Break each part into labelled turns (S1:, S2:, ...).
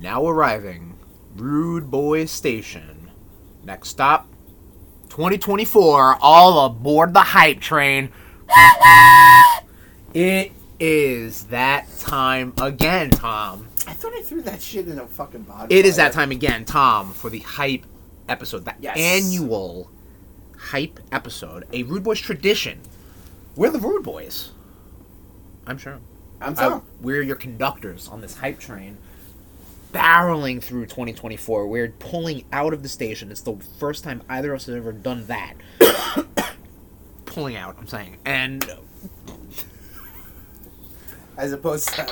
S1: Now arriving, Rude Boy Station. Next stop, 2024. All aboard the hype train. it is that time again, Tom.
S2: I thought I threw that shit in a fucking body.
S1: It is
S2: fire.
S1: that time again, Tom, for the hype episode, the
S2: Yes.
S1: annual hype episode, a Rude Boys tradition. We're the Rude Boys. I'm sure.
S2: I'm
S1: Uh,
S2: sorry.
S1: we're your conductors on this hype train, barreling through 2024. We're pulling out of the station. It's the first time either of us has ever done that. pulling out, I'm saying. And
S2: as opposed to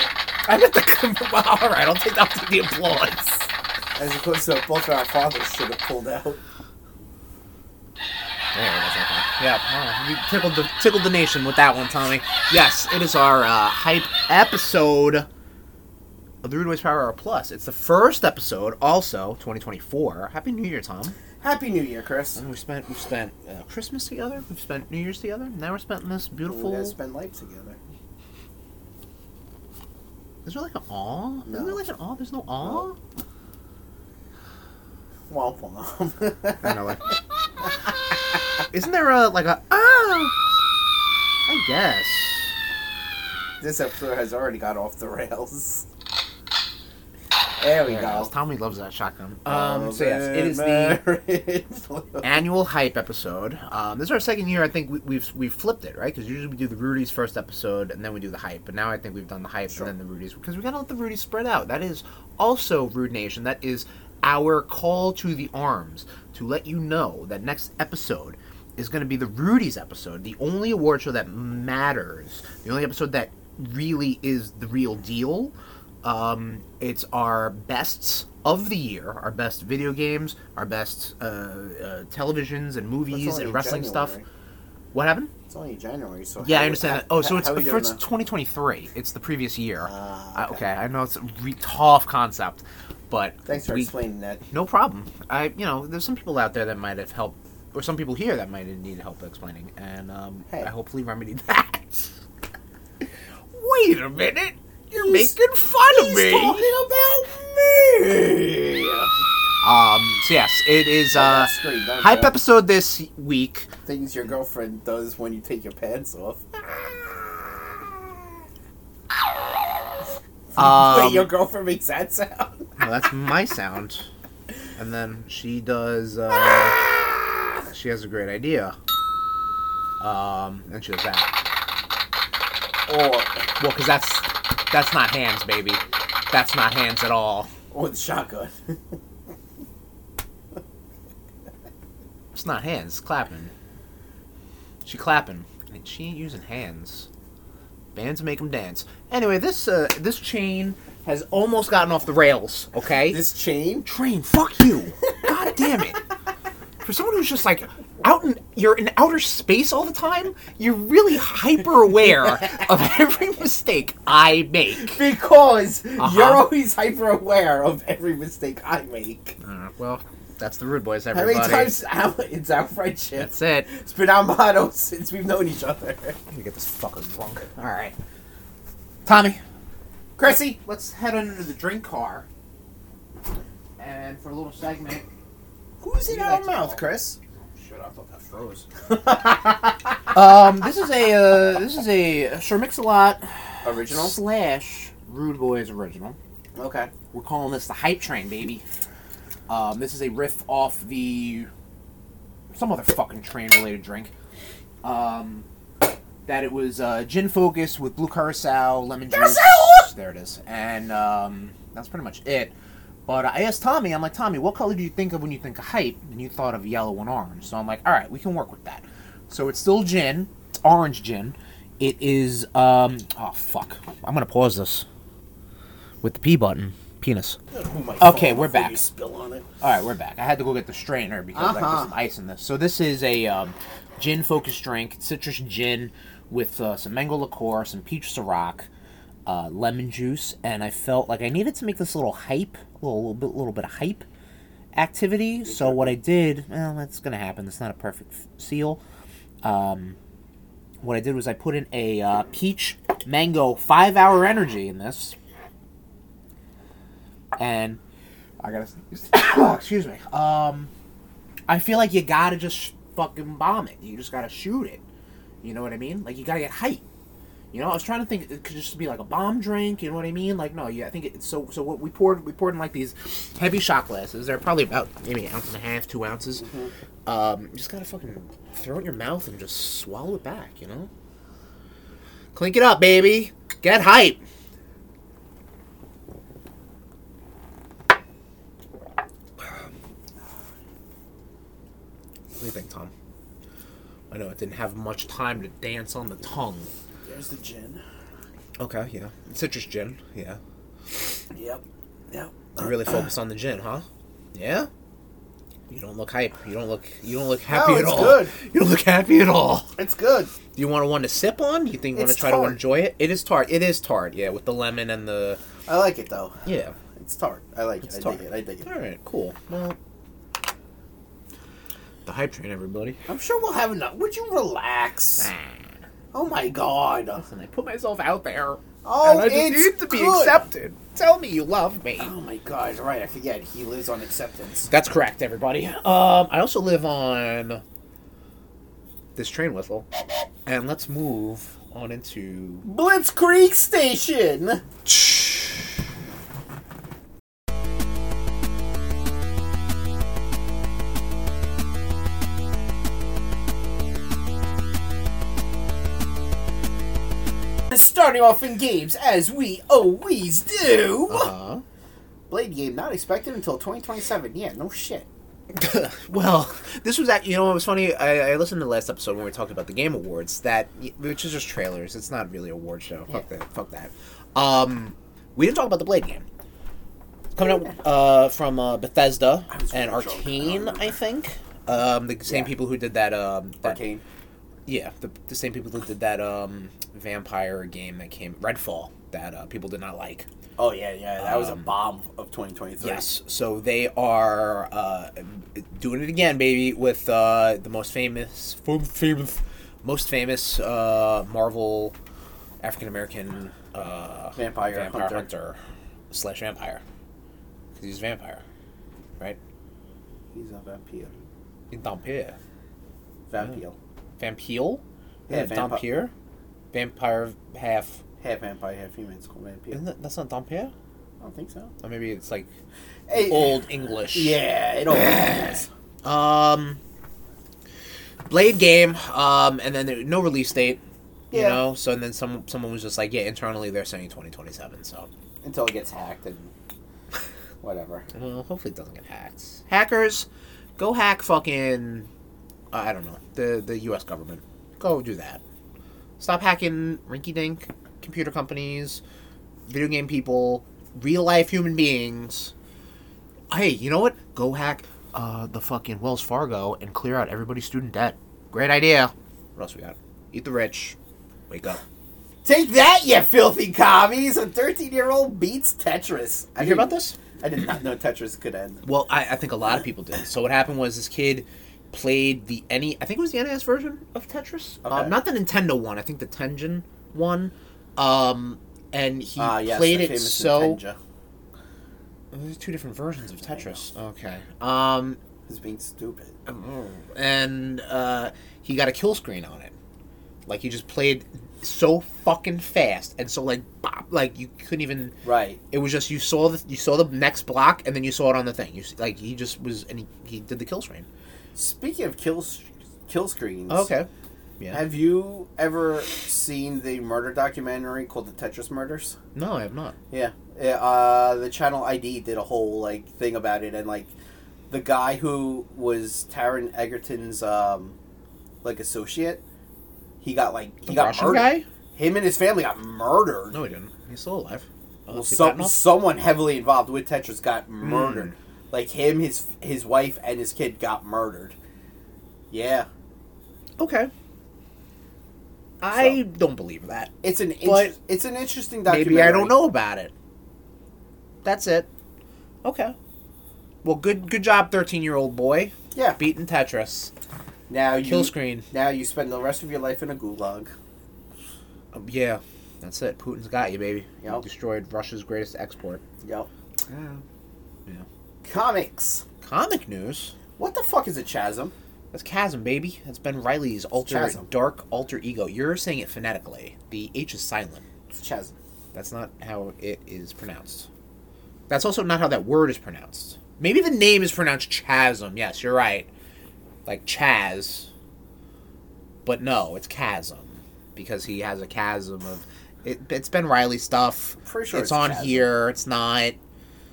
S1: I meant the. Well, all right, I'll take that with the applause.
S2: as opposed to both of our fathers should have pulled out.
S1: There it is, I think. Yeah, wow, you tickled the tickled the nation with that one, Tommy. Yes, it is our uh, hype episode of the Rude Boys Power Hour Plus. It's the first episode, also 2024. Happy New Year, Tom.
S2: Happy New Year, Chris.
S1: And we spent we spent uh, Christmas together. We've spent New Year's together. Now we're spending this beautiful.
S2: We gotta spend life together.
S1: Is there like an awe? Is
S2: No.
S1: there like an awe? There's no awe.
S2: Womp womp.
S1: I know, like- isn't there a like a ah? I guess.
S2: this episode has already got off the rails. There we
S1: There it is.
S2: go. Oh,
S1: Tommy loves that shotgun. Um. So yes, it is the
S2: the.
S1: annual hype episode. Um, this is our second year. I think we, we've we've flipped it, right? Because usually we do the Rudy's first episode and then we do the hype. But now I think we've done the hype
S2: Sure.
S1: and then the Rudy's because we gotta let the Rudy's spread out. That is also Rude Nation. That is our call to the arms to let you know that next episode is going to be the Rudy's episode, the only award show that matters, the only episode that really is the real deal. Um, it's our bests of the year, our best video games, our best uh, uh, televisions and movies
S2: It's
S1: and
S2: only
S1: wrestling stuff.
S2: January.
S1: What happened?
S2: It's only January, so
S1: Yeah,
S2: how-
S1: I understand
S2: how-
S1: that. Oh, so
S2: how-
S1: it's
S2: how we
S1: for it's
S2: doing
S1: 2023. It's the previous year.
S2: Ah,
S1: Uh, okay.
S2: okay.
S1: I know it's a re- tough concept, but
S2: now? Thanks for
S1: we-
S2: explaining that.
S1: no problem. I, you know, there's some people out there that might have helped, or some people here that might need help explaining, and um,
S2: Hey.
S1: I hopefully remedied that. Wait a minute, you're
S2: He's-
S1: making fun of me.
S2: talking about me.
S1: um, so yes, it is uh,
S2: screen, don't
S1: hype
S2: you?
S1: episode this week.
S2: Things your girlfriend does when you take your pants off.
S1: Um,
S2: Wait, your girlfriend makes that sound?
S1: Well, Um, that's my sound. And then she does. Uh, she has a great idea. Um, and she does that.
S2: Or,
S1: Well, because that's that's not hands, baby. That's not hands at all.
S2: or the shotgun.
S1: It's not hands. It's clapping. She clapping, and she ain't using hands. Bands make 'em dance. Anyway, this uh, this chain has almost gotten off the rails. Okay.
S2: this chain?
S1: train. Fuck you. God damn it. For someone who's just like out in you're in outer space all the time, you're really hyper aware of every mistake I make.
S2: Because you're
S1: Uh-huh.
S2: always hyper aware of every mistake I make.
S1: Uh, well, that's the rude boys,
S2: How many
S1: everybody.
S2: times how, it's our friendship?
S1: That's it.
S2: It's been our motto since we've known each other.
S1: You get this fucker drunk. All right, Tommy.
S2: Chrissy,
S1: Let's head under the drink car. And for a little segment.
S2: who's in
S1: You
S2: our
S1: like to
S2: mouth,
S1: talk.
S2: Chris?
S1: Shut up! That froze. um, this is a uh, this is a sure mix a lot
S2: Original?
S1: slash Rude Boys original.
S2: Okay.
S1: We're calling this the hype train, baby. Um, this is a riff off the some other fucking train related drink. Um, that it was uh, gin focus with blue curacao, lemon juice.
S2: Curacao!
S1: There it is, and um, that's pretty much it. But I asked Tommy, I'm like, Tommy, what color do you think of when you think of hype? And you thought of yellow and orange. So I'm like, all right, we can work with that. So it's still gin, it's orange gin. It is, um, oh fuck. I'm gonna pause this with the P button, penis.
S2: Oh my
S1: Okay,
S2: God,
S1: we're
S2: before
S1: back.
S2: You spill on it.
S1: All right, we're back. I had to go get the strainer because I
S2: Uh-huh.
S1: put some ice in this. So this is a um, gin focused drink, citrus gin with uh, some mango liqueur, some peach Ciroc, uh, lemon juice, and I felt like I needed to make this little hype, little, little bit, little bit of hype activity. So what I did, well, that's gonna happen. It's not a perfect f- seal. Um, what I did was I put in a uh, peach mango five hour energy in this, and I gotta sneeze. Excuse me. Um, I feel like you gotta just fucking bomb it. You just gotta shoot it. You know what I mean? Like you gotta get hype. You know, I was trying to think it could just be like a bomb drink. You know what I mean? Like no, yeah, I think it's so. So what we poured, we poured in like these heavy shot glasses. They're probably about maybe an ounce and a half, two ounces. Um, you just gotta fucking throw it in your mouth and just swallow it back. You know, clink it up, baby. Get hype. What do you think, Tom? I know it didn't have much time to dance on the tongue.
S2: There's the gin.
S1: Okay, yeah. Citrus gin, yeah.
S2: Yep. Yep.
S1: You really focus on the gin, huh? Yeah. You don't look hype. You don't look. You don't look happy
S2: No,
S1: at
S2: it's
S1: all.
S2: good.
S1: You don't look happy at all.
S2: It's good.
S1: Do you want to one to sip on? You think you want
S2: It's
S1: to try to
S2: tart.
S1: enjoy it? It is tart. It is tart. Yeah, with the lemon and the
S2: I like it though.
S1: yeah.
S2: It's tart. I like it.
S1: It's
S2: I
S1: tart.
S2: dig it. I dig it.
S1: All right, cool. Well, the hype train, everybody.
S2: I'm sure we'll have enough. Would you relax?
S1: Ah,
S2: Oh my god.
S1: Listen, I put myself out there,
S2: Oh,
S1: and I just
S2: it's
S1: need to be
S2: good.
S1: accepted. Tell me you love me.
S2: Oh my god. Right. I forget. He lives on acceptance.
S1: That's correct, everybody. Um, I also live on this train whistle, and let's move on into.
S2: Blitz Creek Station. Starting off in games as we always do.
S1: Uh
S2: Blade game not expected until 2027. Yeah, no shit.
S1: huh. well, this was at you know it was funny. I, I listened to the last episode when we were talking about the game awards that which is just trailers. It's not really an award show. Fuck that. Fuck that. Um, we didn't talk about the Blade game coming out uh, from uh, Bethesda
S2: I was
S1: and
S2: really drunk, I don't
S1: Arcane,
S2: remember.
S1: I think. Um, the same
S2: Yeah.
S1: people who did that. Um, that
S2: Arcane.
S1: Yeah, the, the same people that did that um, vampire game that came Redfall that uh, people did not like.
S2: Oh yeah, yeah. That was a
S1: Um,
S2: bomb of 2023.
S1: Yes, so they are uh, doing it again, baby, with uh, the most famous, fam- famous, most famous uh, Marvel African American uh,
S2: Vampire
S1: vampire
S2: hunter.
S1: hunter. slash vampire because he's a vampire, right?
S2: He's a vampire.
S1: Vampire,
S2: Vampire.
S1: vampire,
S2: Yeah, vampi-
S1: vampire, vampire half.
S2: Half vampire, half human. It's called vampire.
S1: Isn't that, that's not vampire?
S2: I don't think so.
S1: Or maybe it's like
S2: Hey, Oh,
S1: old English.
S2: Yeah, it all is.
S1: Um, Blade game. Um, and then there, no release date. You
S2: Yeah.
S1: know. So and then some someone was just like, yeah, internally they're saying 2027. So
S2: Until it gets hacked and whatever.
S1: well, hopefully it doesn't get hacked. Hackers, go hack fucking. Uh, I don't know the the U.S. government. Go do that. Stop hacking rinky dink computer companies, video game people, real life human beings. Hey, you know what? Go hack uh, the fucking Wells Fargo and clear out everybody's student debt. Great idea. What else we got? Eat the rich. Wake up.
S2: Take that, you filthy commies! A 13 year old beats Tetris.
S1: You hear about
S2: didn't-
S1: this?
S2: I did not know Tetris could end.
S1: Well, I, I think a lot of people did. So what happened was this kid played the any I think it was the NES version of Tetris, Um,
S2: Okay.
S1: not the Nintendo one. I think the Tengen one, um, and he
S2: Ah, yes,
S1: played
S2: the
S1: it
S2: famous
S1: so.
S2: Nintendo
S1: There's two different versions of
S2: know.
S1: Tetris. Okay. Um,
S2: is being stupid.
S1: and uh, he got a kill screen on it. Like he just played so fucking fast and so like bop, like you couldn't even
S2: Right.
S1: it was just you saw the you saw the next block and then you saw it on the thing. You s- like he just was and he, he did the kill screen.
S2: Speaking of kill, s- kill screens.
S1: Yeah.
S2: Have you ever seen the murder documentary called The Tetris Murders?
S1: no, I have not.
S2: Yeah. Yeah, Uh, the Channel ID did a whole like thing about it, and like the guy who was Taron Egerton's um, like associate, he got like he
S1: The
S2: got
S1: Russian
S2: murdered.
S1: guy?
S2: Him and his family got murdered.
S1: No, he didn't. He's still alive. Uh,
S2: Well, some, someone heavily involved with Tetris got
S1: Hmm.
S2: murdered. Like him, his his wife, and his kid got murdered. Yeah,
S1: okay. I don't believe that.
S2: it's an inter-
S1: But
S2: it's an interesting documentary.
S1: Maybe I don't know about it. That's it. Okay. Well, good good job, thirteen year old boy.
S2: Yeah.
S1: Beating Tetris.
S2: Now you
S1: Kill screen.
S2: now you spend the rest of your life in a gulag.
S1: Um, yeah. That's it. Putin's got you, baby.
S2: Yep.
S1: Destroyed Russia's greatest export.
S2: Yep.
S1: Yeah.
S2: Comics.
S1: Comic news.
S2: What the fuck is a chasm?
S1: That's Chasm, baby. That's Ben Riley's alter
S2: Chasm.
S1: dark alter ego. You're saying it phonetically. The H is silent.
S2: It's a chasm.
S1: That's not how it is pronounced. That's also not how that word is pronounced. Maybe the name is pronounced chasm. Yes, you're right. Like Chaz. But no, it's chasm because he has a chasm of it, it's Ben Riley stuff.
S2: Pretty sure
S1: it's,
S2: it's
S1: on
S2: chasm.
S1: here. It's not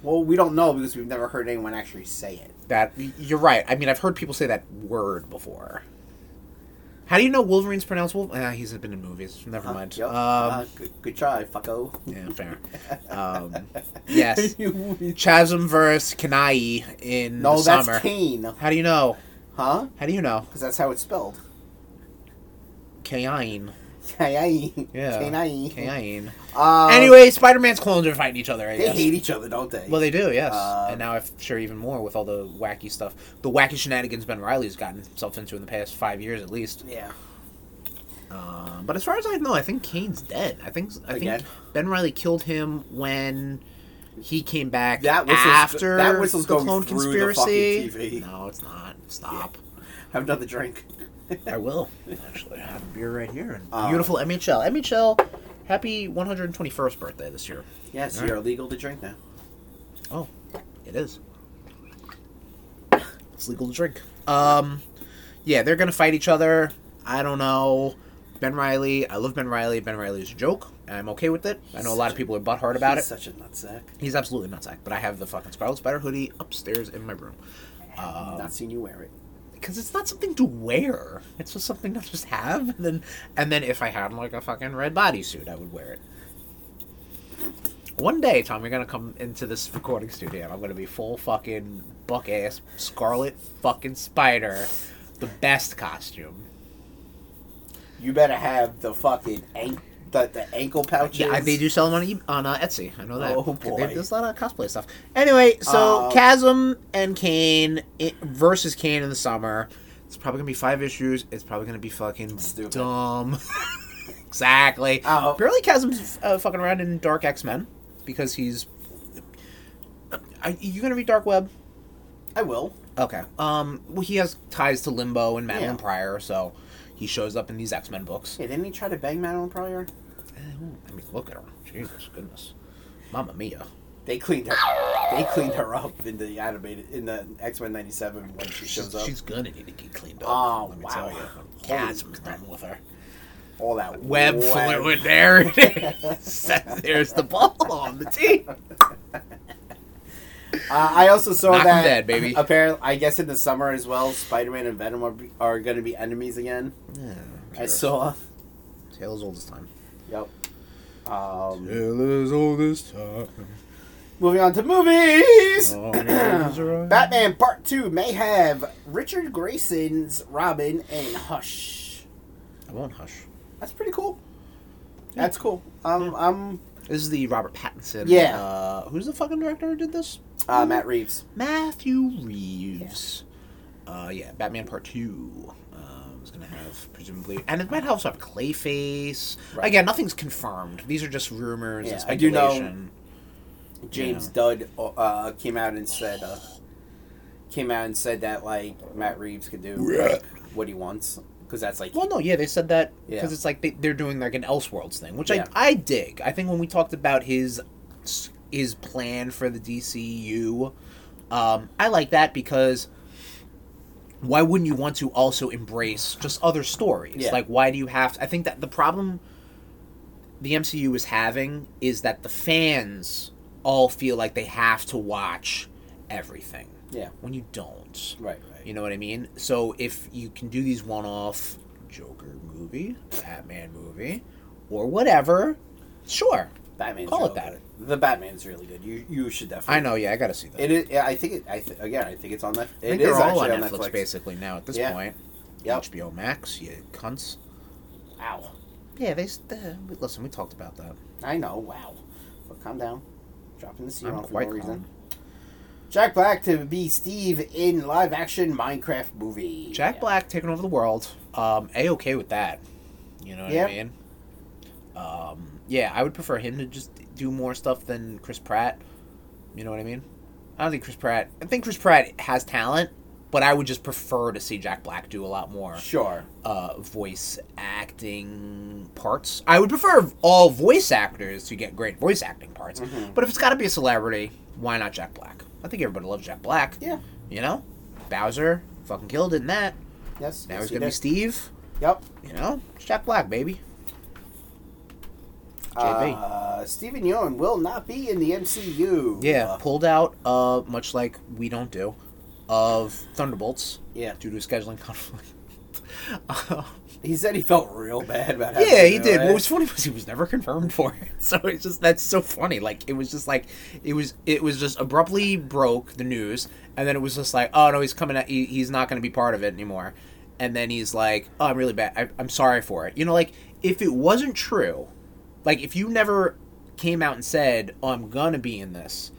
S2: Well, we don't know because we've never heard anyone actually say it.
S1: that. You're right. I mean, I've heard people say that word before. How do you know Wolverine's pronounced Wolf? Ah, he's been in movies. Never
S2: Huh?
S1: mind.
S2: Yep.
S1: Um,
S2: Uh, good, good try, fucko.
S1: yeah, fair. Um, yes.
S2: You-
S1: Chasm versus Kanai in
S2: no,
S1: the
S2: that's
S1: summer.
S2: Kane.
S1: How do you know?
S2: Huh?
S1: How do you know?
S2: Because that's how it's spelled.
S1: Kaine.
S2: Kane.
S1: Yeah.
S2: Kane.
S1: Kaine.
S2: Um,
S1: anyway, Spider Man's clones are fighting each other, I
S2: They
S1: guess.
S2: hate each other, don't they?
S1: well, they do, yes.
S2: Um,
S1: and now I'm sure even more with all the wacky stuff. The wacky shenanigans Ben Riley's gotten himself into in the past five years at least.
S2: yeah.
S1: Um, but as far as I know, I think Kane's dead. I think I
S2: Again?
S1: think Ben Riley killed him when he came back
S2: That whistle's-
S1: after
S2: that whistle's
S1: the
S2: going
S1: clone
S2: through the
S1: conspiracy.
S2: fucking TV.
S1: No, it's not. Stop.
S2: Have another drink.
S1: I will actually have a beer right here. And
S2: Uh,
S1: beautiful MHL. MHL, happy 121st birthday this year.
S2: Yes,
S1: All
S2: you're illegal to drink now.
S1: Oh, it is. It's legal to drink. Um, yeah, they're gonna fight each other. I don't know. Ben Riley, I love Ben Riley. Ben Riley's a joke. I'm okay with it. I know a lot of people are butthurt about
S2: He's
S1: it.
S2: Such a nutsack.
S1: He's absolutely nutsack, but I have the fucking Scarlet Spider hoodie upstairs in my room. Um,
S2: Not seen you wear it.
S1: because it's not something to wear. It's just something to just have. And then, and then if I had like a fucking red bodysuit, I would wear it. One day, Tom, you're gonna come into this recording studio, and I'm gonna be full fucking buck ass scarlet fucking spider, the best costume.
S2: You better have the fucking an- the, the ankle pouches.
S1: Yeah, I, they do sell them on e- on uh, Etsy. I know that.
S2: Oh, boy.
S1: They- there's a lot of cosplay stuff. Anyway, so
S2: Uh,
S1: Chasm and Kane i versus Kane in the summer. It's probably gonna be five issues. It's probably gonna be fucking
S2: Stupid.
S1: dumb. exactly.
S2: Oh.
S1: Apparently, Chasm's uh, fucking around in Dark X Men because he's. uh, Are you gonna read Dark Web?
S2: I will.
S1: Okay. Um. Well, he has ties to Limbo and Madeline
S2: Yeah.
S1: Pryor, so he shows up in these X Men books.
S2: Hey, didn't he try to bang Madeline Pryor?
S1: I mean, look at her. Jesus goodness. Mamma mia.
S2: They cleaned her. They cleaned her up in the animated in the X Men '97 when she shows up.
S1: She's gonna need to get cleaned up.
S2: Oh,
S1: let me
S2: wow.
S1: tell you. Chasm's done with her.
S2: All that
S1: Web fluid. There it is. There's the ball on the tee.
S2: Uh, I also saw
S1: Knock 'em
S2: that.
S1: dead, baby.
S2: Apparently, I guess in the summer as well, Spider Man and Venom are, be- are going to be enemies again. I saw.
S1: Tail as old as time.
S2: Yep. Um,
S1: Tail as old as time.
S2: moving on to movies.
S1: Oh, Batman.
S2: Batman Part Two may have Richard Grayson's Robin and Hush.
S1: I won't hush.
S2: That's pretty cool. That's cool. Um, I'm
S1: This is the Robert Pattinson.
S2: Yeah.
S1: Uh, who's the fucking director who did this?
S2: uh, Matt Reeves.
S1: Matthew Reeves. Uh, yeah, Batman Part Two um, is gonna have presumably, and it might also have Clayface.
S2: Right.
S1: Again, nothing's confirmed. These are just rumors and
S2: Yeah, I do know-
S1: speculation.
S2: James
S1: Yeah.
S2: Dud uh, came out and said uh, came out and said that like Matt Reeves could do like, what he wants because that's like
S1: Well, no, yeah, they said that because
S2: Yeah.
S1: it's like they, they're doing like an Elseworlds thing, which
S2: Yeah.
S1: I I dig. I think when we talked about his his plan for the DCU, um, I like that because why wouldn't you want to also embrace just other stories?
S2: Yeah.
S1: Like, why do you have? I think that the problem the MCU is having is that the fans all feel like they have to watch everything
S2: yeah
S1: when you don't.
S2: right right
S1: You know what I mean? So if you can do these one off Joker movie, Batman movie, or whatever, sure.
S2: Batman's
S1: Call it
S2: really
S1: that.
S2: good. The Batman's really good. You you should definitely.
S1: I know, yeah, I gotta see that.
S2: It is. Yeah, I think it. I th- again, I think it's on that.
S1: I think
S2: it is
S1: they're all
S2: actually
S1: on
S2: on
S1: Netflix, basically now at this
S2: Yeah.
S1: point.
S2: Yep.
S1: HBO Max, you cunts.
S2: Wow.
S1: Yeah, they. s- Uh, we- listen, we talked about that.
S2: I know. Wow. But calm down. Dropping the C
S1: I'm
S2: on for no
S1: quite calm.
S2: reason. Jack Black to be Steve in live action Minecraft movie.
S1: Jack
S2: Yeah.
S1: Black taking over the world. Um, a okay with that. You know what
S2: Yeah.
S1: I mean? Um, yeah, I would prefer him to just do more stuff than Chris Pratt. You know what I mean? I don't think Chris Pratt. I think Chris Pratt has talent, but I would just prefer to see Jack Black do a lot more
S2: Sure.
S1: uh, voice acting parts. I would prefer all voice actors to get great voice acting parts,
S2: Mhm.
S1: but if it's got to be a celebrity, why not Jack Black? I think everybody loves Jack Black.
S2: Yeah.
S1: You know, Bowser fucking killed it in that.
S2: Yes.
S1: Now
S2: yes,
S1: he's
S2: he
S1: gonna be
S2: did.
S1: Steve.
S2: Yep.
S1: You know, it's Jack Black, baby. JB.
S2: Uh, Steven Yeun will not be in the MCU.
S1: Yeah,
S2: Uh,
S1: pulled out, uh, much like we don't do, of Thunderbolts
S2: yeah.
S1: due to a scheduling conflict. Uh,
S2: He said he felt real bad about. having
S1: yeah,
S2: to
S1: he
S2: do
S1: did.
S2: it.
S1: What was funny was he was never confirmed for it, so it's just that's so funny. Like it was just like it was it was just abruptly broke the news, and then it was just like, oh no, he's coming. Out, he, he's not going to be part of it anymore. And then he's like, oh, I'm really bad. I, I'm sorry for it. You know, like if it wasn't true, like if you never came out and said, oh, I'm gonna be in this,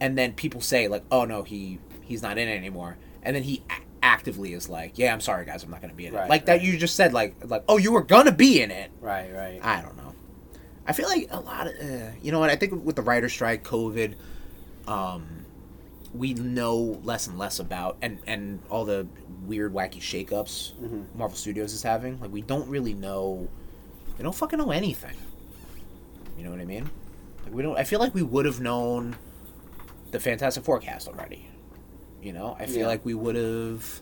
S1: and then people say like, oh no, he he's not in it anymore, and then he. a- actively is like yeah i'm sorry guys i'm not gonna be in it
S2: Right,
S1: like that
S2: right.
S1: you just said like like oh you were gonna be in it
S2: right, right.
S1: I don't know. I feel like a lot of uh, you know what I think with the writer strike, COVID, um, we know less and less about and and all the weird wacky shakeups
S2: Mhm.
S1: Marvel Studios is having. Like we don't really know. They don't fucking know anything. You know what I mean? Like we don't. I feel like we would have known the Fantastic Forecast already. You know, I feel
S2: Yeah.
S1: like we would have.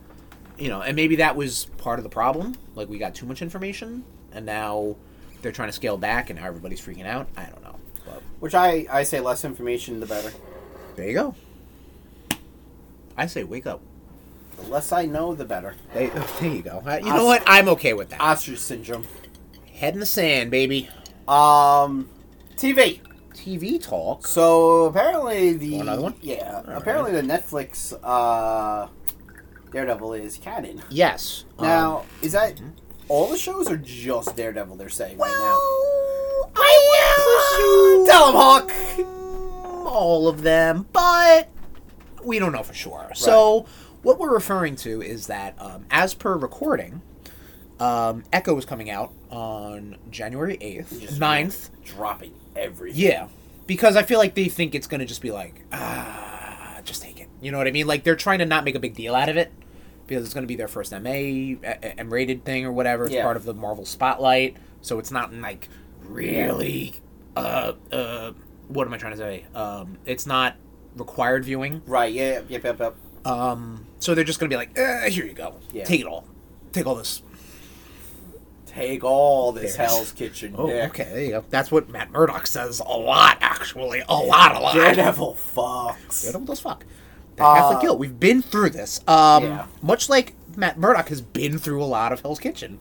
S1: You know, and maybe that was part of the problem. Like we got too much information, and now they're trying to scale back, and now everybody's freaking out. I don't know. But
S2: Which I I say less information the better.
S1: there you go. I say wake up.
S2: The less I know, the better.
S1: They, there you go. You
S2: Us-
S1: know what? I'm okay with that.
S2: Ostrich syndrome.
S1: Head in the sand, baby.
S2: Um, TV.
S1: TV talk.
S2: So apparently the
S1: Want another one?
S2: yeah
S1: All
S2: apparently the Netflix uh Daredevil is canon.
S1: Yes. um, mm-hmm.
S2: Now is that all the shows or just Daredevil? They're saying right now.
S1: Well, I will
S2: Tell 'em, Hawk.
S1: Mm, All of them, but we don't know for sure. So what we're referring to is that, um, as per recording, um, Echo is coming out on January eighth,
S2: Just
S1: 9th.
S2: dropping everything.
S1: Yeah, because I feel like they think it's gonna just be like, ah, just take it. You know what I mean? Like they're trying to not make a big deal out of it because it's gonna be their first MA M rated thing or whatever. It's
S2: Yeah.
S1: part of the Marvel spotlight, so it's not like really. Uh, uh, what am I trying to say? Um, it's not required viewing.
S2: Right. Yeah. Yep. Yep. Yep.
S1: Um, so they're just gonna be like, eh, here you go,
S2: Yeah.
S1: take it all, take all this.
S2: Take all this
S1: There's-
S2: Hell's Kitchen.
S1: Oh,
S2: dick.
S1: okay, there you go. That's what Matt Murdock says a lot, actually, a lot, a lot.
S2: Daredevil fucks.
S1: Daredevil does fuck. That Catholic
S2: Uh,
S1: guilt. We've been through this. Um,
S2: Yeah.
S1: Much like Matt Murdock has been through a lot of Hell's Kitchen.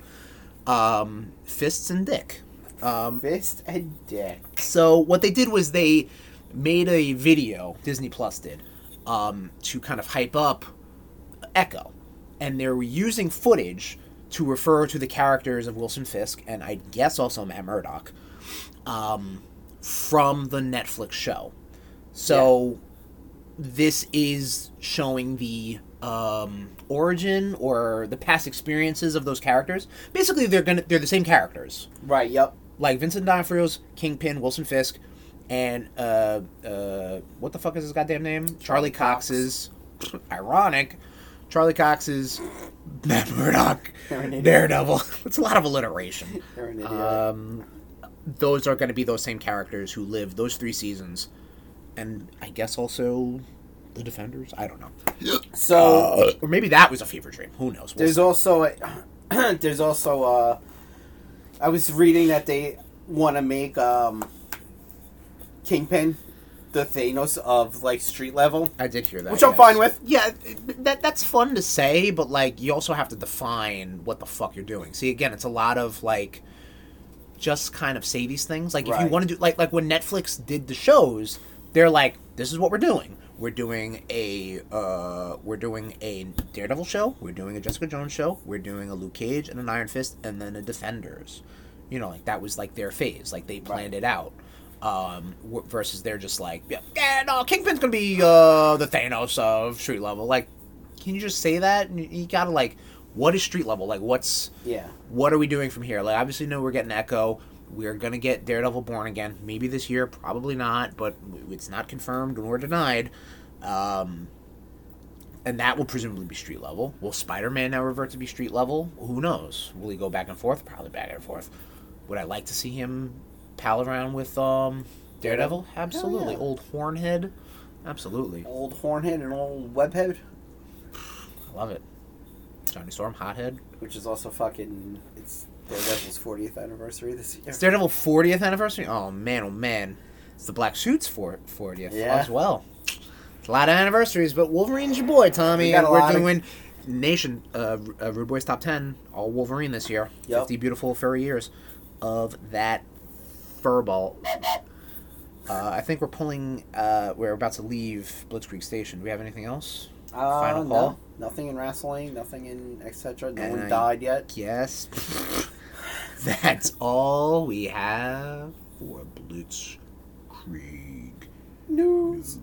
S1: Um, fists and dick. Um,
S2: Fist and dick.
S1: so what they did was they made a video, Disney Plus did, um, to kind of hype up Echo. And they were using footage to refer to the characters of Wilson Fisk and I guess also Matt Murdock um, from the Netflix show. So this is showing the um, origin or the past experiences of those characters. Basically, they're gonna they're the same characters
S2: Right. Yep.
S1: like Vincent D'Onofrio's Kingpin, Wilson Fisk, and uh, uh, what the fuck is his goddamn name? Charlie Cox's. Ironic. Charlie Cox's Matt Murdock,
S2: You're an idiot.
S1: Daredevil. It's a lot of alliteration.
S2: They're an idiot.
S1: Um, those are going to be those same characters who live those three seasons, and I guess also the Defenders. I don't know,
S2: so
S1: or maybe that was a fever dream. Who knows? We'll
S2: Uh, There's also a, there's also uh I was reading that they want to make um Kingpin the Thanos of like street level,
S1: I did hear that,
S2: which I'm
S1: yes.
S2: fine with.
S1: Yeah, that that's fun to say, but like you also have to define what the fuck you're doing. See, again, it's a lot of like just kind of say these things. Like if you
S2: Right.
S1: want to do like like when Netflix did the shows, they're like, this is what we're doing. We're doing a uh, we're doing a Daredevil show. We're doing a Jessica Jones show. We're doing a Luke Cage and an Iron Fist, and then a Defenders. You know, like that was like their phase. Like they planned it out. Um, w- versus they're just like, yeah, yeah, no, Kingpin's gonna be uh, the Thanos of street level. Like, can you just say that? And You you gotta like, what is street level? Like, what's
S2: Yeah,
S1: what are we doing from here? Like, obviously, no, we're getting Echo. We're gonna get Daredevil Born again, maybe this year, probably not, but w- it's not confirmed nor denied. Um, and that will presumably be street level. Will Spider Man now revert to be street level? Who knows? Will he go back and forth? Probably back and forth. Would I like to see him pal around with um, Daredevil? Absolutely.
S2: yeah.
S1: Old Hornhead? Absolutely.
S2: Old Hornhead and old Webhead,
S1: I love it. Johnny Storm, Hothead.
S2: which is also fucking. It's Daredevil's 40th anniversary this year.
S1: It's Daredevil 40th anniversary? Oh, man, oh, man. It's the Black Suits for 40th
S2: Yeah.
S1: as well. It's a lot of anniversaries, but Wolverine's your boy, Tommy.
S2: We got
S1: and
S2: a
S1: we're
S2: lot of-
S1: doing Nation, uh, uh, Rude Boys Top 10, all Wolverine this year.
S2: Yep.
S1: 50 beautiful, furry years of that furball. Uh, I think we're pulling, uh, we're about to leave Blitzkrieg Station. Do we have anything else?
S2: Uh,
S1: Final
S2: no.
S1: call?
S2: Nothing in wrestling, nothing in etc. No
S1: And
S2: one
S1: I-
S2: died yet.
S1: Yes. That's all we have for Blitzkrieg.
S2: News.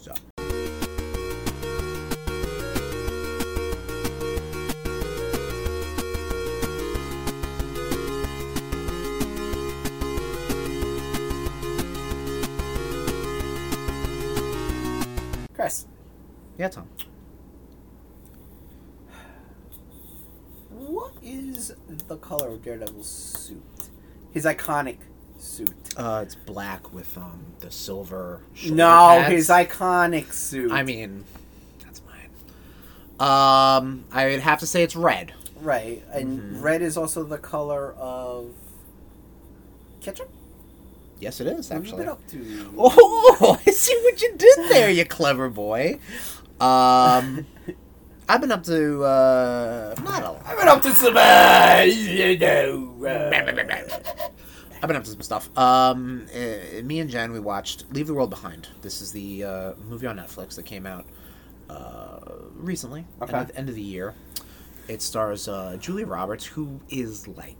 S1: So.
S2: Chris,
S1: Yeah, Tom.
S2: what is the color of Daredevil's suit? His iconic suit.
S1: Uh, it's black with um the silver. shoulder
S2: No,
S1: pads.
S2: his iconic suit.
S1: I mean, that's mine. Um, I would have to say it's red.
S2: right, and
S1: Mhm.
S2: red is also the color of ketchup.
S1: Yes, it is
S2: What have you
S1: actually.
S2: been up to?
S1: Oh, I see what you did there, you clever boy. Um, I've been up to uh, not a lot.
S2: I've been up to some, uh, you know, uh,
S1: I've been up to some stuff. Um, uh, me and Jen, we watched Leave the World Behind. This is the uh, movie on Netflix that came out uh, recently,
S2: Okay.
S1: end, of, end of the year. It stars uh, Julia Roberts, who is like,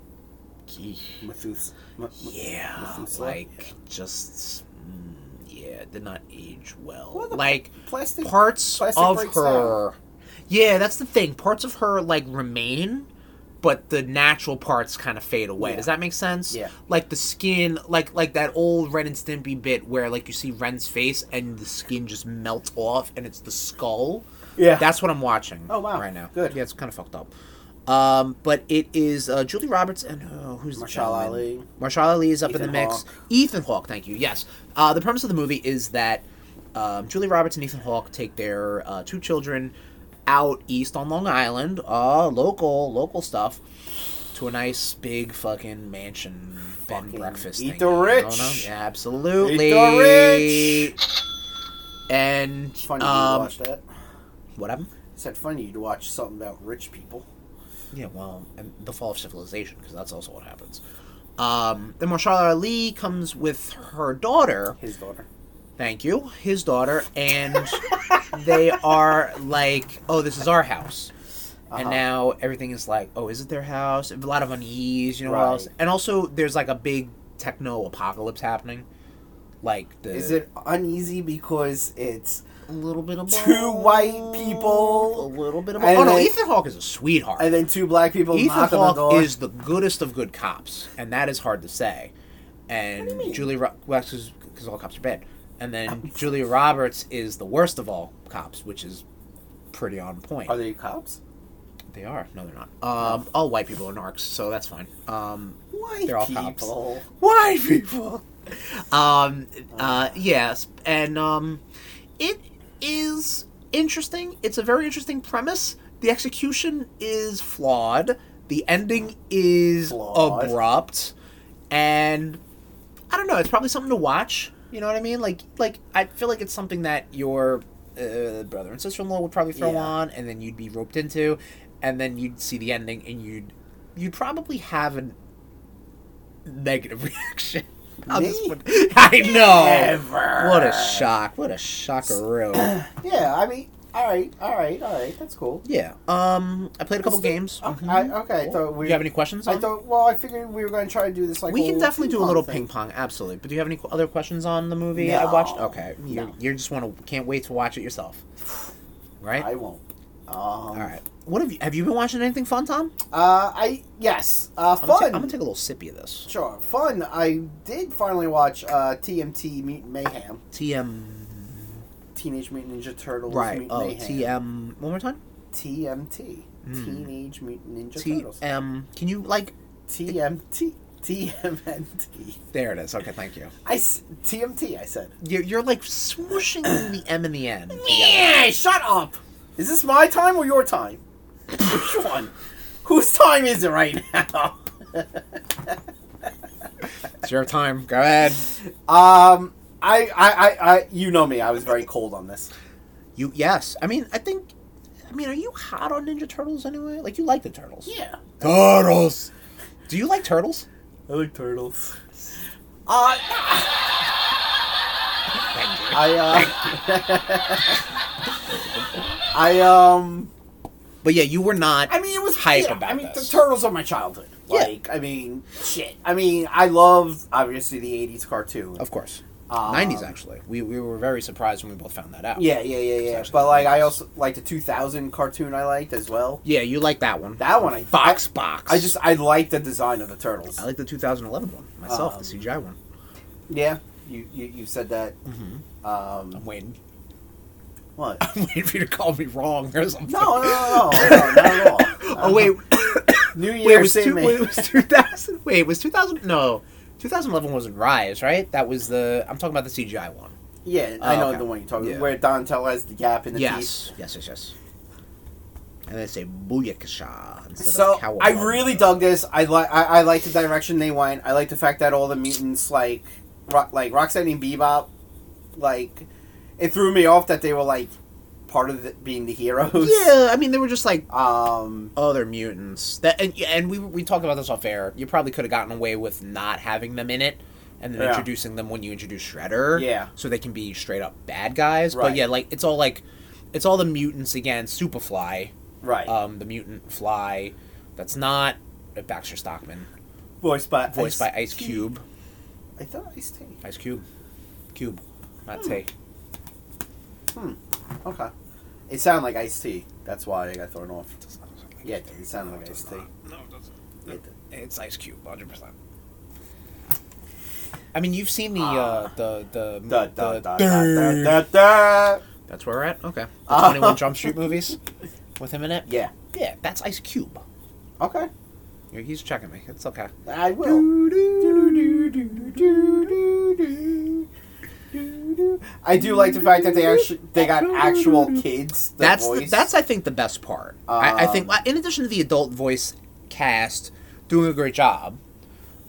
S1: gee,
S2: Methus- M- M-
S1: yeah,
S2: Methuselah?
S1: like just, mm, yeah, did not age well.
S2: Well, the-
S1: like
S2: plastic
S1: parts
S2: plastic
S1: of
S2: breaks
S1: her, yeah, that's the thing. Parts of her like remain. But the natural parts kind of fade away.
S2: Yeah.
S1: Does that make sense?
S2: Yeah.
S1: like the skin, like like that old Ren and Stimpy bit where like you see Ren's face and the skin just melts off and it's the skull.
S2: Yeah.
S1: That's what I'm watching.
S2: Oh, wow.
S1: Right now,
S2: Good.
S1: Yeah, it's kind of fucked up. Um, but it is uh, Julie Roberts and uh, who's the
S2: Marshall
S1: gentleman?
S2: Ali.
S1: Marshall Ali is up in
S2: Ethan
S1: the mix.
S2: Hawke.
S1: Ethan Hawke, thank you. Yes. Uh, the premise of the movie is that um, Julie Roberts and Ethan Hawke take their uh, two children out east on Long Island, uh, local local stuff, to a nice big fucking mansion bed and
S2: Fucking
S1: breakfast.
S2: eat
S1: thing.
S2: the
S1: I don't
S2: rich.
S1: know. Yeah, absolutely.
S2: Eat the
S1: And
S2: It's funny you
S1: um,
S2: watch that.
S1: what happened?
S2: It's that funny you'd watch something about rich people.
S1: Yeah, well, and the fall of civilization, because that's also what happens. Um, then Marshall Ali comes with her daughter.
S2: His daughter.
S1: Thank you, his daughter, and they are like, "Oh, this is our house," and
S2: Uh-huh.
S1: now everything is like, "Oh, is it their house?" A lot of unease, you know what
S2: Right.
S1: else? And also, there's like a big techno apocalypse happening. Like the
S2: Is it uneasy because it's
S1: a little bit of
S2: two
S1: both,
S2: white people,
S1: A little bit of
S2: and
S1: oh no,
S2: then-
S1: Ethan Hawke is a sweetheart.
S2: and then two black people
S1: Ethan
S2: knock on the
S1: Hawke
S2: door?
S1: is the goodest of good cops, and that is hard to say. And
S2: do you mean?
S1: Julie Ro- well, because all cops are bad, and then Julia Roberts is the worst of all cops, which is pretty on point.
S2: Are they cops?
S1: They are. No, they're not. Um, all white people are narcs, so that's fine. Um,
S2: White
S1: They're all cops.
S2: people.
S1: white people. Um, uh, yes, and um, it is interesting. It's a very interesting premise. The execution is flawed. The ending is
S2: Flawed.
S1: abrupt, and I don't know. It's probably something to watch. You know what I mean? Like, like I feel like it's something that your uh, brother and sister in law would probably throw
S2: Yeah.
S1: on, and then you'd be roped into, and then you'd see the ending, and you'd you'd probably have an negative reaction. I'll just
S2: Me?
S1: put- I know.
S2: Never.
S1: What a shock! What a shockeroo!
S2: Yeah, I mean, all right, all right, all right. That's cool.
S1: yeah. Um, I played a couple
S2: Let's do-
S1: games.
S2: Okay,
S1: Mhm.
S2: I, okay. I thought
S1: Do
S2: we.
S1: you have any questions?
S2: I
S1: on-
S2: thought. Well, I figured we were going to try to do this like.
S1: we can definitely do a
S2: ping-pong
S1: little
S2: thing.
S1: ping pong, absolutely. But do you have any qu- other questions on the movie I
S2: No.
S1: watched? Okay, you
S2: No.
S1: you just want to can't wait to watch it yourself, right?
S2: I won't. Um, all
S1: All right. What have you have you been watching anything fun, Tom?
S2: Uh, I yes. Uh,
S1: I'm
S2: fun.
S1: gonna, take, I'm gonna take a little sippy of this.
S2: Sure, fun. I did finally watch uh, TMT Mutant Mayhem.
S1: TM
S2: Teenage Mutant Ninja Turtles.
S1: Right.
S2: Mutant
S1: Oh,
S2: Mayhem.
S1: TM. One more time.
S2: TMT.
S1: Mm.
S2: Teenage Mutant Ninja Turtles.
S1: TM. Can you like?
S2: TMT. TMNT.
S1: There it is. Okay, thank you.
S2: I s- TMT. I said.
S1: You're, you're like swooshing the M and the N. together.
S2: Yeah. Shut up. Is this my time or your time? Which one? Whose time is it right now?
S1: It's your time. Go ahead.
S2: Um, I, I, I, I, you know me. I was very cold on this.
S1: You yes. I mean, I think. I mean, are you hot on Ninja Turtles anyway? Like you like the turtles?
S2: Yeah,
S1: Turtles. Do you like turtles?
S2: I like turtles. Uh, I, uh, I, um,
S1: But yeah, you were not.
S2: I mean, it was
S1: Hype
S2: yeah,
S1: about
S2: I mean,
S1: this.
S2: the turtles are my childhood.
S1: Yeah.
S2: Like, I mean, shit. I mean, I love obviously the '80s cartoon.
S1: of course.
S2: Um,
S1: Nineties actually. We we were very surprised when we both found that out.
S2: Yeah, yeah, yeah, yeah. But like, I also like the 2000 cartoon. I liked as well.
S1: Yeah, you like that one.
S2: That one, I,
S1: Fox box.
S2: I just, I like the design of the turtles.
S1: I like the 2011 one myself,
S2: Um,
S1: the CGI one.
S2: Yeah, you you, you said that. Um,
S1: I'm waiting.
S2: what?
S1: I'm waiting for you to call me wrong or something.
S2: No, uh-huh. no, no, no, no, not at all.
S1: Oh wait,
S2: New Year,
S1: wait, it was
S2: same
S1: two,
S2: age.
S1: wait, it was 2000. Wait, it was 2000. No, 2011 was Rise, right? That was the. I'm talking about the CGI one.
S2: Yeah, I
S1: Oh,
S2: know
S1: okay.
S2: the one you're talking.
S1: Yeah.
S2: about. Where Donatello has the gap in the teeth.
S1: Yes, yes, yes, yes. And they say Booyakasha instead of
S2: So
S1: Cowabunga.
S2: I really dug this. I like I, I like the direction they went. I like the fact that all the mutants like rock, like Rocksteady and Bebop, like it threw me off that they were like part of the, being the heroes.
S1: Yeah, I mean they were just like
S2: Um.
S1: other mutants that, and, and we we talked about this off air. You probably could have gotten away with not having them in it, and then
S2: Yeah.
S1: introducing them when you introduce Shredder.
S2: Yeah.
S1: so they can be straight up bad guys. But
S2: Right.
S1: yeah, like it's all like it's all the mutants again. Superfly,
S2: Right.
S1: um, the mutant fly. That's not Baxter Stockman,
S2: voiced by
S1: voiced by Ice Cube.
S2: I thought Ice T.
S1: Ice Cube, Cube, not Tay.
S2: Okay. It sounded like Ice T. That's why I got thrown off. Yeah, it did. It sounded like
S1: No, it
S2: Ice
S1: does
S2: T.
S1: not. No, it doesn't.
S2: It did.
S1: It's Ice Cube, hundred percent. I mean, you've seen the uh,
S2: Ah.
S1: the the,
S2: Da, da,
S1: the-
S2: da, da, da, da, da.
S1: That's where we're at. Okay, the
S2: Ah.
S1: Twenty One Jump Street movies with him in it.
S2: Yeah.
S1: yeah, that's Ice Cube.
S2: Okay.
S1: Yeah, He's checking me. It's okay.
S2: I will. I do like the fact that they actually they got actual kids. The
S1: that's the,
S2: voice. Um,
S1: that's I think the best part. I, I think in addition to the adult voice cast doing a great job,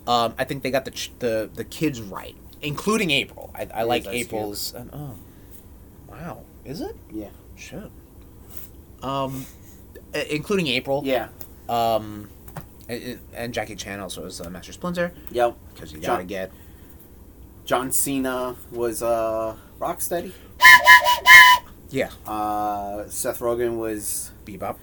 S1: um, I think they got the ch- the the kids right, including April. I, I like
S2: Ice Cube.
S1: April's. And, oh, wow, is it?
S2: yeah
S1: Shit. Um, i- including April.
S2: yeah
S1: Um, and, and Jackie Chan also is uh, Master Splinter
S2: yep.
S1: because you
S2: John-
S1: gotta get
S2: John Cena was uh, Rocksteady.
S1: yeah
S2: Uh, Seth Rogen was.
S1: Bebop.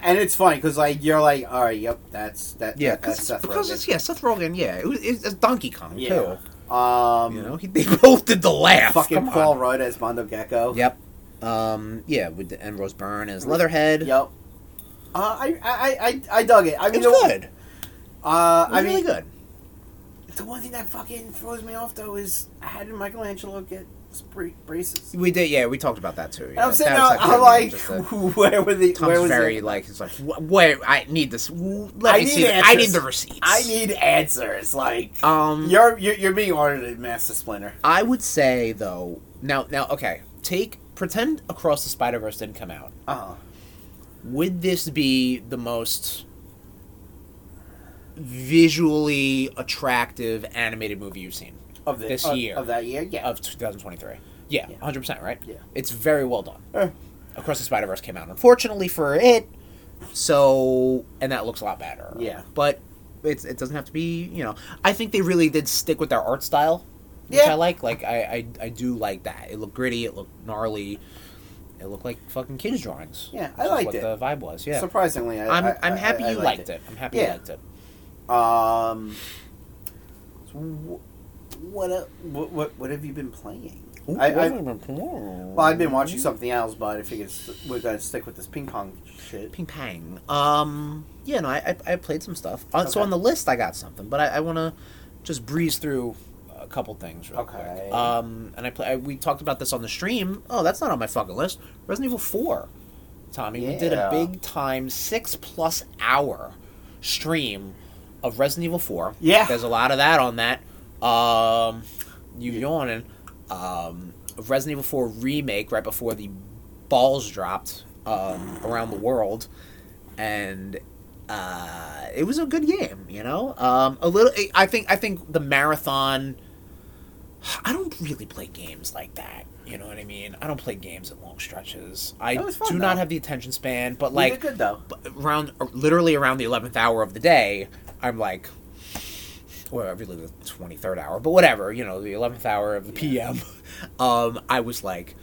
S2: And it's funny because like you're like all right yep that's that
S1: Yeah,
S2: that, that's
S1: cause,
S2: Seth
S1: Uh, because
S2: Rogen.
S1: it's yeah Seth Rogen. Yeah, it was, it's it's Donkey Kong
S2: yeah.
S1: too.
S2: Um,
S1: You know, he, they both did the laugh.
S2: fucking
S1: Come on.
S2: Paul Rudd as Mondo Gecko.
S1: Yep. Um, yeah, with the, and Rose Byrne as Leatherhead.
S2: Yep. Uh, I, I, I, I dug it. I
S1: It
S2: mean,
S1: was
S2: the-
S1: good. It
S2: Uh,
S1: was
S2: I
S1: really
S2: mean,
S1: good.
S2: the one thing that fucking throws me off though is how did Michelangelo get his bra- braces?
S1: We did. Yeah, we talked about that too.
S2: And I'm sitting
S1: that was,
S2: there, I'm
S1: really
S2: like,
S1: just a-
S2: where were the? where
S1: Tom's
S2: was
S1: very
S2: the-
S1: like, he's like, "Wh- wait, I need this. W- Let
S2: I
S1: me
S2: need
S1: see. The, I need
S2: answers.
S1: the receipts.
S2: I need answers. Like
S1: Um,
S2: you're, you're you're being audited, Master Splinter.
S1: I would say though. Now, now, okay. Take pretend Across the Spider Verse didn't come out.
S2: Uh,
S1: Would this be the most visually attractive animated movie you've seen?
S2: of the,
S1: This
S2: of,
S1: year.
S2: of that year, yeah.
S1: of 2023. Yeah,
S2: Yeah.
S1: 100%, right?
S2: Yeah.
S1: It's very well done.
S2: Eh.
S1: Across the Spider Verse came out, unfortunately for it. So, and that looks a lot better.
S2: Yeah.
S1: But it's, it doesn't have to be, you know. I think they really did stick with their art style, which
S2: Yeah.
S1: I like. Like, I, I, I do like that. It looked gritty, it looked gnarly, it looked like fucking kids' drawings.
S2: Yeah,
S1: which
S2: I
S1: is
S2: liked
S1: what
S2: it.
S1: the vibe was, yeah.
S2: Surprisingly, I,
S1: I'm,
S2: I,
S1: I'm
S2: I-
S1: happy
S2: I- I
S1: you liked, it. I'm happy you
S2: Yeah.
S1: liked it.
S2: Um, so wh- what, el- what what what have you been playing? I, I, well, I've been
S1: Mm-hmm.
S2: watching something else, but I figured s- we're gonna stick with this ping pong shit.
S1: Ping pang. Um, yeah, no, I, I, I played some stuff. Uh, So
S2: Okay.
S1: on the list, I got something, but I, I want to just breeze through uh, couple things real
S2: Okay.
S1: quick. Um, and I play. I, we talked about this on the stream. Oh, that's not on my fucking list. Resident Evil Four. Tommy, we did a
S2: Yeah.
S1: big time six plus hour stream of Resident Evil Four.
S2: Yeah.
S1: there's a lot of that on that. Um, you yawning. Um, of Resident Evil Four remake right before the balls dropped um, around the world, and uh, it was a good game. You know, um, a little. I think. I think the marathon. I don't really play games like that. You know what I mean? I don't play games at long stretches. I
S2: That was fun,
S1: do
S2: though.
S1: not have the attention span, but
S2: Like
S1: like
S2: good though.
S1: around literally around the 11th hour of the day, I'm like well, really the 23rd hour, but whatever, you know, the 11th hour of the PM. Um I was like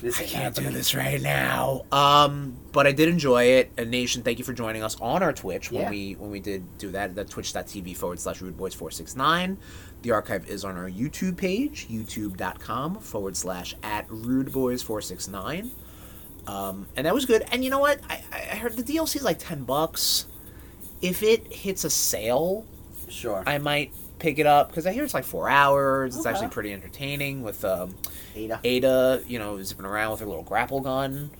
S2: This
S1: I
S2: ain't
S1: can't do
S2: happening.
S1: this right now. Um, but I did enjoy it. And Nation, thank you for joining us on our Twitch when
S2: Yeah.
S1: we when we did do that. That twitch.tv forward slash rudeboys four six nine. The archive is on our YouTube page, youtube.com forward slash at rudeboys four six nine. Um, and that was good. And you know what? I, I I heard the DLC is like ten bucks. If it hits a sale,
S2: Sure.
S1: I might pick it up because I hear it's like four hours. It's
S2: Okay.
S1: actually pretty entertaining with um,
S2: Ada.
S1: Ada, you know, zipping around with her little grapple gun.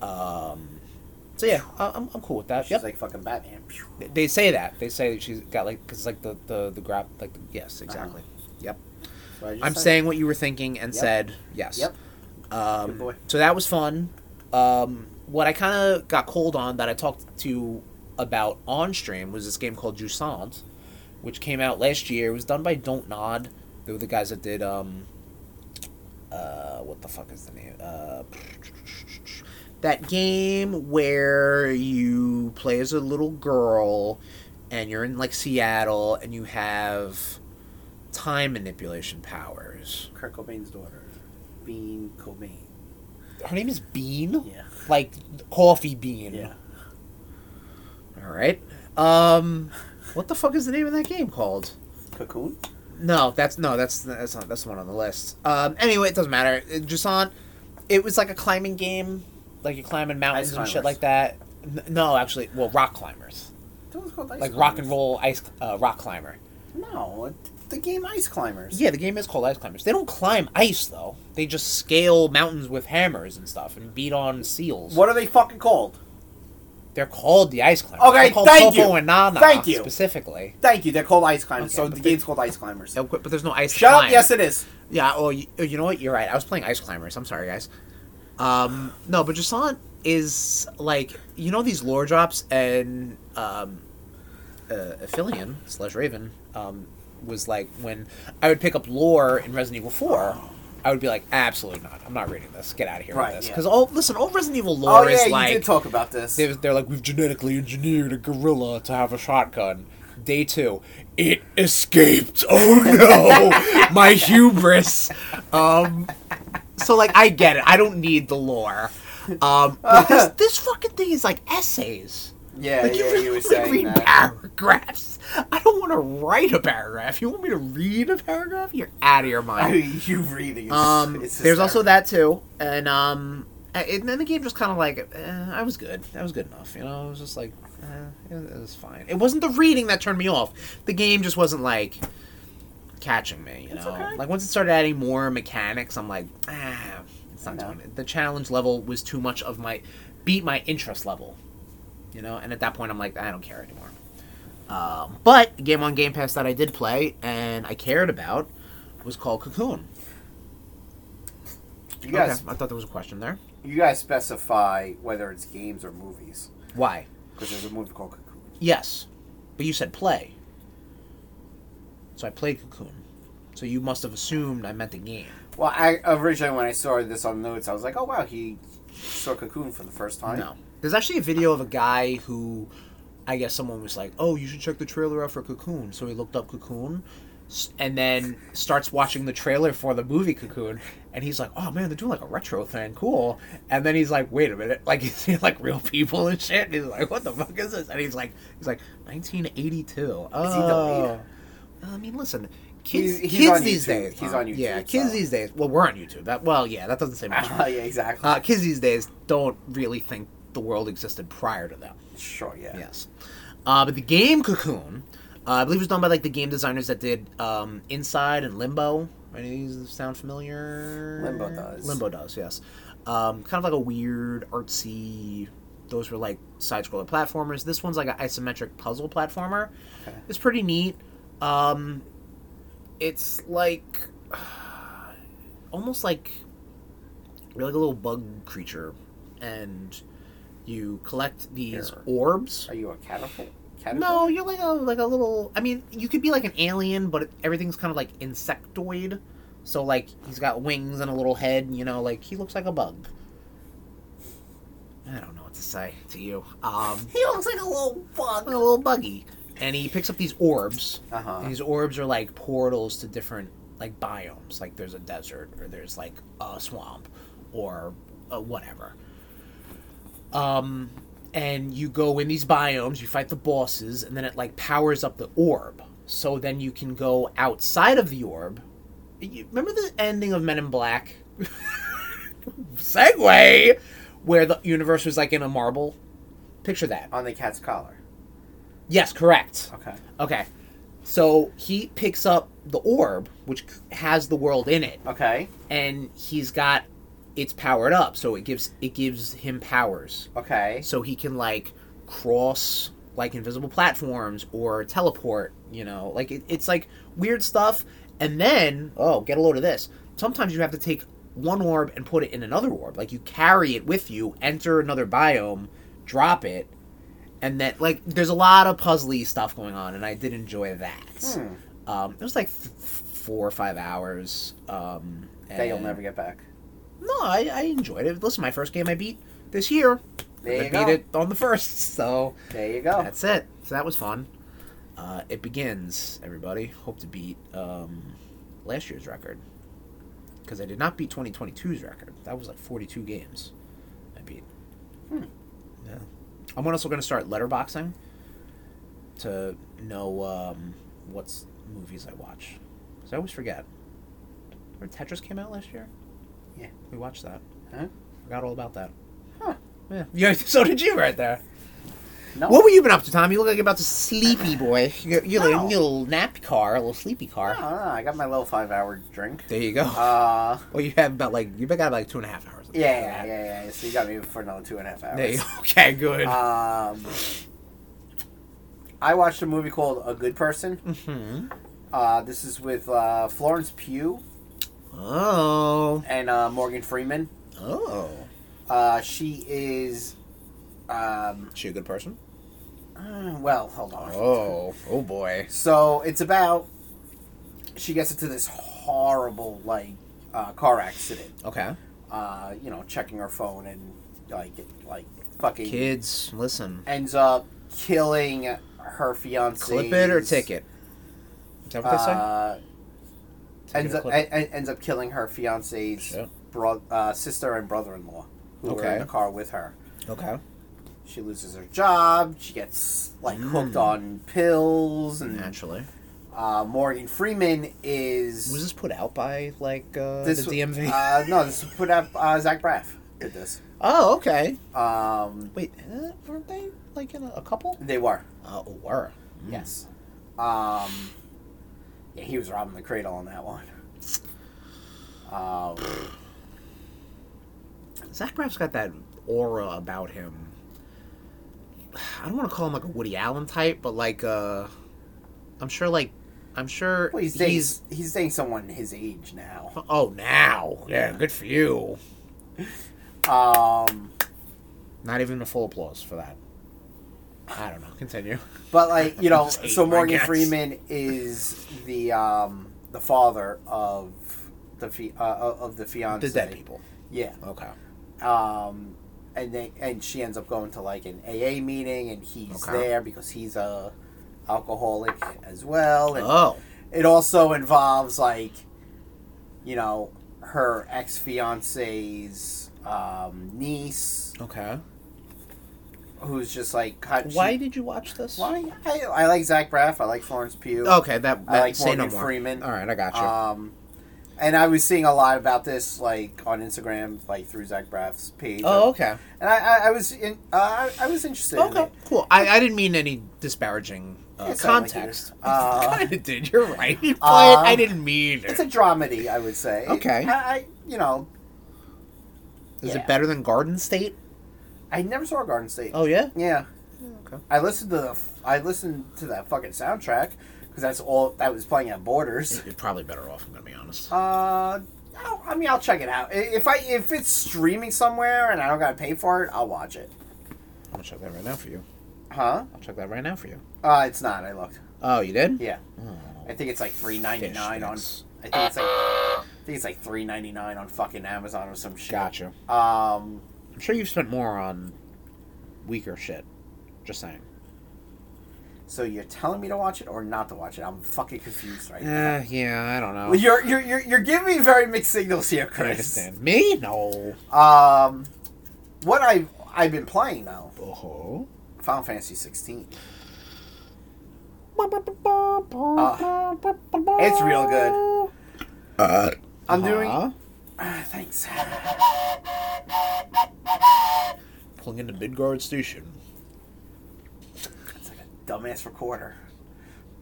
S1: Um, so yeah, I- I'm, I'm cool with that.
S2: She's
S1: Yep.
S2: like fucking Batman. Phew.
S1: they say that. They say that she's got like because like the the the grap like the, yes exactly. Yep.
S2: That's what I Uh-huh. just
S1: I'm
S2: said.
S1: saying what you were thinking and
S2: Yep.
S1: said yes.
S2: Yep.
S1: Um,
S2: Good boy.
S1: So that was fun. Um, what I kind of got cold on that I talked to about on stream was this game called Jusant, which came out last year. It was done by Don't Nod. They were the guys that did um, uh, what the fuck is the name? Uh, that game where you play as a little girl and you're in like Seattle and you have time manipulation powers.
S2: Kurt Cobain's daughter, Bean Cobain.
S1: Her name is Bean.
S2: Yeah.
S1: like coffee bean.
S2: Yeah.
S1: All right. Um, what the fuck is the name of that game called?
S2: Cocoon.
S1: No, that's no, that's that's not that's the one on the list. Um, anyway, it doesn't matter. Uh, Jusant, it was like a climbing game, like you're climbing mountains and shit
S2: climbers.
S1: like that. N- No, actually, well, rock climbers,
S2: That was called Ice
S1: like
S2: Climbers.
S1: rock and roll ice uh, rock climber.
S2: No, it- the game Ice Climbers.
S1: Yeah, the game is called Ice Climbers. They don't climb ice though; they just scale mountains with hammers and stuff and beat on seals.
S2: What are they fucking called?
S1: They're called the Ice Climbers.
S2: Okay,
S1: They're called
S2: thank
S1: Popo
S2: you.
S1: and Nana
S2: Thank you.
S1: specifically.
S2: Thank you. They're called Ice
S1: Okay,
S2: Climbers. so
S1: but
S2: the
S1: they-
S2: game's called Ice Climbers.
S1: Oh, but but there's no ice.
S2: Shut up.
S1: climb.
S2: Yes, it is.
S1: Yeah. Oh, you, you know what? You're right. I was playing Ice Climbers. I'm sorry, guys. Um, no, but Jusant is like you know these lore drops and um, uh, Aphelion slash Raven um, was like when I would pick up lore in Resident Evil Four. I would be like, absolutely not. I'm not reading this. Get out of here
S2: Right,
S1: with this.
S2: yeah.
S1: Because all listen, all Resident Evil lore
S2: Oh yeah,
S1: is
S2: you
S1: like
S2: did talk about this.
S1: they, they're like, we've genetically engineered a gorilla to have a shotgun. Day two, it escaped. Oh no, my hubris. Um, so like, I get it. I don't need the lore. Um, but this this fucking thing is like essays.
S2: yeah,
S1: Like
S2: yeah,
S1: you,
S2: you were
S1: really
S2: saying
S1: read
S2: that.
S1: paragraphs. I don't want to write a paragraph. You want me to read a paragraph? You're out of your mind.
S2: I mean, you reading. Is,
S1: Um,
S2: is
S1: there's also
S2: hysterical.
S1: that too, and um, I- and then the game just kind of like eh, I was good, I was good enough, you know. I was just like, eh, it, it was fine. It wasn't the reading that turned me off. The game just wasn't like catching me, you
S2: It's
S1: know.
S2: okay.
S1: Like once it started adding more mechanics, I'm like, ah, it's not
S2: I know.
S1: doing it. The challenge level was too much of my beat my interest level, you know. And at that point, I'm like, I don't care anymore. Um, but the game on Game Pass that I did play and I cared about was called Cocoon.
S2: You guys,
S1: Okay, I thought there was a question there.
S2: you guys specify whether it's games or movies
S1: Why?
S2: because there's a movie called Cocoon.
S1: Yes, but you said play. So I played Cocoon. So you must have assumed I meant the game.
S2: Well, I originally when I saw this on notes, I was like, oh wow, he saw Cocoon for the first time.
S1: No. There's actually a video of a guy who, I guess someone was like, "Oh, you should check the trailer out for Cocoon." So he looked up Cocoon, s- and then starts watching the trailer for the movie Cocoon, and he's like, "Oh man, they're doing like a retro thing, cool." And then he's like, "Wait a minute, like is he like real people and shit?" And he's like, "What the fuck is this?" And he's like, "He's like 1982." Oh, I mean, listen. Kids,
S2: He's- he's
S1: kids
S2: on
S1: these
S2: YouTube.
S1: days.
S2: He's on YouTube,
S1: Yeah, kids
S2: so.
S1: these days. Well, we're on YouTube. That well, yeah, that doesn't say much.
S2: Ah, yeah, exactly.
S1: Uh, kids these days don't really think the world existed prior to them.
S2: sure, yeah.
S1: Yes. Uh, but the game Cocoon, Uh, I believe it was done by like the game designers that did um, Inside and Limbo. Any of these sound familiar?
S2: Limbo does.
S1: Limbo does. Yes. Um, kind of like a weird artsy. Those were like side scroller platformers. This one's like an isometric puzzle platformer.
S2: Okay.
S1: It's pretty neat. Um, it's like almost like you're like a little bug creature, and you collect these
S2: Here.
S1: orbs.
S2: Are you a catapult?
S1: No,
S2: Caterpillar?
S1: you're like a like a little. I mean, you could be like an alien, but everything's kind of like insectoid. So like he's got wings and a little head. You know, like he looks like a bug. I don't know what to say to you. Um,
S2: He looks like a little
S1: a
S2: bug.
S1: little buggy, and he picks up these orbs.
S2: Uh
S1: And
S2: huh.
S1: these orbs are like portals to different like biomes. Like there's a desert, or there's like a swamp, or uh, whatever. Um, and you go in these biomes, you fight the bosses, and then it like powers up the orb. So then you can go outside of the orb. You, remember the ending of Men in Black? Segway, where the universe was like in a marble. Picture that.
S2: On the cat's collar.
S1: Yes, correct.
S2: Okay.
S1: Okay. So he picks up the orb, which c- has the world in it,
S2: Okay.
S1: and he's got it's powered up, so it gives it gives him powers.
S2: Okay.
S1: So he can like cross like invisible platforms or teleport, you know, like it, it's like weird stuff. And then oh, get a load of this. Sometimes you have to take one orb and put it in another orb, like you carry it with you, enter another biome, drop it, and then like there's a lot of puzzly stuff going on, and I did enjoy that.
S2: Hmm.
S1: Um, it was like f- f- four or five hours. Um,
S2: That you'll
S1: and-
S2: never get back.
S1: No, I, I enjoyed it. Listen, my first game I beat this year.
S2: There
S1: I
S2: you
S1: beat
S2: go. Oh.
S1: it on the first, so
S2: There you go.
S1: that's it. So that was fun. Uh, it begins, everybody. Hope to beat um, last year's record because I did not beat 2022's record. That was like 42 games I beat.
S2: Hmm.
S1: Yeah, I'm also going to start letterboxing to know um, what's movies I watch because I always forget. Remember Tetris came out last year?
S2: Yeah.
S1: we watched that.
S2: Huh?
S1: Forgot all about that.
S2: Huh. Oh.
S1: Yeah. yeah. So did you right there.
S2: No.
S1: What were you been up to, Tom? You look like you're about to sleepy boy. You're, you're like a
S2: No.
S1: little nap car, a little sleepy
S2: No,
S1: car.
S2: no, Ah, I got my little five-hour drink.
S1: There you go.
S2: Uh,
S1: well, you have about like you got like two and a half hours. of
S2: yeah, yeah,
S1: that.
S2: yeah, yeah. So you got me for another two and a half hours.
S1: There you go. Okay, good.
S2: Um, I watched a movie called A Good Person.
S1: hmm
S2: Uh, this is with uh, Florence Pugh
S1: Oh,
S2: and uh, Morgan Freeman.
S1: oh,
S2: Uh, she is, um,
S1: she a good person?
S2: uh, well, hold on.
S1: Oh, oh boy.
S2: So it's about she gets into this horrible like uh, car accident.
S1: Okay,
S2: Uh, you know, checking her phone and like it- like fucking
S1: kids, listen.
S2: ends up killing her fiance.
S1: Clip it or take it. Is that what
S2: Uh,
S1: they say? Take it
S2: ends
S1: or
S2: up
S1: clip
S2: en- en- ends up killing her
S1: it?
S2: fiance's
S1: Shit.
S2: bro- uh, sister and brother in law who were
S1: Okay.
S2: in the car with her.
S1: Okay.
S2: She loses her job. She gets like hooked
S1: Mm.
S2: on pills, and
S1: Naturally.
S2: uh, Morgan Freeman is
S1: Was this put out by like uh,
S2: This
S1: the
S2: w-
S1: DMV?
S2: Uh, no, this was put up. Uh, Zach Braff did this.
S1: oh, okay.
S2: Um,
S1: Wait, uh, weren't they like in a, a couple?
S2: they were
S1: Uh, were.
S2: yes. Um, yeah, he was robbing the cradle on that one. Um,
S1: Zach Braff's got that aura about him. I don't want to call him like a Woody Allen type, but like, uh, I'm sure, like, I'm sure
S2: well, he's dating, he's, dating someone his age now.
S1: Oh, now, yeah, good for you.
S2: Um,
S1: Not even a full applause for that. I don't know. Continue.
S2: but like you know,
S1: His
S2: so
S1: age, I
S2: Morgan
S1: guess.
S2: Freeman is the um, the father of the fi- uh, of the fiance.
S1: The dead people.
S2: Yeah.
S1: Okay.
S2: um, and they and she ends up going to like an AA meeting, and he's
S1: Okay.
S2: there because he's a alcoholic as well. And
S1: Oh.
S2: It also involves like, you know, her ex fiance's um, niece,
S1: Okay.
S2: who's just like cut. she-
S1: Why did you watch this?
S2: Why? I, I like Zach Braff. I like Florence Pugh.
S1: Oh,
S3: Uh,
S1: Okay, that, that
S2: I like
S1: say
S2: Morgan
S1: no more.
S2: Freeman.
S1: Uh, All right, I got you.
S2: Um, and I was seeing a lot about this like on Instagram, like through Zach Braff's page.
S3: Oh, okay.
S2: and I, I, I was in, uh, I I was interested. in
S3: Okay.
S2: it.
S1: Cool.
S3: I, I didn't mean any disparaging uh,
S2: It's not like
S3: context.
S2: you- uh,
S3: kind of did. You're right. You play it,
S2: Um,
S3: I didn't mean it.
S2: It's a dramedy, I would say.
S3: Okay.
S2: I, I you know
S1: Is
S2: yeah.
S1: it better than Garden State?
S2: I never saw Garden State.
S3: oh yeah.
S2: Yeah,
S1: Okay.
S2: I listened to the f- I listened to that fucking soundtrack because that's all that was playing at Borders.
S1: You're probably better off. I'm gonna be honest.
S2: Uh, I'll- I mean, I'll check it out I- if I if it's streaming somewhere and I don't gotta pay for it, I'll watch it.
S1: I'm gonna check that right now for you.
S2: Huh?
S1: I'll check that right now for you.
S2: Uh, it's not. I looked.
S1: Oh, you did?
S2: Yeah,
S1: Oh,
S2: I think it's like three ninety nine on.
S1: Fish sticks.
S2: I think it's like I think it's like three ninety nine on fucking Amazon or some shit.
S1: Gotcha.
S2: Um,
S1: I'm sure you've spent more on weaker shit. Just saying.
S2: so you're telling me to watch it or not to watch it? I'm fucking confused right now.
S1: Uh, yeah, I don't know.
S2: Well, you're, you're you're you're giving me very mixed signals here,
S1: I
S2: Chris.
S1: understand. Me? No.
S2: Um, what I've I've been playing though,
S1: Oh.
S2: Final Fantasy 16.
S1: it's
S2: Uh, real good.
S1: Uh,
S2: I'm doing-
S1: uh-huh.
S2: Ah, thanks.
S1: pulling into Midgard Station.
S2: It's like a dumbass recorder.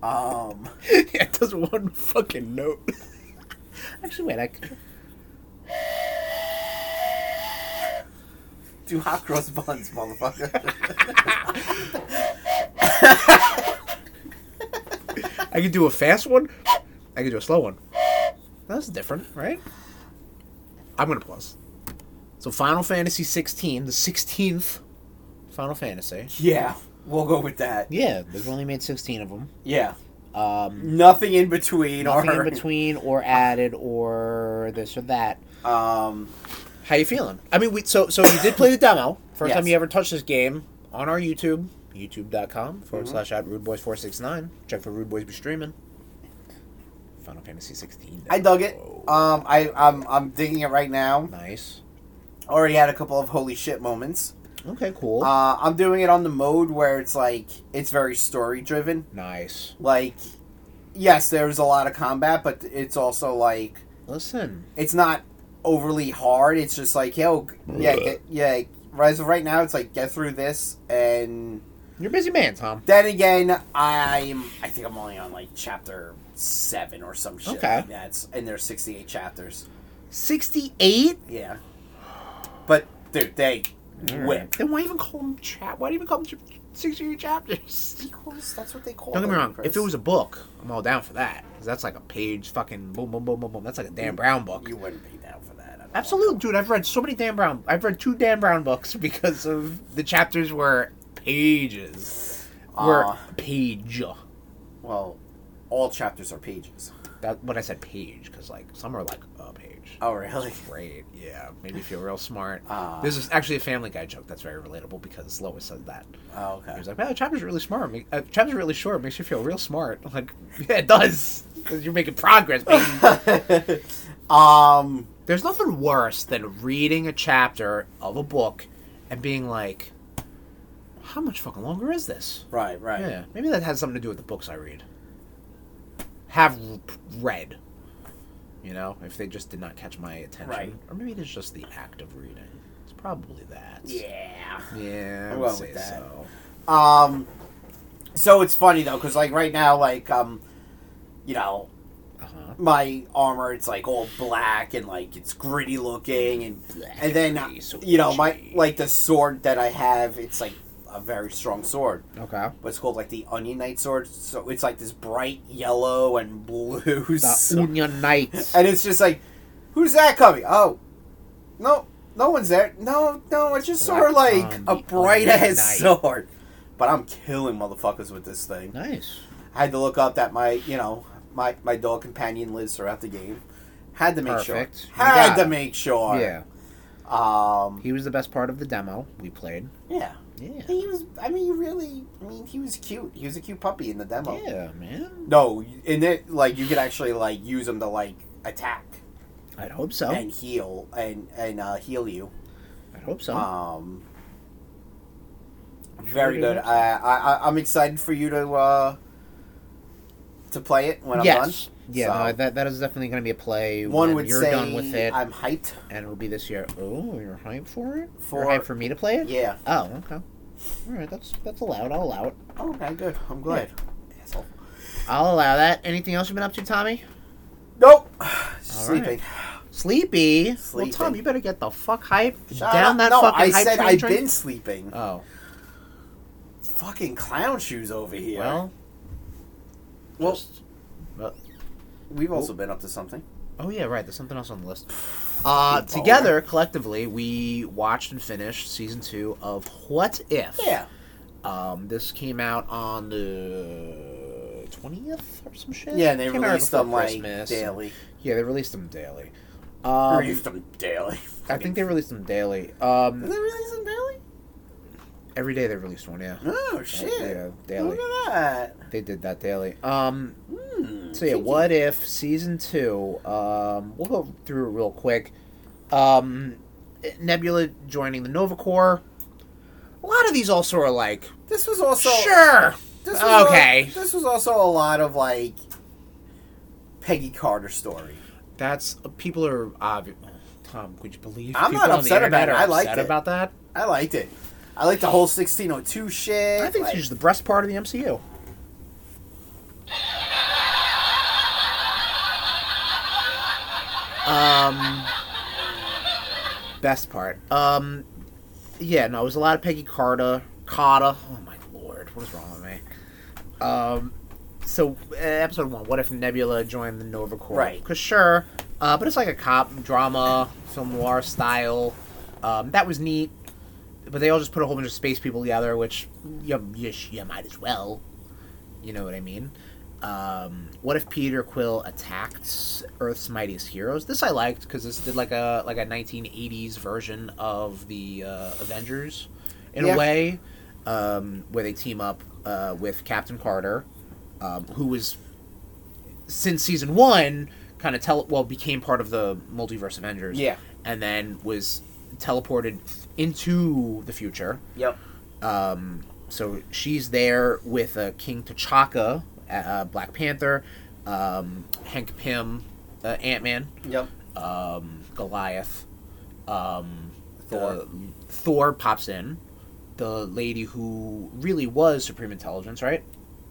S2: Um,
S1: yeah, it does one fucking note. Actually, wait. I c-
S2: do hot cross buns, motherfucker.
S1: I could do a fast one. I could do a slow one. That's different, right? I'm gonna pause. So Final Fantasy 16, the 16th Final Fantasy.
S2: yeah, we'll go with that.
S1: Yeah, they've only made 16 of them.
S2: Yeah,
S1: Um,
S2: nothing in between.
S1: nothing
S2: or,
S1: in between or added or this or that.
S2: Um,
S1: How you feeling? I mean, we so so you did play the demo. First
S2: Yes.
S1: time you ever touched this game on our YouTube, youtube.com forward slash at rudeboys469. Check for Rude Boys be streaming. Final Fantasy 16.
S2: I dug it.
S1: Oh,
S2: Um, I I'm I'm digging it right now.
S1: nice.
S2: Already had a couple of holy shit moments.
S1: Okay, cool.
S2: Uh, I'm doing it on the mode where it's like it's very story driven.
S1: nice.
S2: Like, yes, there's a lot of combat, but it's also like
S1: Listen,
S2: it's not overly hard. It's just like, yo, yeah, get, yeah. As of right now, it's like get through this, and
S1: you're a busy man, Tom.
S2: then again, I'm I think I'm only on like chapter seven or some shit.
S1: Okay.
S2: like that's and there's 68 chapters.
S1: 68?
S2: Yeah, but dude, they whip.
S1: Then why even call them chat? Why do you even call them ch- 68 chapters?
S2: Sequels, that's what they call.
S1: Don't get me
S2: them,
S1: wrong.
S2: Chris.
S1: If it was a book, I'm all down for that. 'Cause that's like a page, fucking boom, boom, boom, boom, boom. That's like a Dan Brown book.
S2: you wouldn't be down for that. I don't
S1: Absolutely, dude. I've read so many Dan Brown. I've read two Dan Brown books because of the chapters were pages. Were
S2: Aw.
S1: page.
S2: know. Well, all chapters are pages.
S1: That when I said page, because like some are like a page.
S2: Oh, really?
S1: Great, yeah. Made me feel real smart.
S2: Ah.
S1: this is actually a Family Guy joke that's very relatable because Lois said that.
S2: Oh,
S1: He
S2: okay.
S1: was like, "Man, the chapter's really smart. Ma- Uh, chapter's really short. Makes you feel real smart." I'm like, yeah, it does. Because you're making progress, baby.
S2: um.
S1: There's nothing worse than reading a chapter of a book and being like, how much fucking longer is this?
S2: Right. Right.
S1: Yeah, maybe that has something to do with the books I read. Have r- read. You know, if they just did not catch my attention.
S2: Right.
S1: Or maybe it is just the act of reading. It's probably that.
S2: Yeah.
S1: Yeah, I
S2: I'm
S1: would
S2: going
S1: say
S2: with that.
S1: so.
S2: Um, so it's funny though, because like right now, like um, you know,
S1: Uh-huh.
S2: my armor it's like all black and like it's gritty looking, and and then uh,
S1: Gritty, so
S2: you know my
S1: itchy.
S2: like the sword that I have, it's like a very strong sword,
S1: Okay.
S2: but it's called like the Onion Knight sword. So it's like this bright yellow and blue,
S1: The
S2: so-
S1: Union Knights.
S2: and it's just like, who's that coming? Oh, no. No one's there. No, no, I just saw
S1: Black
S2: like
S1: Tom,
S2: a
S1: the
S2: bright ass
S1: Onion Knight.
S2: sword. But I'm killing motherfuckers with this thing.
S1: nice.
S2: I had to look up that my you know my my dog companion lives throughout the game. Had to make
S1: Perfect.
S2: sure.
S1: You
S2: Had
S1: got
S2: to
S1: it.
S2: make sure.
S1: Yeah.
S2: Um.
S1: He was the best part of the demo we played.
S2: Yeah.
S1: Yeah.
S2: He was. I mean, you really. I mean, he was cute. He was a cute puppy in the demo.
S1: Yeah, man.
S2: No, in it, like you could actually like use him to like attack
S1: I'd hope so.
S2: and heal and and uh, heal you.
S1: I'd hope so.
S2: Um. Very
S1: they
S2: good.
S1: hope so.
S2: I, I I- I'm excited for you to uh to play it when I'm done.
S1: yes, Yeah,
S2: So,
S1: no, that that is definitely going to be a play.
S2: one
S1: when
S2: would
S1: you're
S2: say
S1: done with it,
S2: I'm hyped.
S1: and it'll be this year. Oh, you're hyped for it?
S2: For-
S1: you're hyped for me to play it?
S2: Yeah.
S1: Oh, okay. All right, that's that's allowed. I'll allow it.
S2: Okay, good. I'm glad. Asshole.
S1: I'll allow that. Anything else you've been up to, Tommy?
S2: Nope.
S1: All
S2: Sleeping.
S1: Sleepy.
S2: Sleeping.
S1: Well, Tom, you better get the fuck hype
S2: Shut
S1: down
S2: up.
S1: that
S2: no, I
S1: fucking hype
S2: said
S1: train
S2: I've
S1: train.
S2: been sleeping.
S1: Oh,
S2: Fucking clown shoes over here.
S1: well,
S2: Well,
S1: just- well,
S2: we've also been up to something.
S1: Oh yeah, right. There's something else on the list. Uh,
S2: Baller.
S1: together, collectively, we watched and finished season two of What If.
S2: Yeah.
S1: Um, this came out on the twentieth or some shit.
S2: Yeah, and they
S1: Came out
S2: released
S1: before
S2: them like
S1: Christmas.
S2: daily.
S1: Yeah, they released them daily. Um,
S2: released them daily.
S1: I think they released them daily.
S2: Did
S1: Um,
S2: they release them daily?
S1: every day they released one. Yeah.
S2: Oh shit!
S1: yeah, daily.
S2: Look at that.
S1: They did that daily. Um,
S2: Hmm.
S1: so yeah,
S2: Kinky.
S1: what if season two? Um, we'll go through it real quick. Um, Nebula joining the Nova Corps. A lot of these also are like
S2: This was also
S1: sure.
S2: This was
S1: Okay.
S2: al- this was also a lot of like Peggy Carter story.
S1: That's uh, people are obvious. Tom, could you believe?
S2: I'm
S1: people
S2: not
S1: on the
S2: upset about
S1: internet
S2: it.
S1: are
S2: I liked
S1: upset
S2: it.
S1: about that.
S2: I liked it. I liked the whole 1602 shit.
S1: I think
S2: like,
S1: it's just the breast part of the MCU. Um, best part. Um, yeah, no, it was a lot of Peggy Carter. Carter. Oh my lord, what is wrong with me? Um, so uh, episode one. What if Nebula joined the Nova Corps?
S2: Right.
S1: Cause sure, uh, but it's like a cop drama, film noir style. Um, that was neat but they all just put a whole bunch of space people together, which you, you, sh- you might as well. You know what I mean? Um, what if Peter Quill attacked Earth's mightiest heroes? This I liked because this did like a like a 1980s version of the uh, Avengers, in
S2: Yeah.
S1: a way, um, where they team up uh, with Captain Carter, um, who was since season one kind of tell well became part of the multiverse Avengers
S2: Yeah.
S1: and then was teleported into the future.
S2: Yep.
S1: Um, so she's there with uh, King T'Chaka, uh, Black Panther, um, Hank Pym, uh, Ant Man,
S2: Yep.
S1: um, Goliath, um,
S2: Thor.
S1: the- Thor pops in, the lady who really was Supreme Intelligence, right?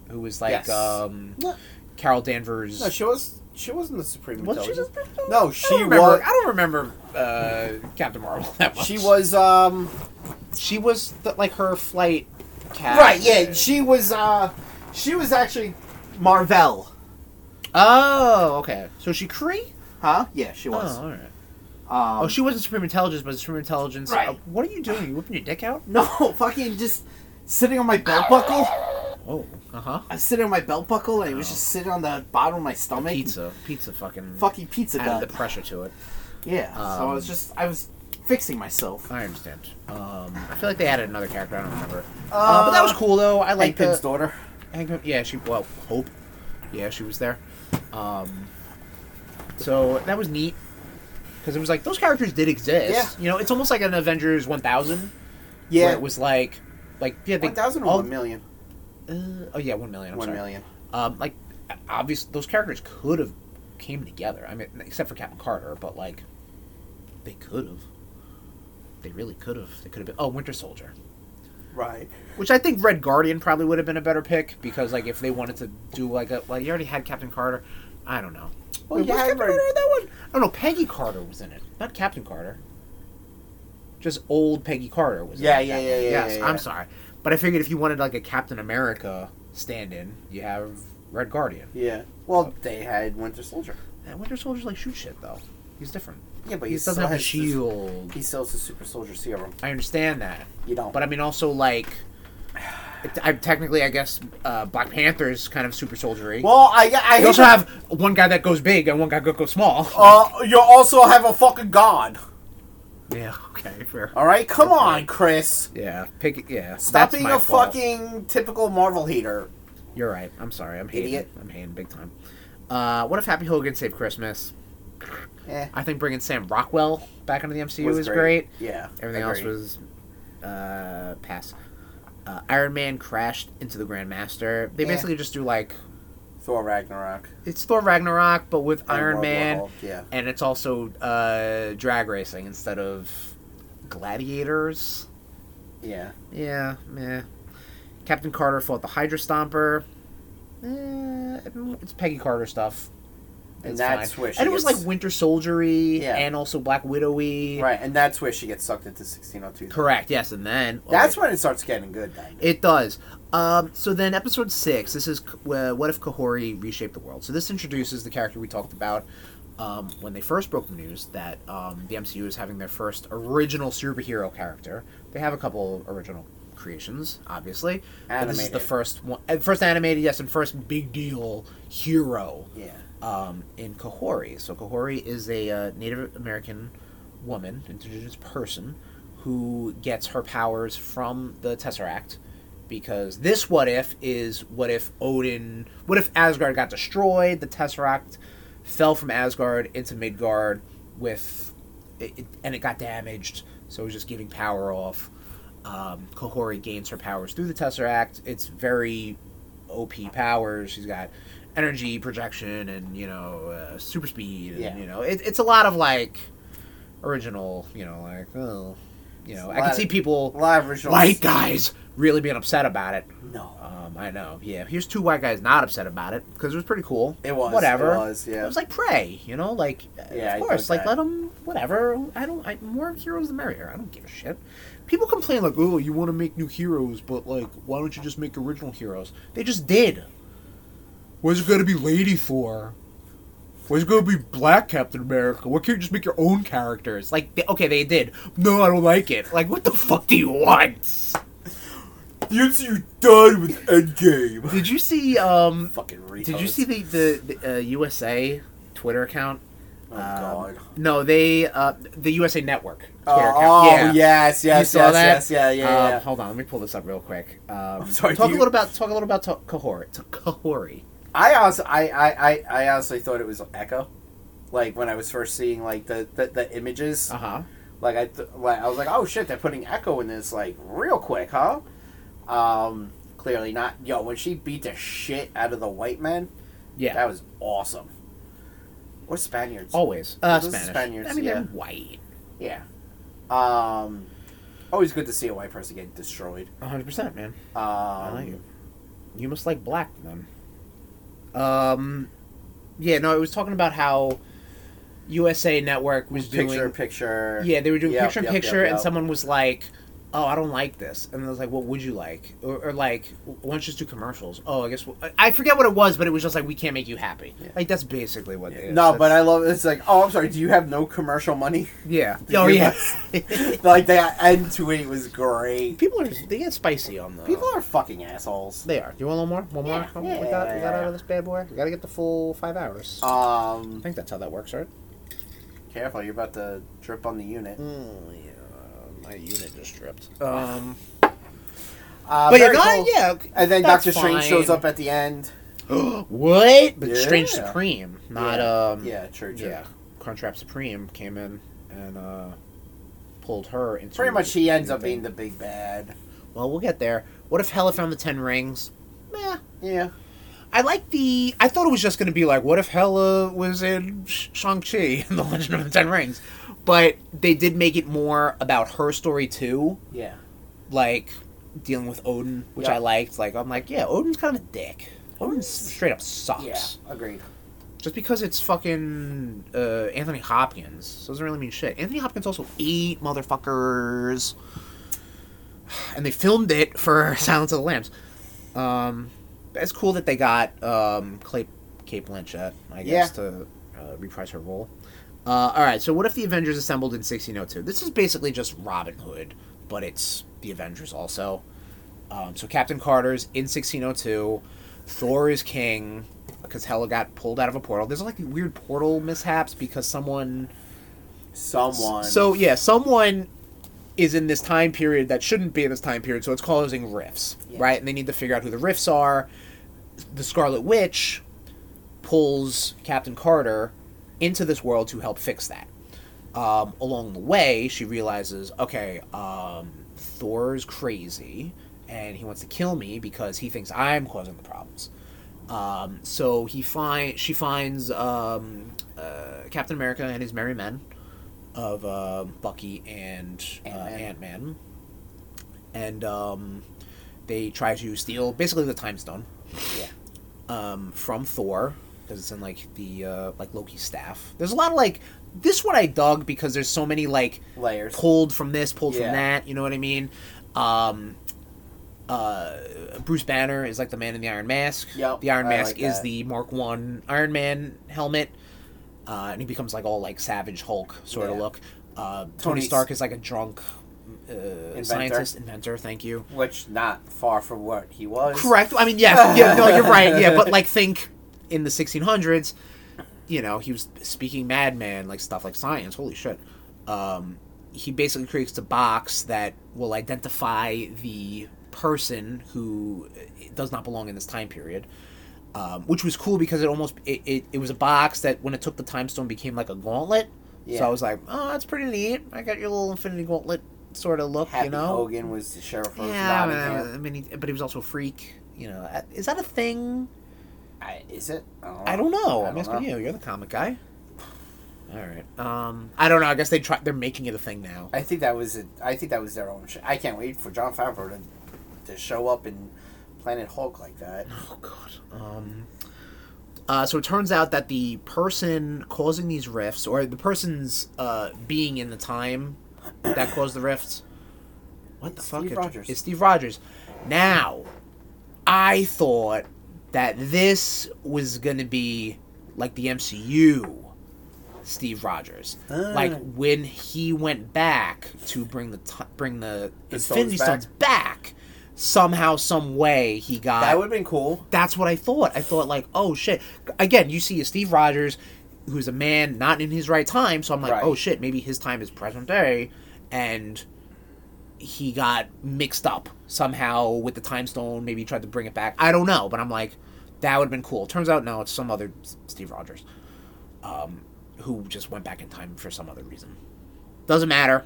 S1: Who was like
S2: Yes.
S1: um,
S2: No,
S1: Carol Danvers.
S2: no, she was. She wasn't the supreme.
S1: was she
S2: Intelligence.
S1: just-
S2: No,
S1: I
S2: she
S1: don't remember,
S2: was.
S1: I don't remember uh, Captain Marvel that much.
S2: She was. Um.
S1: She was the, like her flight cat.
S2: Right. Yeah. She was. Uh. She was actually Marvel.
S1: Oh, okay. So she Cree?
S2: Huh? Yeah, she
S1: Oh,
S2: was.
S1: all right.
S2: Um,
S1: Oh, she wasn't Supreme Intelligence, but Supreme Intelligence.
S2: Right.
S1: uh, what are you doing? You whipping your dick out?
S2: No, fucking just sitting on my belt buckle.
S1: Oh, uh huh.
S2: I was sitting on my belt buckle and it was
S1: Oh.
S2: just sitting on the bottom of my stomach.
S1: Pizza, pizza, fucking
S2: Fucking pizza
S1: added
S2: gun.
S1: the pressure to it.
S2: yeah. so I was
S1: Um,
S2: just I was fixing myself.
S1: I understand. Um, I feel like they added another character. I don't remember. Uh, but that was cool though. I like
S2: Hank Pym's
S1: the,
S2: daughter.
S1: Hank Pym- Yeah, she well Hope. Yeah, she was there. Um, so that was neat because it was like those characters did exist.
S2: Yeah.
S1: You know, it's almost like an Avengers one thousand. where
S2: Yeah.
S1: it was like, like yeah, they,
S2: One thousand or
S1: all-
S2: one million?
S1: Uh, oh yeah, one million. I'm
S2: One
S1: sorry.
S2: million.
S1: Um, like, obvious those characters could have came together. I mean, except for Captain Carter, but like, they could have. They really could have. They could have been. Oh, Winter Soldier,
S2: Right.
S1: which I think Red Guardian probably would have been a better pick because like if they wanted to do like a like you already had Captain Carter. I don't know.
S2: Well,
S1: Wait,
S2: you
S1: was
S2: had
S1: Captain
S2: Red-
S1: Carter in that one? Oh no, Peggy Carter was in it, not Captain Carter. Just old Peggy Carter was.
S2: Yeah,
S1: in
S2: yeah,
S1: that
S2: yeah,
S1: one.
S2: yeah,
S1: Yes,
S2: yeah, yeah.
S1: I'm sorry, but I figured if you wanted like a Captain America stand-in, you have Red Guardian.
S2: Yeah. Well, they had Winter Soldier.
S1: And Winter Soldier's like shoot shit though. He's different.
S2: Yeah, but
S1: he
S2: he,
S1: doesn't
S2: still
S1: have the
S2: has his-
S1: shield.
S2: He sells the Super Soldier Serum.
S1: I understand that,
S2: You don't.
S1: but I mean also like, it- I technically I guess uh, Black Panther is kind of super soldiery.
S2: well, I I
S1: you also have one guy that goes big and one guy that goes small.
S2: Uh, you also have a fucking god.
S1: yeah. Okay. Fair.
S2: All right, come on, Chris.
S1: Yeah. Pick. Yeah.
S2: Stop
S1: that's
S2: being
S1: my
S2: a
S1: fault.
S2: fucking typical Marvel hater.
S1: You're right. I'm sorry. I'm hating.
S2: Idiot.
S1: I'm hating big time. Uh, what if Happy Hogan saved Christmas?
S2: Eh,
S1: I E think bringing Sam Rockwell back into the MCU
S2: was
S1: is great.
S2: Yeah.
S1: Everything else
S2: agreed.
S1: was uh, pass. Uh, Iron Man crashed into the Grandmaster. They
S2: Yeah.
S1: basically just do like
S2: Thor Ragnarok.
S1: It's Thor Ragnarok, but with Iron
S2: World War
S1: Man,
S2: Hulk, Yeah.
S1: and it's also uh, drag racing instead of gladiators.
S2: Yeah.
S1: Yeah, meh. Captain Carter fought the Hydra Stomper. Eh, it's Peggy Carter stuff.
S2: And
S1: It's
S2: that's
S1: fine.
S2: where she
S1: and it was
S2: gets-
S1: like Winter Soldiery
S2: Yeah.
S1: and also Black Widowy.
S2: Right, and that's where she gets sucked into 1602.
S1: Correct. Yes, and then
S2: That's
S1: okay.
S2: when it starts getting good. Then.
S1: It does. Um, so then, episode six. This is uh, what if Kahori reshaped the world. So this introduces the character we talked about um, when they first broke the news that um, the MCU is having their first original superhero character. They have a couple original creations, obviously. but This is the
S2: Animated.
S1: first one, uh, first animated, yes, and first big deal hero
S2: Yeah.
S1: um, in Kahori. So Kahori is a uh, Native American woman, indigenous person, who gets her powers from the Tesseract. Because this what if is what if Odin, what if Asgard got destroyed, the Tesseract fell from Asgard into Midgard with, it, it- and it got damaged, so it was just giving power off. Um, Kahori gains her powers through the Tesseract. It's very OP powers. She's got energy projection and you know uh, super speed. And,
S2: Yeah.
S1: You know, it, it's a lot of like original. You know, like oh, you know,
S2: It's a
S1: I can
S2: lot
S1: see
S2: of- A
S1: people
S2: lot of original.
S1: white guys really being upset about it.
S2: No.
S1: Um, I know. Yeah, here's two white guys not upset about it because it was pretty cool.
S2: It was.
S1: Whatever.
S2: It was. Yeah.
S1: It was like pray, you know, like uh,
S2: Yeah, I
S1: of course,
S2: dug
S1: like
S2: that.
S1: let them whatever. I don't. I, more heroes the merrier. I don't give a shit. People complain like, oh, you want to make new heroes, but like, why don't you just make original heroes? They just did. Where's it gonna be Lady Thor? Where's it gonna be Black Captain America? Why can't you just make your own characters? Like, they, okay, they did. No, I don't like it. Like, what the fuck do you want?
S2: the MCU done with Endgame.
S1: Did you see? Um,
S2: Fucking retards.
S1: did you see the the, the uh, USA Twitter account?
S2: Oh
S1: Um,
S2: God.
S1: No, they uh, the USA Network. Twitter
S2: Oh,
S1: account.
S2: oh, yes, yes,
S1: You saw
S2: yes,
S1: that?
S2: yes, yeah, yeah,
S1: Um,
S2: yeah.
S1: Hold on, let me pull this up real quick. Um,
S2: sorry,
S1: talk
S2: do
S1: a
S2: you-
S1: little about talk a little about to- Kahori. To Kahori.
S2: I also, I, I, I, I honestly thought it was Echo. Like when I was first seeing like the the, the images,
S1: Uh huh.
S2: like I, th- like I was like, oh shit, they're putting Echo in this like real quick, huh? Um, clearly not. Yo, when she beat the shit out of the white man,
S1: Yeah.
S2: that was awesome. Or Spaniards.
S1: Always. Uh,
S2: Those
S1: Spanish.
S2: Spaniards,
S1: I mean,
S2: yeah.
S1: they're white.
S2: Yeah. Um, always good to see a white person get destroyed.
S1: One hundred percent, man.
S2: Um,
S1: I like it. You must like black then. Um, yeah. No, I was talking about how USA Network was
S2: picture
S1: doing
S2: picture.
S1: Yeah, they were doing
S2: Yep,
S1: picture in
S2: yep,
S1: picture,
S2: yep,
S1: and
S2: yep.
S1: someone was like, "Oh, I don't like this," and I was like, "What would you like?" Or, or like, "Why don't you just do commercials?" Oh, I guess we'll, I- I forget what it was, but it was just like, "We can't make you happy."
S2: Yeah.
S1: Like that's basically what. They,
S2: No, but I love it's like, oh, I'm sorry. Do you have no commercial money?
S1: yeah,
S2: The
S1: oh yeah.
S2: like that end to it was great.
S1: people are they get spicy on the
S2: People are fucking assholes.
S1: They are. Do you want a little more? One more?
S2: Yeah,
S1: One
S2: yeah,
S1: more? we got,
S2: yeah,
S1: we got
S2: yeah,
S1: out
S2: yeah.
S1: of this bad boy. We got to get the full five hours. I
S2: Um,
S1: think that's how that works, right?
S2: careful, you're about to drip on the unit.
S1: Mm, yeah. My unit just dripped. Um,
S2: Uh,
S1: but yeah,
S2: very
S1: no,
S2: cool.
S1: yeah.
S2: And then
S1: that's
S2: Doctor Strange
S1: fine.
S2: shows up at the end.
S1: what? But Strange
S2: Yeah.
S1: Supreme, not
S2: yeah.
S1: um.
S2: yeah, true, true.
S1: Yeah, Contrap Supreme came in and uh, pulled her into.
S2: Pretty much, he ends up being the big bad.
S1: Well, we'll get there. What if Hela found the Ten Rings? Meh.
S2: Yeah,
S1: I like the. I thought it was just going to be like, what if Hela was in Sh- Shang-Chi and the Legend of the Ten Rings? But they did make it more about her story too,
S2: yeah.
S1: like dealing with Odin, which
S2: Yeah.
S1: I liked. Like, I'm like, yeah, Odin's kind of a dick. Odin straight up sucks.
S2: Yeah, agreed.
S1: Just because it's fucking uh, Anthony Hopkins doesn't really mean shit. Anthony Hopkins also ate motherfuckers, and they filmed it for Silence of the Lambs. Um, it's cool that they got um, Clay, Kate Blanchett, I
S2: Yeah.
S1: guess, to uh, reprise her role. Uh, all right, so what if the Avengers assembled in 1602? This is basically just Robin Hood, but it's the Avengers also. Um, so Captain Carter's in 1602. Thor is king because Hela got pulled out of a portal. There's like weird portal mishaps because someone.
S2: Someone.
S1: So yeah, someone is in this time period that shouldn't be in this time period, so it's causing rifts,
S2: Yeah.
S1: right? And they need to figure out who the rifts are. The Scarlet Witch pulls Captain Carter into this world to help fix that. Um, along the way, she realizes, okay, um, Thor's crazy, and he wants to kill me because he thinks I'm causing the problems. Um, so he find she finds um, uh, Captain America and his merry men of uh, Bucky and uh,
S2: Ant-Man.
S1: Ant Man, and um, they try to steal basically the time stone
S2: Yeah.
S1: um, from Thor because it's in like the uh, like Loki's staff. There's a lot of like this one I dug because there's so many like
S2: Layers.
S1: pulled from this, pulled
S2: Yeah.
S1: from that. You know what I mean? Um, uh, Bruce Banner is like the man in the Iron Mask.
S2: Yep,
S1: the Iron
S2: I
S1: Mask
S2: like
S1: is
S2: that.
S1: the Mark One Iron Man helmet, uh, and he becomes like all like Savage Hulk sort of
S2: Yeah.
S1: look. Uh, Tony
S2: Tony's-
S1: Stark is like a drunk uh, scientist inventor. Thank you.
S2: Which not far from what he was.
S1: Correct. I mean, yes. Yeah, no, you're right. Yeah, but like think in the 1600s, you know, he was speaking madman like stuff like science. Holy shit. Um, he basically creates a box that will identify the person who eh, does not belong in this time period. Um, which was cool because it almost it, it, it was a box that when it took the time stone became like a gauntlet. So
S2: Yeah.
S1: I was like, oh, that's pretty neat. I got your little infinity gauntlet sort of look,
S2: Happy
S1: you know.
S2: Hogan was the sheriff of
S1: Yeah, I
S2: Nottingham.
S1: mean, he, but he was also a freak. You know, Uh, is that a thing?
S2: I, is it?
S1: I don't know.
S2: Oh, I
S1: I'm
S2: don't
S1: asking
S2: know.
S1: you. You're the comic guy. All right. Um, I don't know. I guess they try. They're making it a thing now.
S2: I think that was it. I think that was their own. Sh- I can't wait for John Favreau to, to show up in Planet Hulk like that.
S1: Oh God. Um, uh, so it turns out that the person causing these rifts, or the person's uh, being in the time that caused the rifts, what the
S2: It's
S1: fuck?
S2: Steve
S1: is-
S2: Rogers.
S1: It's Steve Rogers. Now, I thought that this was gonna be like the MCU. Steve Rogers,
S2: Ah.
S1: like when he went back to bring the t- bring the,
S2: The stones
S1: Infinity
S2: back?
S1: Stones back, somehow, some way, he got
S2: That would have been cool.
S1: that's what I thought. I thought like, oh shit. Again, you see a Steve Rogers, who's a man not in his right time. So I'm like,
S2: Right.
S1: oh shit, maybe his time is present day, and he got mixed up somehow with the time stone. Maybe he tried to bring it back. I don't know, but I'm like, that would have been cool. Turns out no, it's some other S- Steve Rogers, um, who just went back in time for some other reason. Doesn't matter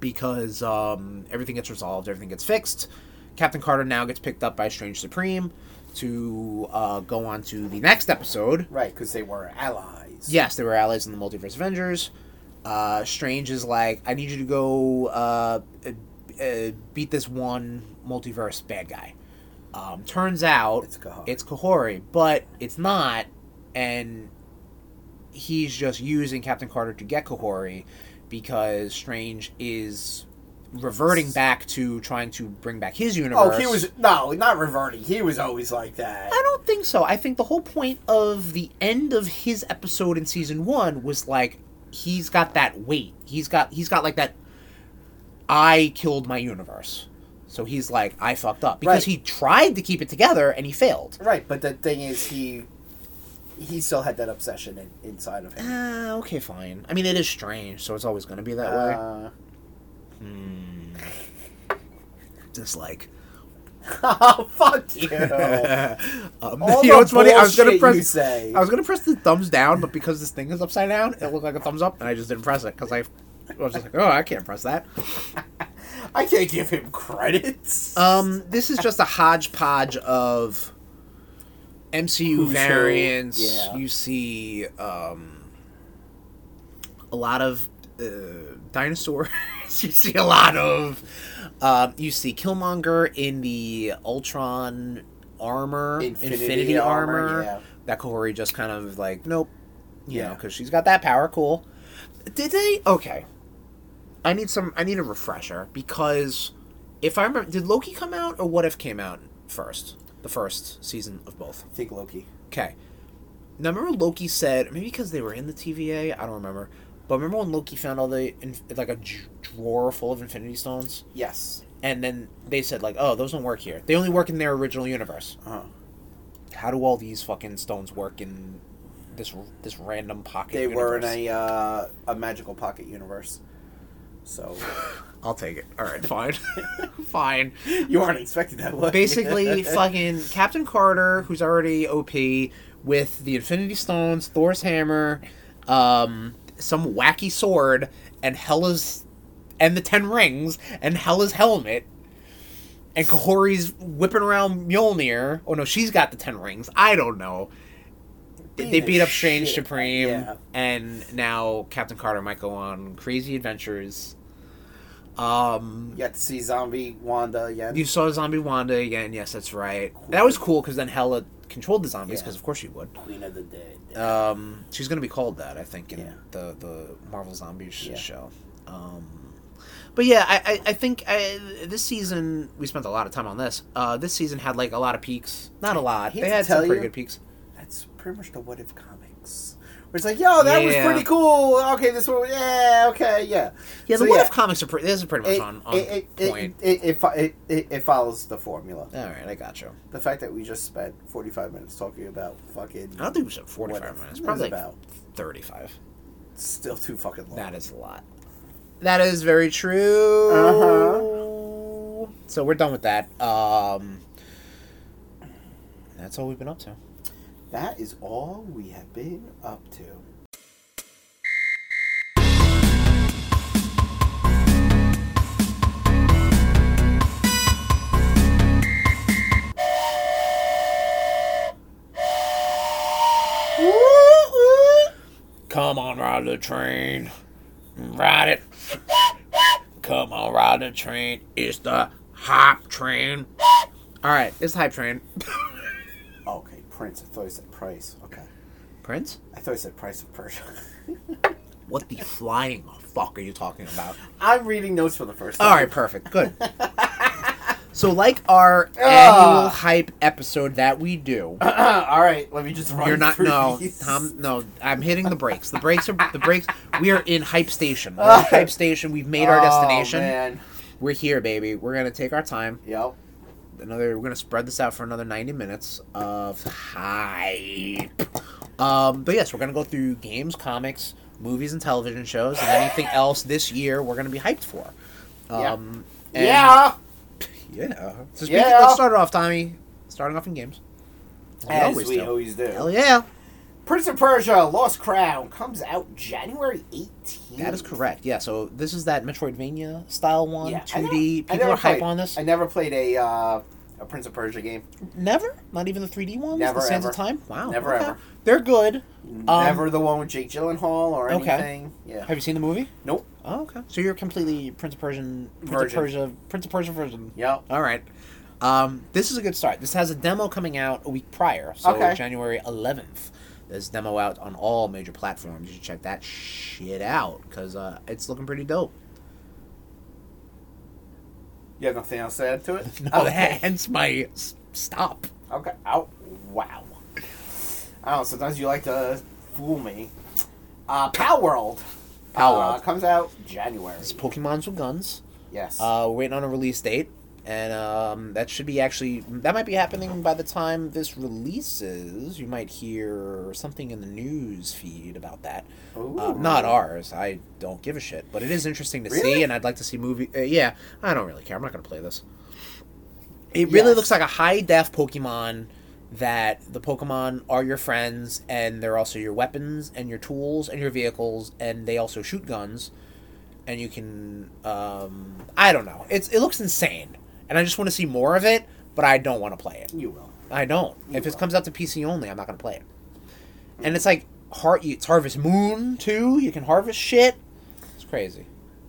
S1: because um, everything gets resolved, everything gets fixed. Captain Carter now gets picked up by Strange Supreme to uh, go on to the next episode.
S2: Right, because they were allies.
S1: Yes, they were allies in the Multiverse Avengers. Uh, Strange is like, I need you to go uh, uh, uh, beat this one multiverse bad guy. Um, turns out
S2: It's Kahari.
S1: it's Kahori, but it's not, and he's just using Captain Carter to get Kahori because Strange is reverting back to trying to bring back his universe.
S2: Oh, he was no, not reverting. He was always like that.
S1: I don't think so. I think the whole point of the end of his episode in season one was like he's got that weight. He's got he's got like that. I killed my universe, so he's like I fucked up because
S2: Right.
S1: he tried to keep it together and he failed.
S2: Right, but the thing is, he he still had that obsession in, inside of him.
S1: Ah, okay, fine. I mean, it is strange, so it's always going to be that way.
S2: Uh,
S1: Hmm. Dislike. Oh,
S2: fuck you!
S1: um,
S2: All
S1: you know
S2: the
S1: what's funny? I was gonna
S2: bullshit you
S1: press.
S2: say.
S1: I was gonna press the thumbs down, but because this thing is upside down, it looked like a thumbs up, and I just didn't press it because I, I was just like, oh, I can't press that.
S2: I can't give him credits.
S1: Um, this is just a hodgepodge of MCU
S2: Who's who,
S1: variants.
S2: yeah.
S1: You see, um, a lot of uh, dinosaurs. you see a lot of. Um, you see Killmonger in the Ultron armor, Infinity, armor,
S2: yeah.
S1: that Kahori just kind of like, nope, you know,
S2: Yeah.
S1: because she's got that power. Cool. Did they? Okay. I need some. I need a refresher because if I remember, did Loki come out or What If came out first? The first season of both.
S2: I think Loki.
S1: Okay. Now remember Loki said maybe because they were in the TVA. I don't remember, but remember when Loki found all the in, like a dr- drawer full of Infinity Stones,
S2: Yes.
S1: and then they said like, oh, those don't work here. They only work in their original universe
S2: Uh-huh.
S1: how do all these fucking stones work in this this random pocket?
S2: They were in
S1: universe?
S2: a uh, a magical pocket universe. So
S1: I'll take it. All right, fine, fine.
S2: you aren't expecting that one.
S1: Basically, fucking Captain Carter, who's already OP, with the Infinity Stones, Thor's hammer, um, some wacky sword, and Hela's, and the Ten Rings, and Hela's helmet. and Kahori's whipping around Mjolnir. Oh no, she's got the ten rings. I don't know.
S2: Being
S1: they
S2: the
S1: beat up Strange
S2: shit.
S1: Supreme,
S2: Yeah.
S1: and now Captain Carter might go on crazy adventures. Um,
S2: You got to see zombie Wanda again.
S1: you saw Zombie Wanda again. Yes, that's right. That was cool because then Hella controlled the zombies
S2: Yeah.
S1: because of course she would.
S2: Queen of the Dead.
S1: Um, she's gonna be called that, I think, in
S2: Yeah.
S1: the the Marvel Zombies sh
S2: Yeah.
S1: show. Um, but yeah, I I, I think I, this season we spent a lot of time on this. Uh, this season had like a lot of peaks. Not a lot.
S2: Hate
S1: They
S2: to
S1: had some
S2: tell
S1: pretty
S2: you.
S1: good peaks.
S2: That's pretty much the what if comics. Where it's like, yo, that was
S1: Yeah.
S2: pretty cool. Okay, this one, yeah, okay, yeah.
S1: Yeah, the
S2: So,
S1: what if comics are pretty. This is pretty much
S2: It,
S1: on, on
S2: it, it,
S1: point.
S2: it, it, it, fo- it, it, it follows the formula.
S1: All right, I got you.
S2: The fact that we just spent 45 minutes talking about fucking.
S1: I don't think we should
S2: what
S1: forty five
S2: if.
S1: minutes.
S2: It was
S1: Probably like
S2: about.
S1: thirty five.
S2: Still too fucking long.
S1: That is a lot. That is very true.
S2: Uh-huh.
S1: So we're done with that. Um, that's all we've been up to.
S2: That is all we have been up to.
S1: Come on, ride the train. Ride it. Come on, ride the train. It's the hop train. All right, it's the hype train.
S2: Okay, Prince. I thought you said price. Okay.
S1: Prince?
S2: I thought you said price of Persia.
S1: What the flying fuck are you talking about?
S2: I'm reading notes for the first time.
S1: All right, perfect. Good. so, like our annual
S2: Ah.
S1: hype episode that we do,
S2: all right, let me just run
S1: you're not
S2: through
S1: no
S2: these.
S1: Tom. No, I'm hitting the brakes. The brakes are the brakes. We are in hype station. We're in hype station. We've made our
S2: Ah. Oh,
S1: destination.
S2: man.
S1: We're here, baby. We're gonna take our time.
S2: Yep.
S1: another we're gonna spread this out for another 90 minutes of hype um but yes we're gonna go through games comics movies and television shows and anything else this year we're gonna be hyped for
S2: Yeah.
S1: um and-
S2: Yeah.
S1: yeah so speaking,
S2: Yeah.
S1: let's start it off tommy starting off in games We
S2: As
S1: always
S2: we
S1: do.
S2: always do.
S1: hell yeah
S2: Prince of Persia: Lost Crown comes out January 18th.
S1: that is correct yeah so this is that metroidvania style one
S2: Yeah, I
S1: 2d
S2: never- I
S1: people are
S2: never
S1: hype
S2: played-
S1: on this
S2: I never played a uh, a Prince of Persia game.
S1: never not even the 3d ones
S2: Never,
S1: the sands
S2: ever.
S1: of time wow
S2: Never,
S1: okay.
S2: ever.
S1: they're good
S2: never the one with Jake Gyllenhaal or
S1: Um, Okay.
S2: anything. Yeah.
S1: have you seen the movie
S2: Nope.
S1: Oh, okay. So you're completely Prince of Persian, Prince
S2: Virgin.
S1: of Persia, Prince of Persia version.
S2: Yep.
S1: All right. Um, this is a good start. This has a demo coming out a week prior, so
S2: Okay.
S1: January 11th. There's demo out on all major platforms. You should check that shit out because uh, it's looking pretty dope.
S2: You have nothing else to add to it?
S1: No,
S2: okay.
S1: hence my s- stop.
S2: okay. Ow. Wow. I don't know. Sometimes you like to fool me. Uh, Pal World.
S1: Pal
S2: uh,
S1: World.
S2: comes out January.
S1: It's Pokemon's with guns.
S2: Yes.
S1: Uh, we're waiting on a release date, and um, that should be actually that might be happening by the time this releases. You might hear something in the news feed about that. Uh,
S2: Ooh.
S1: not ours. I don't give a shit. But it is interesting to see,
S2: Really?
S1: and I'd like to see movie. Uh, yeah, I don't really care. I'm not going to play this. It really
S2: Yes.
S1: looks like a high def Pokemon that the Pokemon are your friends, and they're also your weapons and your tools and your vehicles, and they also shoot guns, and you can. Um, I don't know. It's it looks insane, and I just want to see more of it. But I don't want to play it.
S2: You will.
S1: I don't. If it comes out to PC only, I'm not gonna play it. And it's like heart. It's Harvest Moon too. You can harvest shit. It's crazy.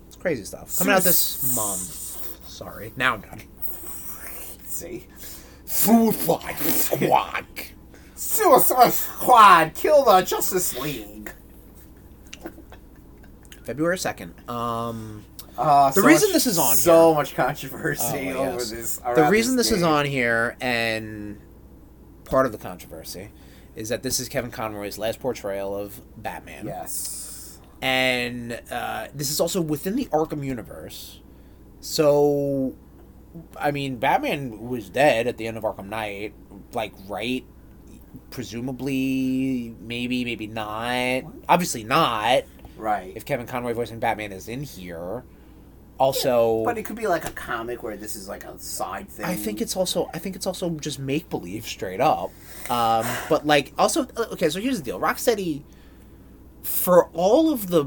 S1: It's crazy stuff coming out this month. Sorry. Now I'm done.
S2: See.
S1: Food fight squad.
S2: Suicide Squad. Kill the Justice League.
S1: February second. Um,
S2: Uh,
S1: The
S2: so
S1: reason
S2: much-
S1: this is on
S2: so
S1: here-
S2: much controversy
S1: Oh,
S2: over
S1: yes.
S2: this.
S1: the
S2: around
S1: reason this is
S2: game.
S1: on here and part of the controversy is that this is Kevin Conroy's last portrayal of Batman.
S2: Yes.
S1: and uh, this is also within the Arkham universe. So, I mean, Batman was dead at the end of Arkham Knight, like right, presumably, maybe, maybe not. Obviously not.
S2: Right.
S1: If Kevin Conroy voicing Batman is in here, also,
S2: but it could be like a comic where this is like a side thing.
S1: I think it's also I think it's also just make believe straight up. Um, but like also okay, so here's the deal. Rocksteady for all of the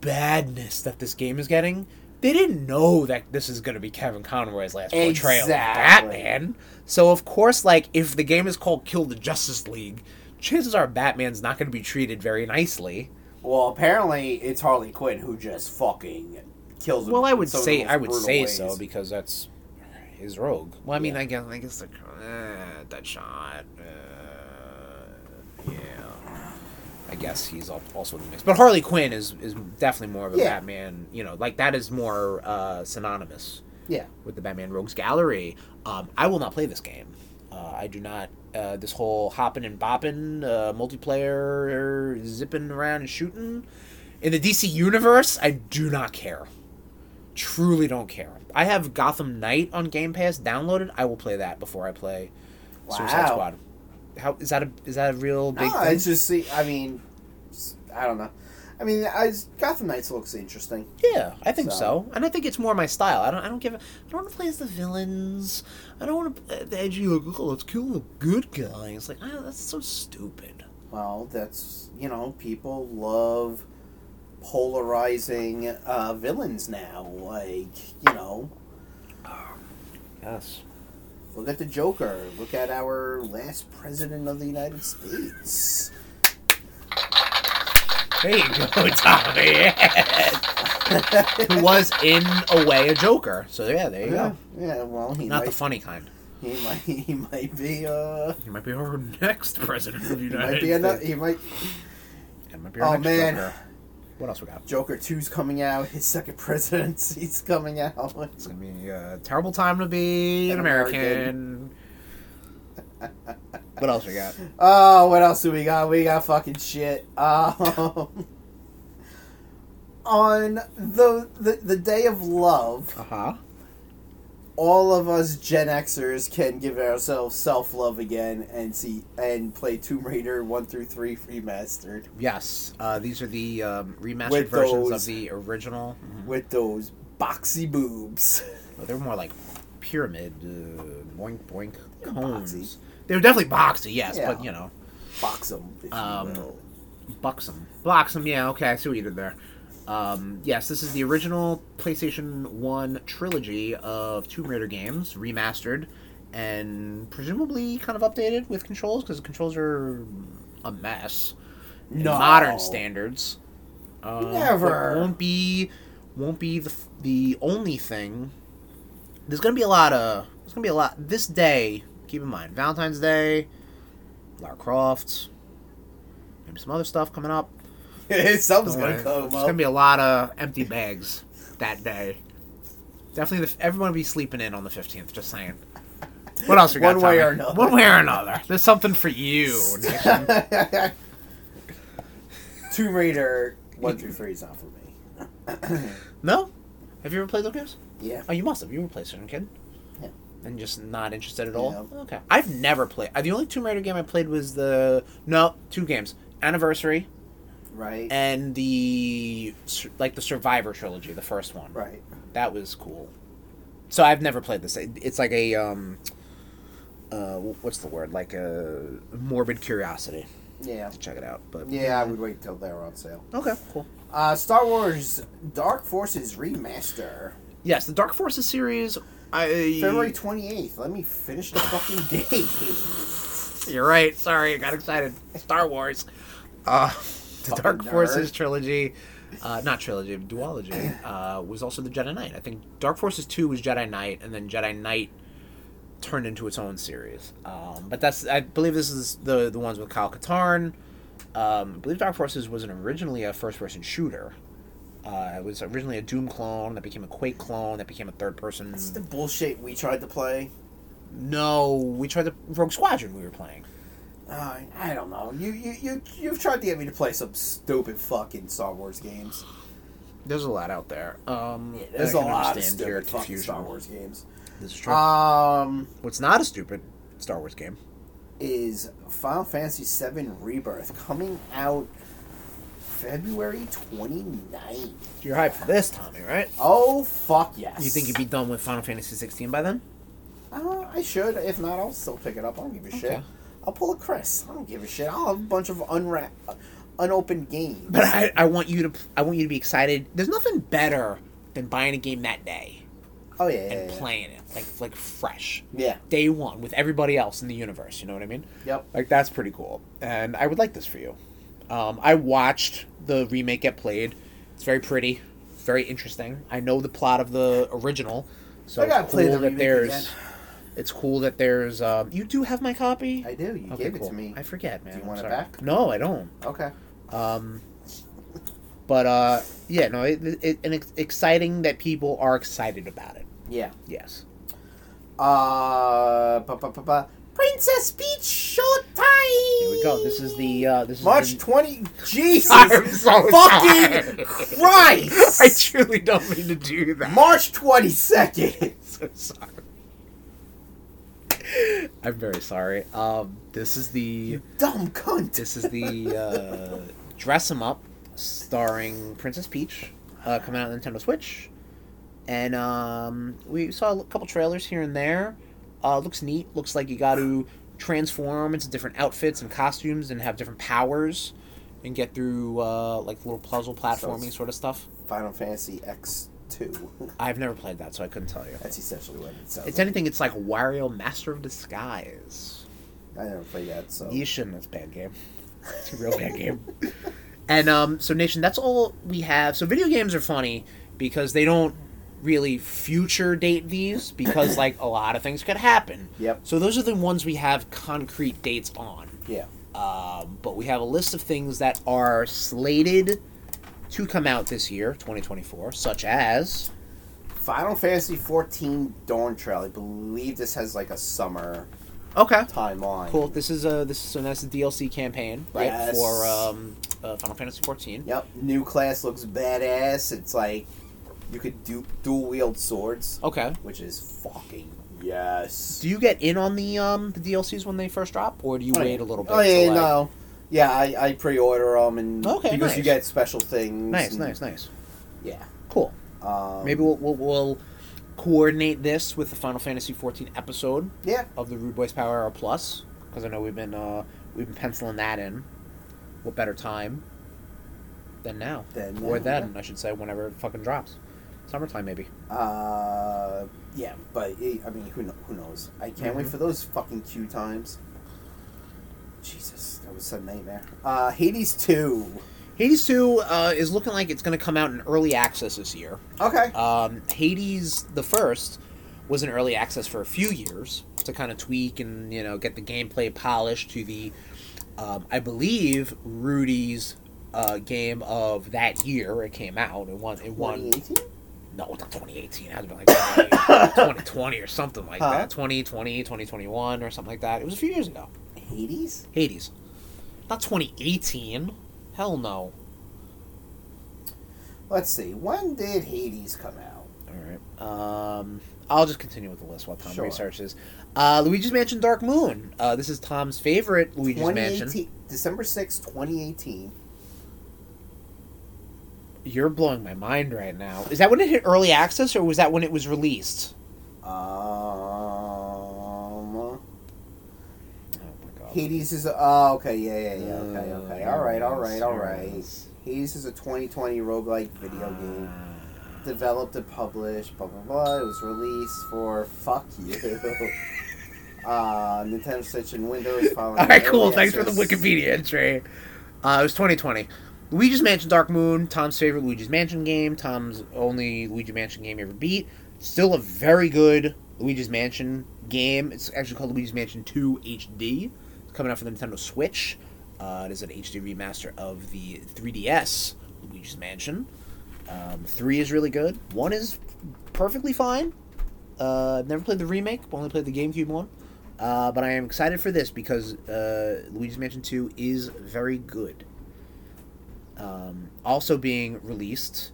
S1: badness that this game is getting, they didn't know that this is going to be Kevin Conroy's last portrayal of
S2: Exactly.
S1: Batman. So of course, like if the game is called Kill the Justice League, chances are Batman's not going to be treated very nicely.
S2: Well, apparently it's Harley Quinn who just fucking kills. him
S1: Well, I
S2: in
S1: would
S2: some of
S1: say
S2: the most
S1: I would
S2: brutal
S1: say
S2: ways.
S1: so because that's his rogue. Well, I mean,
S2: Yeah.
S1: I guess I guess the uh, that shot. Uh, yeah, I guess he's al- also in the mix. But Harley Quinn is is definitely more of a
S2: Yeah.
S1: Batman. You know, like that is more uh, synonymous
S2: yeah,
S1: with the Batman Rogues Gallery. Um, I will not play this game. Uh, I do not. Uh, this whole hopping and bopping, uh, multiplayer, zipping around and shooting in the DC universe, I do not care. Truly don't care. I have Gotham Knight on Game Pass downloaded. I will play that before I play Suicide
S2: Wow.
S1: Squad. How is that a is that a real big
S2: no,
S1: thing?
S2: it's just see. I mean, s- I don't know. I mean, I s- Gotham Knights looks interesting.
S1: Yeah, I think so.
S2: So-
S1: and I think it's more my style. I don't, I don't give, a, I don't want to play as the villains. I don't want to the edgy like, oh, let's kill the good guy. It's like, ah, that's so stupid.
S2: Well, that's you know, people love polarizing uh, villains now. Like you know,
S1: Yes.
S2: look at the Joker. Look at our last president of the United States.
S1: There you go, Tommy. Who was in a way a Joker? So yeah, there you
S2: Yeah,
S1: go.
S2: yeah. Well, he
S1: Not
S2: might,
S1: the funny kind.
S2: he might, he might be, uh,
S1: He might be our next president of the
S2: he might be another. He might.
S1: He might be
S2: Oh
S1: our next
S2: man,
S1: Joker. What else we got?
S2: Joker 2's coming out. His second presidency's coming out.
S1: It's gonna be uh, a terrible time to be an
S2: An
S1: American. what else we got?
S2: Oh, what else do we got? We got fucking shit. Um, on the, the the day of love,
S1: Uh huh.
S2: all of us Gen Xers can give ourselves self love again and see and play Tomb Raider one through three remastered
S1: Yes, uh, these are the um, remastered
S2: With
S1: versions of
S2: those-
S1: the original.
S2: with those boxy boobs.
S1: Well, they're more like pyramid, uh, boink boink
S2: They're
S1: cones.
S2: boxy.
S1: They were definitely boxy, yes,
S2: Yeah.
S1: but you know,
S2: Box them, if
S1: Um,
S2: you will.
S1: buxom, bloxom. Yeah, okay, I see what you did there. Um, yes, this is the original PlayStation One trilogy of Tomb Raider games, remastered and presumably kind of updated with controls because controls are a mess. in
S2: No.
S1: modern standards. Um,
S2: Never.
S1: but won't be won't be the f- the only thing. There's gonna be a lot of there's gonna be a lot this day. Keep in mind Valentine's Day, Lara Croft, maybe some other stuff coming up.
S2: Something's
S1: Don't
S2: gonna
S1: worry.
S2: come
S1: There's
S2: up.
S1: gonna be a lot of empty bags that day. Definitely, the, f- everyone will be sleeping in on the fifteenth. Just saying. What else we got?
S2: One way
S1: Tommy?
S2: or another.
S1: One way or another. There's something for you. Nation.
S2: Tomb Raider one through three is not for me.
S1: no? Have you ever played those games?
S2: Yeah.
S1: Oh, you must have. You were a PlayStation kid.
S2: Yeah.
S1: And just not interested at all.
S2: Yeah.
S1: Okay. I've never played. uh, The only Tomb Raider game I played was the no two games: Anniversary
S2: Right.
S1: and the sur- like the Survivor trilogy, the first one.
S2: right.
S1: That was cool. So I've never played this. It- It's like a um, uh, wh- what's the word? Like a morbid curiosity
S2: Yeah.
S1: to check it out. But
S2: Yeah, I would wait till they're on sale.
S1: Okay. Cool.
S2: Uh, Star Wars Dark Forces Remaster.
S1: Yes, the Dark Forces series. I
S2: February 28th. Let me finish the fucking date.
S1: You're right. Sorry, I got excited. Star Wars. Uh, the
S2: Fucking
S1: Dark
S2: nerd.
S1: Forces trilogy, uh, not trilogy, duology, uh, was also the Jedi Knight. I think Dark Forces 2 was Jedi Knight, and then Jedi Knight turned into its own series. Um, but that's, I believe this is the, the ones with Kyle Katarn. Um, I believe Dark Forces was an originally a first person shooter. Uh, it was originally a Doom clone that became a Quake clone that became a third person.
S2: That's the bullshit we tried to play.
S1: No, we tried the Rogue Squadron we were playing.
S2: Uh, I don't know. You, you, you, you've tried to get me to play some stupid fucking Star Wars games.
S1: There's a lot out there. Um, and
S2: There's
S1: I
S2: a
S1: can
S2: lot of
S1: understand your
S2: stupid fucking
S1: confusion.
S2: Star Wars games.
S1: This is true.
S2: Um,
S1: What's not a stupid Star Wars game?
S2: is Final Fantasy VII Rebirth coming out February 29th.
S1: You're hyped for this, Tommy, right?
S2: Oh, fuck yes.
S1: You think you'd be done with Final Fantasy 16 by then?
S2: Uh, I should. If not, I'll still pick it up. I don't give a shit.
S1: Okay.
S2: I'll pull a Chris. I don't give a shit. I'll have a bunch of unwrap, unopened games.
S1: But I, I want you to, I want you to be excited. There's nothing better than buying a game that day
S2: Oh yeah, yeah,
S1: and
S2: yeah.
S1: playing it like like fresh,
S2: Yeah.
S1: day one with everybody else in the universe. You know what I mean?
S2: Yep.
S1: Like that's pretty cool, and I would like this for you. Um, I watched the remake get played. It's very pretty, it's very interesting. I know the plot of the original, so
S2: I
S1: it's
S2: gotta play
S1: cool
S2: the
S1: that
S2: remake
S1: there's.
S2: again.
S1: It's cool that there's. Um, you do have my copy.
S2: I do. You
S1: Okay,
S2: gave it
S1: cool.
S2: to me.
S1: I forget, man.
S2: you
S1: I'm
S2: want it
S1: sorry.
S2: back?
S1: No, I don't.
S2: Okay.
S1: Um, but uh, yeah, no, it, it, and it's exciting that people are excited about it.
S2: Yeah.
S1: Yes.
S2: Uh, ba, ba, ba, ba. Princess Peach Showtime.
S1: Here we go. This is the uh, this is
S2: March
S1: The,
S2: twenty. Jesus
S1: I'm so sorry.
S2: fucking Christ!
S1: I truly don't mean to do that.
S2: March twenty second.
S1: so sorry. I'm very sorry. Um, this is the
S2: Dumb cunt.
S1: this is the uh, dress 'em up, starring Princess Peach, uh, coming out on Nintendo Switch, and um, we saw a couple trailers here and there. Uh, looks neat. Looks like you got to transform into different outfits and costumes and have different powers, and get through uh, like little puzzle platforming sort of stuff.
S2: Final Fantasy X two.
S1: I've never played that, so I couldn't tell you.
S2: That's essentially what it sounds.
S1: It's
S2: like.
S1: anything. It's like Wario Master of Disguise.
S2: I never played that, so
S1: You shouldn't. It's a bad game. It's a real bad game. And um, so, Nation, that's all we have. So, video games are funny because they don't really future date these because, like, a lot of things could happen.
S2: Yep.
S1: So, those are the ones we have concrete dates on.
S2: yeah.
S1: Um, but we have a list of things that are slated to come out this year, 2024, such as.
S2: Final Fantasy fourteen Dawn Trail. I believe this has like a summer
S1: Okay.
S2: timeline.
S1: Cool. This is a this is so that's a DLC campaign, right?
S2: Yes.
S1: For um, uh, Final Fantasy 14.
S2: Yep. New class looks badass. It's like you could do dual wield swords,
S1: Okay.
S2: which is fucking yes.
S1: Do you get in on the um the DLCs when they first drop, or do you wait a little bit?
S2: Oh yeah,
S1: till, like-
S2: no. Yeah, I, I pre-order them and
S1: Okay,
S2: because you
S1: nice.
S2: get special things.
S1: Nice,
S2: and-
S1: nice, nice.
S2: Yeah.
S1: Cool.
S2: Um,
S1: Maybe we'll, we'll we'll coordinate this with the Final Fantasy 14 episode
S2: Yeah.
S1: of the Rude Boys Power Hour Plus, because I know we've been uh we've been penciling that in. What better time than now?
S2: Then
S1: or then, I should say, whenever it fucking drops, summertime maybe.
S2: Uh, yeah, but eh, I mean, who kno- who knows? I can't wait
S1: Mhm.
S2: for those fucking queue times. Jesus, that was a nightmare. Uh, Hades two.
S1: Hades 2 uh, is looking like it's going to come out in early access this year.
S2: Okay.
S1: Um, Hades the first was in early access for a few years to kind of tweak and you know get the gameplay polished to the, um, I believe Rudy's uh, game of that year. It came out. It won. It won.
S2: 2018?
S1: No, not 2018. It had been like 20, 2020 or something like
S2: Huh?
S1: that. 2020, 2021 or something like that. It was a few years ago.
S2: Hades?
S1: Hades, not 2018. Hell no.
S2: Let's see. When did Hades come out?
S1: All right. Um, I'll just continue with the list while Tom
S2: Sure.
S1: researches. Uh, Luigi's Mansion Dark Moon. Uh, this is Tom's favorite Luigi's Mansion.
S2: 2018 December sixth, 2018.
S1: You're blowing my mind right now. Is that when it hit early access or was that when it was released?
S2: Um,
S1: Oh my god.
S2: Hades is. Oh, okay. Yeah, yeah, yeah. Okay, okay.
S1: Uh,
S2: All right, all right, all right. Hades is a 2020 roguelike video game.
S1: Ah.
S2: developed and published, blah blah blah. It was released for fuck you. uh, Nintendo Switch and Windows. All
S1: All right, cool. Thanks for the Wikipedia entry. Uh, it was 2020. Luigi's Mansion Dark Moon, Tom's favorite Luigi's Mansion game, Tom's only Luigi Mansion game he ever beat. Still a very good Luigi's Mansion game. It's actually called Luigi's Mansion 2 HD. It's coming out for the Nintendo Switch. Uh, it is an HD remaster of the 3DS Luigi's Mansion. Um, 3 is really good. 1 is perfectly fine. Uh, I've never played the remake, only played the GameCube one. Uh, but I am excited for this because uh, Luigi's Mansion 2 is very good. Um, also being released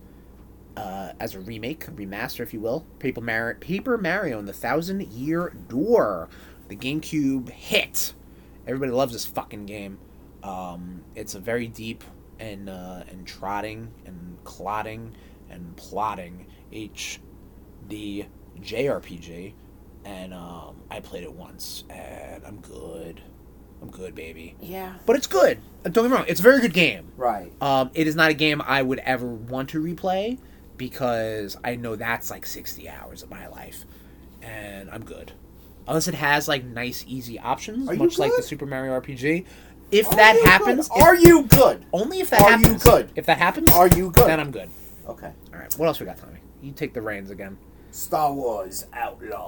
S1: uh, as a remake, remaster, if you will, Paper, Mar- Paper Mario and the Thousand Year Door, the GameCube hit. Everybody loves this fucking game. Um, it's a very deep and uh, and trotting and clotting and plotting HD JRPG and um, I played it once, and I'm good. I'm good, baby.
S2: Yeah.
S1: But it's good. Don't get me wrong; it's a very good game.
S2: Right.
S1: Um, it is not a game I would ever want to replay. because I know that's like 60 hours of my life and I'm good. Unless it has like nice easy options
S2: Are you
S1: much like the
S2: good?
S1: Super Mario RPG. If
S2: Are
S1: that
S2: you
S1: happens,
S2: good? Are
S1: if,
S2: you good?
S1: only if that
S2: are you
S1: happens.
S2: good?
S1: If that happens,
S2: Are you good?
S1: Then I'm good.
S2: Okay.
S1: All right. What else we got, Tommy? You take the reins again.
S2: Star Wars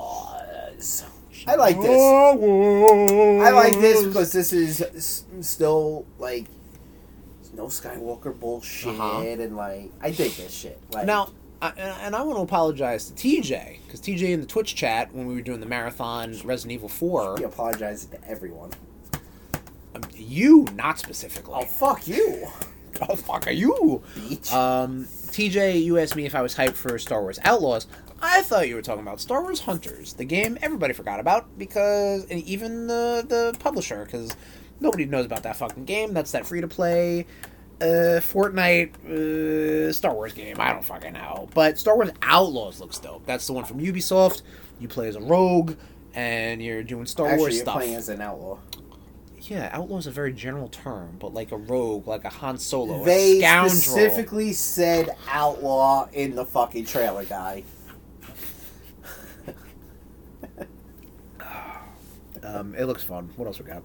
S2: Outlaws. I like this. I like this because this is s- still like no Skywalker bullshit,
S4: Uh-huh.
S2: and like I dig this shit. Like,
S1: Now, I, and and I want to apologize to TJ because TJ in the Twitch chat when we were doing the marathon Resident Evil Four,
S2: he apologized to everyone.
S1: um, you not specifically.
S2: Oh fuck you,
S1: Oh, fuck are you?
S2: bitch.
S1: Um, TJ, you asked me if I was hyped for Star Wars Outlaws. I thought you were talking about Star Wars Hunters, the game everybody forgot about because, and even the the publisher, because nobody knows about that fucking game. That's that free to play, uh, Fortnite, uh, Star Wars game. I don't fucking know. But Star Wars Outlaws looks dope. That's the one from Ubisoft. You play as a rogue, and you're doing Star
S2: Actually,
S1: Wars
S2: you're
S1: stuff.
S2: playing as an outlaw.
S1: yeah, outlaw is a very general term, but like a rogue, like a Han Solo,
S2: They
S1: a scoundrel.
S2: specifically said outlaw in the fucking trailer, guy.
S1: Um, it looks fun. What else we got?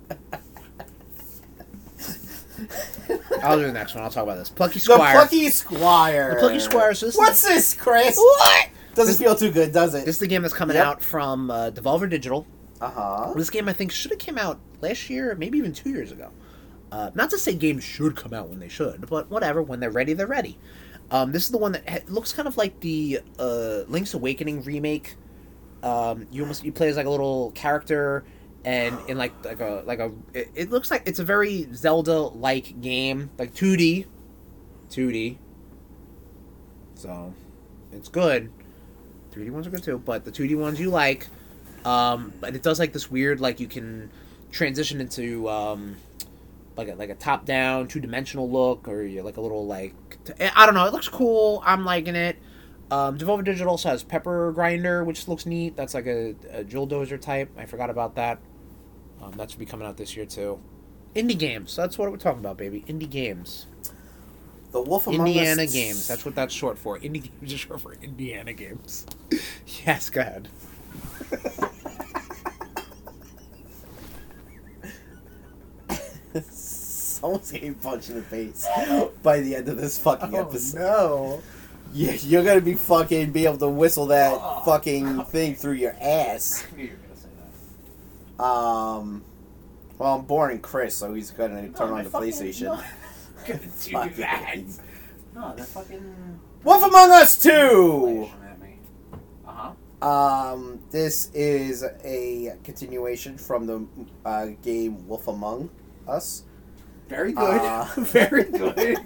S1: I'll do the next one. I'll talk about this. Plucky
S2: The
S1: Squire.
S2: plucky squire.
S1: The Plucky Squire, so this-
S2: What's this, Chris?
S1: What?
S2: Doesn't
S1: This-
S2: feel too good, does it?
S1: This is the game that's coming
S2: Yep.
S1: out from uh, Devolver Digital.
S2: Uh huh.
S1: This game I think should have came out last year, maybe even two years ago. Uh, not to say games should come out when they should, but whatever. When they're ready, they're ready. Um, this is the one that ha- looks kind of like the uh, Link's Awakening remake. Um, you almost you play as like a little character, and in like like a like a it, it looks like it's a very Zelda like game, like two D, two D. So, it's good. Three D ones are good too, but the two D ones you like. Um, but it does like this weird like you can transition into um, like a, like a top down two dimensional look or you're like a little like t- eh, I don't know. It looks cool. I'm liking it. Um, Devolver Digital also has Pepper Grinder, which looks neat. That's like a, a Jewel Dozer type. I forgot about that. Um, that should be coming out this year too. Indie games. That's what we're talking about, baby. Indie games.
S2: The Wolf Among
S1: Indiana
S2: Us.
S1: games. That's what that's short for. Indie games is short for Indiana games. yes, go ahead.
S2: Someone's getting punched in the face by the end of this fucking episode.
S1: Oh, no.
S2: Yeah, you're gonna be fucking be able to whistle that fucking thing through your ass. Um, well, I'm boring Chris, so he's gonna turn on the PlayStation.
S4: Gonna
S2: Fuck that.
S4: No, that fucking.
S2: Wolf Among Us Two.
S4: Uh huh.
S2: Um, this is a continuation from the uh, game Wolf Among Us.
S4: Very good.
S2: Uh,
S4: Very good.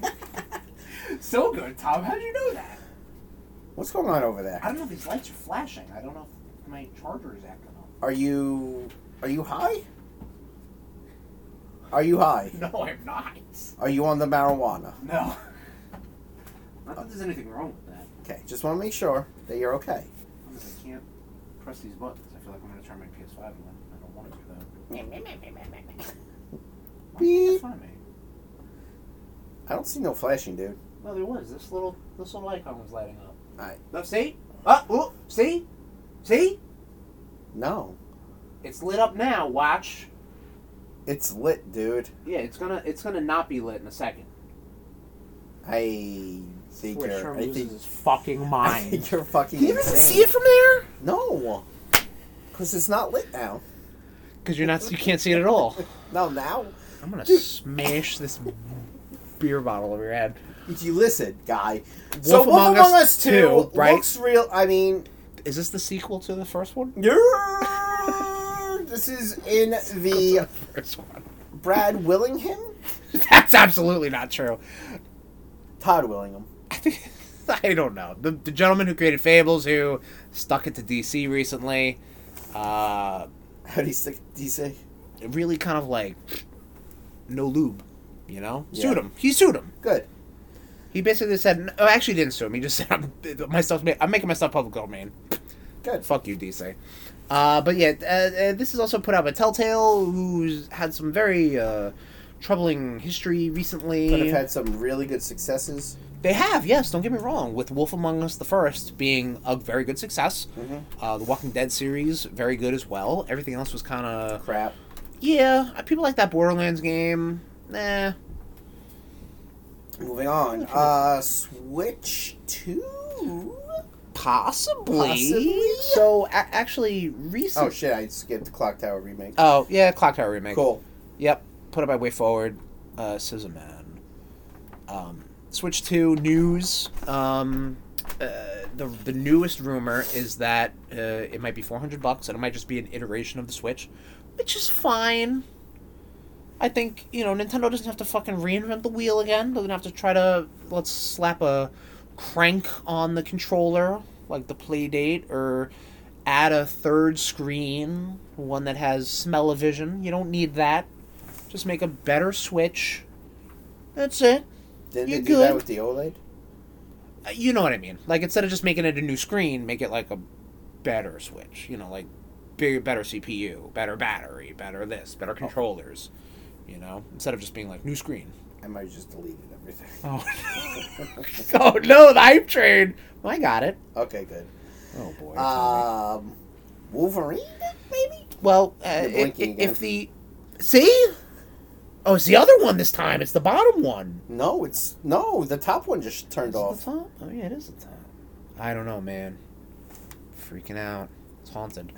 S4: so good, Tom. How did you know that?
S2: What's going on over
S4: I
S2: there?
S4: don't know if these lights are flashing. I don't know if my charger is acting up.
S2: Are you are you high? Are you high?
S4: No, I'm not.
S2: Are you on the marijuana?
S4: No. Not that there's anything wrong with that.
S2: Okay, just want to make sure that you're okay.
S4: I'm just- I can't press these buttons. I feel like I'm gonna turn my PS5 on. I don't want to do that. Why did you
S2: Beep.
S4: find me?
S2: I don't see no flashing, dude.
S4: No, there was. This little this little icon was lighting up.
S2: I
S4: Look, see? Uh, oh, see? See?
S2: no.
S4: It's lit up now. Watch.
S2: It's lit, dude.
S4: Yeah, it's gonna it's gonna not be lit in a second.
S2: I think
S4: Where
S2: you're.
S4: Sherm
S2: I
S4: loses
S2: think,
S4: his fucking
S2: I
S4: mind.
S2: think you're fucking.
S1: Can you even
S2: insane.
S1: see it from there?
S2: No, because it's not lit now.
S1: Because you're not, you can't see it at all.
S2: No, now
S1: I'm gonna
S2: Dude.
S1: smash this beer bottle over your head.
S2: if you listen, guy. so Wolf Among, Us Two
S1: right?
S2: looks real. I mean,
S1: Is this the sequel to the first one?
S2: this is in the
S1: First one.
S2: Brad Willingham,
S1: That's absolutely not true.
S2: Todd Willingham.
S1: I think I don't know the, the gentleman who created Fables, who stuck it to DC recently. Uh,
S2: How do you stick? Do you say?
S1: really kind of like no lube, you know.
S2: Yeah.
S1: Sued him. He sued him.
S2: Good.
S1: He basically said, "Oh, actually, he didn't sue him. He just said, I'm, my stuff's ma- I'm making my stuff public domain."
S2: Good.
S1: Fuck you, DC. Uh, but yeah, uh, uh, this is also put out by Telltale, who's had some very uh, troubling history
S2: Could have
S1: recently.
S2: had some really good successes.
S1: They have, yes. Don't get me wrong. With Wolf Among Us, the first being a very good success,
S2: Mhm.
S1: uh, the Walking Dead series very good as well. Everything else was kind of
S2: Crap.
S1: yeah. People like that Borderlands game. Nah,
S2: Moving on. Uh, Switch two.
S1: possibly.
S2: Possibly?
S1: So a- actually,
S2: Oh
S1: recent.
S2: shit! I skipped Clock Tower remake.
S1: Oh, yeah, Clock Tower remake.
S2: Cool.
S1: Yep. Put it by Way Forward. Uh, Scissor Man. Um, Switch 2 news. Um, uh, the, the newest rumor is that uh, it might be 400 bucks and it might just be an iteration of the Switch, which is fine. I think, you know, Nintendo doesn't have to fucking reinvent the wheel again. They're going to have to try to, let's slap a crank on the controller, like the Playdate, or add a third screen, one that has smell-o-vision. You don't need that. Just make a better Switch. That's it.
S2: Didn't
S1: You
S2: they do that
S1: good?
S2: with the OLED?
S1: Uh, You know what I mean. Like instead of just making it a new screen, make it like a better Switch. You know, like bigger, better CPU, better battery, better this, better controllers. You know, instead of just being like new screen.
S2: I might have just deleted everything.
S1: Oh, oh no, the hype train. Well, I got it.
S2: Okay, good.
S1: Oh boy.
S2: Um, Wolverine, maybe.
S1: Well, uh, i-
S2: You're blinking
S1: i- if
S2: again.
S1: the see, oh, it's the other one this time. It's the bottom one.
S2: No, it's no. The top one just turned
S1: Is it
S2: off.
S1: the top? Oh yeah, it is the top. I don't know, man. Freaking out. It's haunted.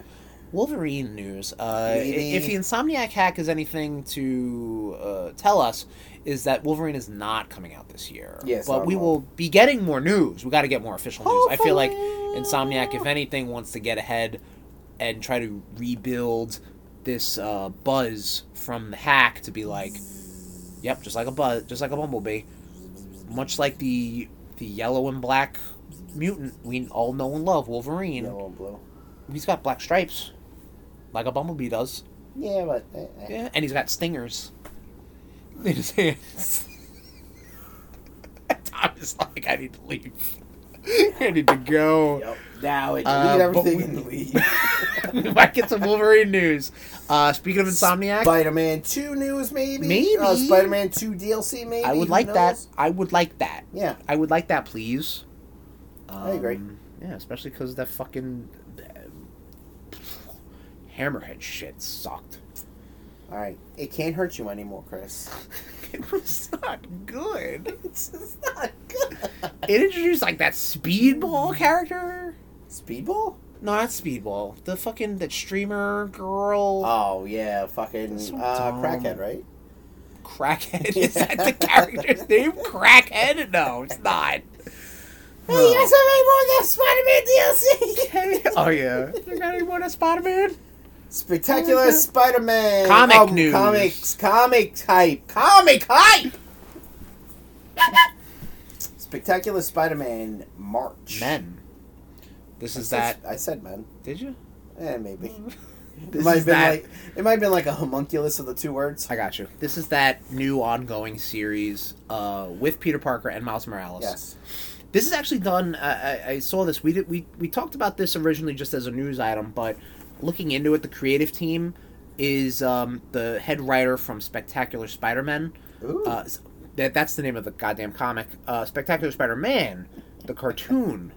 S1: Wolverine news. Uh, i-
S2: Maybe.
S1: if the Insomniac hack is anything to uh, tell us, is that Wolverine is not coming out this year.
S2: Yeah, it's
S1: but
S2: not
S1: we
S2: on.
S1: will be getting more news. We got to get more official news. I feel like
S2: Hopefully.
S1: Insomniac, if anything, wants to get ahead and try to rebuild this uh, buzz from the hack to be like, yep, just like a buzz, just like a bumblebee, much like the the yellow and black mutant we all know and love, Wolverine.
S2: Yellow and blue.
S1: He's got black stripes, like a bumblebee does.
S2: Yeah, but eh, eh.
S1: Yeah, and he's got stingers in his hands. Tom is like, I need to leave. I need to go.
S2: Yep. Now it delete
S1: Uh, but
S2: everything
S1: we-
S2: in the lead.
S1: we might get some Wolverine news. Uh, speaking of Insomniac,
S2: Spider-Man Two news, maybe.
S1: Maybe.
S2: Uh, Spider-Man Two DLC, maybe.
S1: I would
S2: Who
S1: like that.
S2: knows?
S1: I would like that.
S2: Yeah.
S1: I would like that, please. Um,
S2: agree.
S1: Yeah, especially because that fucking uh, hammerhead shit sucked.
S2: All right. It can't hurt you anymore, Chris.
S1: It was not good.
S2: It's just not good.
S1: It introduced like that speedball character.
S2: Speedball?
S1: No, not speedball. The fucking that streamer girl.
S2: Oh yeah, fucking
S1: That's so
S2: uh,
S1: dumb.
S2: crackhead, right?
S1: Crackhead. Is that the character's name? Crackhead? No, it's not.
S2: Hey, yes, I made more than Spider-Man DLC.
S1: oh yeah. You got any more to Spider-Man?
S2: Spectacular Spider-Man. Oh,
S1: Comic news.
S2: Comics. Comic hype. Comic hype. Spectacular Spider-Man March.
S1: Men. This is
S2: I
S1: that.
S2: said- I said man.
S1: Did you?
S2: Eh, maybe.
S1: This
S2: it might
S1: is
S2: have been
S1: that-
S2: like it might have been like a homunculus of the two words.
S1: I got you. This is that new ongoing series uh, with Peter Parker and Miles Morales.
S2: Yes.
S1: This is actually done. uh, I, I, I saw this. We did. We we talked about this originally just as a news item, but looking into it, the creative team is um, the head writer from Spectacular Spider-Man.
S2: Ooh.
S1: Uh, s- that that's the name of the goddamn comic. Uh, Spectacular Spider-Man, the cartoon.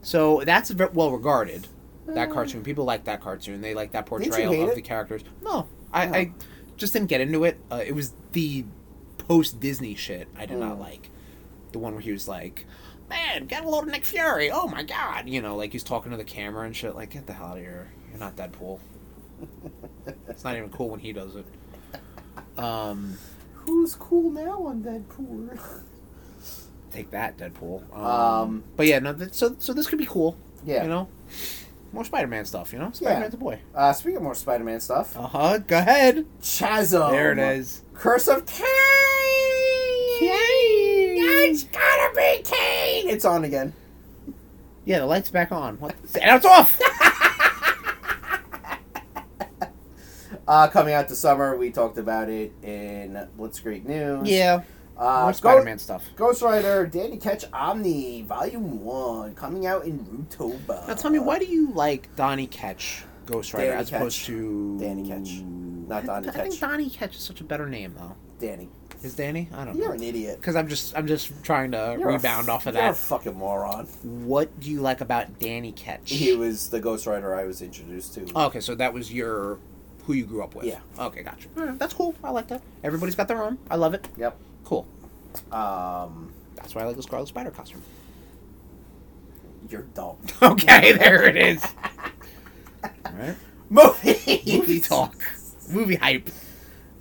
S1: so that's ve- well regarded. That cartoon, people like that cartoon. They like that
S2: Uh. you
S1: portrayal
S2: hate
S1: of
S2: it?
S1: the characters. No, I,
S2: No.
S1: I just didn't get into it. Uh, it was the post Disney shit I did not
S2: Mm.
S1: like. The one where he was like, "Man, get a load of Nick Fury! Oh my god!" You know, like he's talking to the camera and shit. Like, get the hell out of here! You're not Deadpool. it's not even cool when he does it. Um,
S2: Who's cool now on Deadpool?
S1: take that, Deadpool. Um,
S2: Um,
S1: but yeah, no. Th- so so this could be cool.
S2: Yeah.
S1: You know, more Spider-Man stuff. You know, Spider-Man's a boy.
S2: Uh, speaking of more Spider-Man stuff,
S1: Uh huh. Go ahead.
S2: Chasm.
S1: there it is.
S2: Curse of Cain. It's gotta be Cain. It's on again.
S1: Yeah, the light's back on. What? And it's off.
S2: Uh, coming out this summer, we talked about it in Blitzkrieg News.
S1: yeah.
S2: Uh,
S1: More
S2: Go-
S1: Spider-Man stuff.
S2: Ghost Rider, Danny Ketch, Omni, Volume One, coming out in Rutoba.
S1: Now tell me, why do you like Donnie Ketch, Ghost Rider,
S2: Danny
S1: as opposed
S2: Ketch.
S1: to
S2: Danny Ketch. Not Donny
S1: I, I think
S2: Ketch.
S1: Donnie Ketch is such a better name, though.
S2: Danny.
S1: Is Danny? I don't
S2: You're
S1: know.
S2: an idiot.
S1: Because I'm just I'm just trying to
S2: You're a
S1: rebound
S2: f-
S1: off of
S2: you're a
S1: that.
S2: fucking moron.
S1: What do you like about Danny Ketch?
S2: He was the ghostwriter I was introduced to.
S1: Oh, okay, so that was your who you grew up with.
S2: Yeah.
S1: Okay, gotcha. All right, that's cool. I like that. Everybody's got their own. I love it.
S2: Yep.
S1: Cool.
S2: Um,
S1: That's why I like the Scarlet Spider costume.
S2: you're dumb.
S1: Okay, there it is. All right.
S2: Movie.
S1: Movie talk. Movie hype.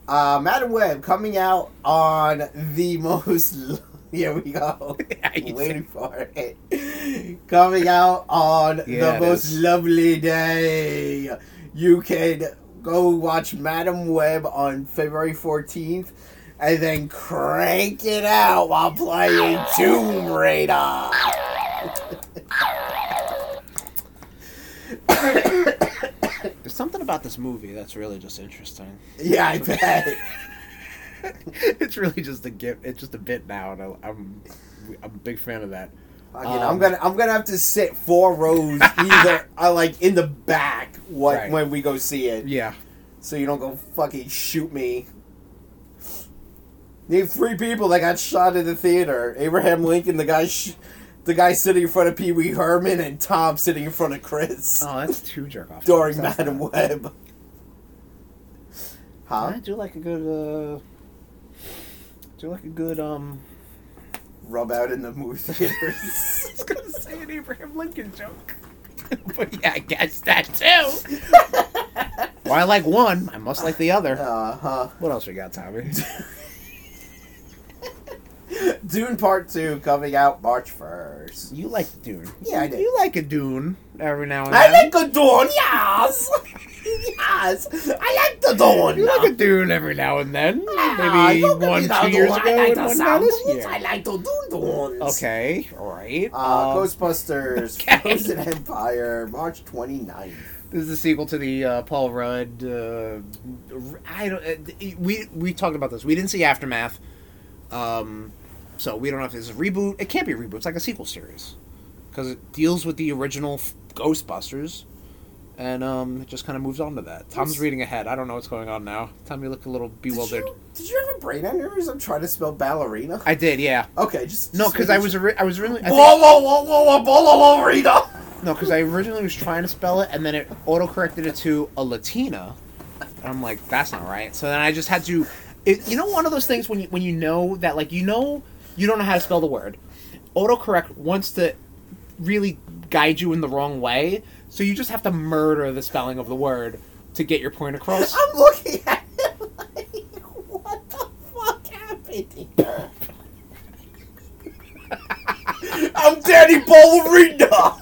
S2: Uh, Madam Web coming out on the most. Here we go.
S1: Yeah, you
S2: Waiting for it. Coming out on
S1: Yeah,
S2: the
S1: it
S2: most
S1: is.
S2: lovely day. You can go watch Madam Web on February 14th and then crank it out while playing Tomb Raider.
S1: There's something about this movie that's really just interesting.
S2: Yeah, I bet.
S1: it's really just a gif. It's just a bit now, and I, I'm I'm a big fan of that.
S2: Fucking,
S1: Um,
S2: I'm gonna I'm gonna have to sit four rows either uh, like in the back what,
S1: Right.
S2: when we go see it.
S1: Yeah.
S2: so you don't go fucking shoot me. Need three people that got shot in the theater: Abraham Lincoln, the guy, sh- the guy sitting in front of Pee Wee Herman, and Tom sitting in front of Chris
S1: Oh, that's too jerk off.
S2: during
S1: That's
S2: Madam
S1: not-
S2: Web. Huh?
S1: I do like a good. uh Do like a good. um
S2: Rub out in the movie theaters.
S1: was gonna say an Abraham Lincoln joke. but yeah, I guess that too. well, I like one. I must like the other.
S2: uh huh.
S1: What else we got, Tommy?
S2: Dune Part Two coming out March first.
S1: You like Dune.
S2: Yeah, I do.
S1: You like a Dune every now and
S2: I
S1: then.
S2: like the Dawn, yes, yes. I like the Dawn.
S1: you like a Dune every now and then.
S2: Ah,
S1: Maybe
S2: look at me
S1: one,
S2: now,
S1: two years
S2: Dawn.
S1: ago,
S2: I like
S1: and
S2: the
S1: one now
S2: sound.
S1: this year.
S2: I like to do the ones.
S1: Okay, all right.
S2: Uh,
S1: Um,
S2: Ghostbusters,
S1: okay.
S2: Frozen Empire, March 29th.
S1: This is the sequel to the uh, Paul Rudd. Uh, I don't. Uh, we we talked about this. We didn't see Aftermath, um, so we don't know if this is a reboot. It can't be a reboot. It's like a sequel series because it deals with the original f- Ghostbusters, and um, it just kind of moves on to that. Tom's
S2: Yes.
S1: reading ahead. I don't know what's going on now. Tom, you look a little bewildered.
S2: Did you, did you have a brain aneurysm trying to spell ballerina?
S1: I did, yeah.
S2: okay, just.
S1: No,
S2: just
S1: because I
S2: making
S1: was
S2: sure.
S1: ori- I was really I think-
S2: Whoa, whoa, whoa, whoa, whoa, whoa, whoa, whoa, Rita!
S1: No, because I originally was trying to spell it, and then it autocorrected it to a Latina, and I'm like, that's not right. So then I just had to, it, you know, one of those things when you when you know that like you know you don't know how to spell the word, autocorrect wants to really guide you in the wrong way, so you just have to murder the spelling of the word to get your point across.
S2: I'm looking at it like, what the fuck happened here? I'm Danny Ballerina!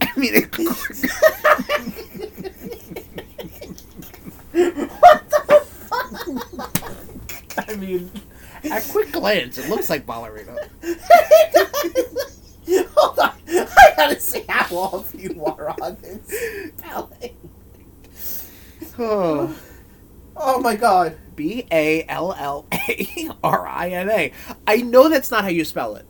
S1: I mean, it,
S2: I mean.
S1: at quick glance, it looks like ballerina.
S2: Hold on. I gotta see how off you are on this ballet.
S1: Oh.
S2: Oh my god.
S1: B A L L A R I N A. I know that's not how you spell it.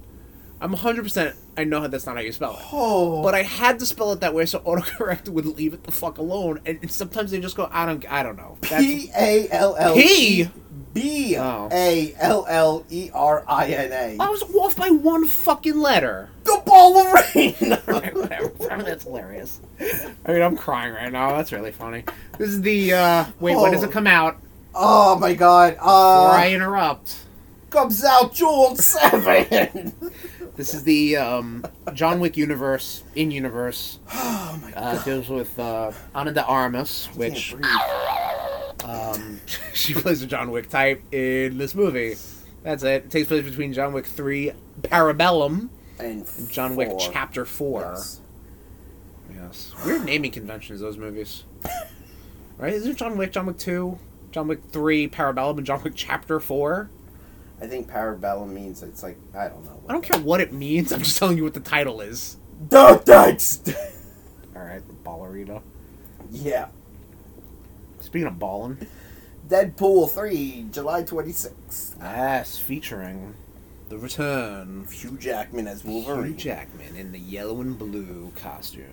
S1: I'm 100% I know how that's not how you spell it.
S2: Oh.
S1: But I had to spell it that way so autocorrect would leave it the fuck alone. And and sometimes they just go, I don't, I don't know. That's,
S2: P A L L E
S1: P?
S2: B
S1: Oh.
S2: A L L E R I N
S1: I
S2: A. Oh.
S1: was off by one fucking letter.
S2: The ballerina.
S1: Alright, whatever. That's hilarious. I mean, I'm crying right now. That's really funny. This is the, uh, wait, when does it come out?
S2: Oh my god.
S1: Or
S2: Uh,
S1: I interrupt.
S2: comes out June 7.
S1: This is the, um, John Wick universe, in universe.
S2: oh my
S1: uh,
S2: god.
S1: deals with uh, Ana de Armas, which
S2: Can't breathe.
S1: um, she plays a John Wick type in this movie. That's it. It takes place between John Wick 3 Parabellum
S2: And
S1: and John Wick
S2: four.
S1: Chapter 4.
S2: Yes.
S1: Yes. Weird naming conventions, those movies. Right? Isn't it John Wick, John Wick 2, John Wick 3, Parabellum, and John Wick Chapter 4?
S2: I think Parabellum means it's like, I don't know.
S1: I don't care what it means. I'm just telling you what the title is.
S2: No, thanks.
S1: All right, ballerina.
S2: yeah.
S1: Speaking of balling,
S2: Deadpool 3, July 26th.
S1: yes, featuring the return
S2: Hugh Jackman as
S1: Hugh
S2: Wolverine.
S1: Jackman in the yellow and blue costume.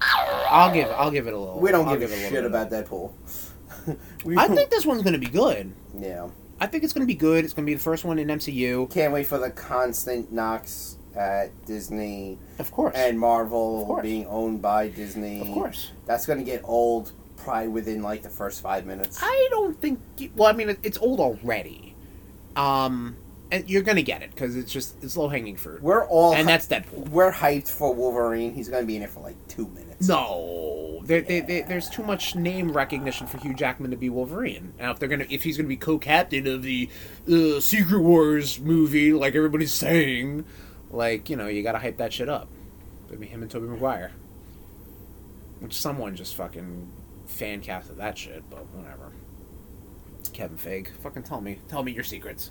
S1: I'll give I'll give it a little.
S2: We don't
S1: I'll
S2: give, a
S1: little
S2: shit
S1: bit of
S2: about
S1: it.
S2: Deadpool. we
S1: I think this one's gonna be good.
S2: yeah.
S1: I think it's gonna be good. It's gonna be the first one in MCU,
S2: Can't wait for the constant knocks at Disney
S1: of course.
S2: and
S1: Of
S2: Marvel
S1: course.
S2: being owned by Disney.
S1: of course,
S2: That's gonna get old probably within like the first five minutes.
S1: I don't think. Well, I mean, it- it's old already. Um, and you're gonna get it because it's just it's low hanging fruit,
S2: We're all
S1: and
S2: hy-
S1: that's Deadpool.
S2: we're hyped for Wolverine. He's gonna be in it for like two minutes.
S1: No, there, there- there- there's too much name recognition for Hugh Jackman to be Wolverine. Now, if they're gonna, if he's gonna be co-captain of the uh, Secret Wars movie, like everybody's saying, like you know, you gotta hype that shit up. I mean, him and Tobey Maguire, which someone just fucking fan casted that shit, but whatever. Kevin Feige, fucking tell me, tell me your secrets,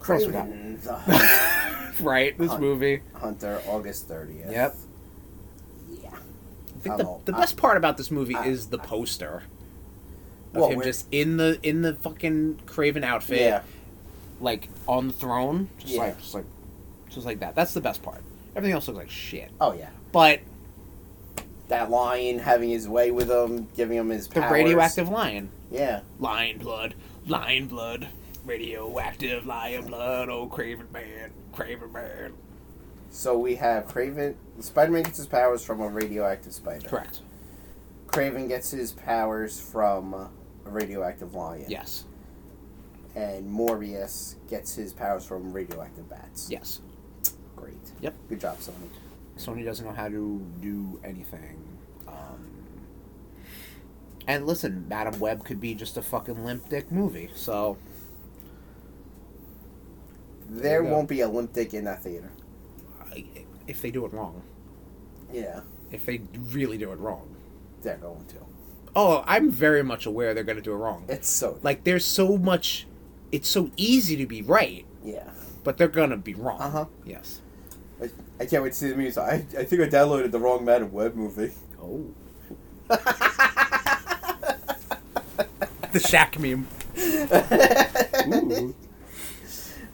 S1: course we got
S2: Craven the Hun-
S1: right? This
S2: Huh.
S1: movie.
S2: Hunter, August thirtieth.
S1: Yep.
S2: Yeah.
S1: I think
S2: I'm
S1: the,
S2: all-
S1: the
S2: I'm-
S1: best part about this movie
S2: I'm-
S1: is the poster of
S2: Well,
S1: him
S2: we're-
S1: just in the in the fucking Craven outfit,
S2: Yeah.
S1: like on the throne, just
S2: Yeah.
S1: like just like just like that. That's the best part. Everything else looks like shit.
S2: Oh yeah.
S1: But
S2: That lion having his way with him, giving him his
S1: the
S2: powers.
S1: radioactive lion,
S2: Yeah.
S1: lion blood, lion blood, radioactive lion blood. Oh, Craven man, Craven man.
S2: So we have Craven. Spider-Man gets his powers from a radioactive spider.
S1: Correct.
S2: Craven gets his powers from a radioactive lion.
S1: Yes.
S2: And Morbius gets his powers from radioactive bats.
S1: Yes.
S2: Great.
S1: Yep.
S2: Good job, Sony.
S1: Sony doesn't know how to do anything. Um, and listen, Madam Web could be just a fucking limp dick movie. So
S2: There
S1: you go.
S2: won't be Olympic in that theater.
S1: I- if they do it wrong,
S2: Yeah.
S1: if they really do it wrong,
S2: They're going to.
S1: oh, I'm very much aware they're gonna do it wrong.
S2: It's so.
S1: Like there's so much, it's so easy to be right,
S2: yeah.
S1: but they're gonna be wrong.
S2: Uh-huh.
S1: Yes.
S2: I, I can't wait to see the music. I, I think I downloaded the wrong Madam Web movie.
S1: Oh. the Shaq meme. Ooh.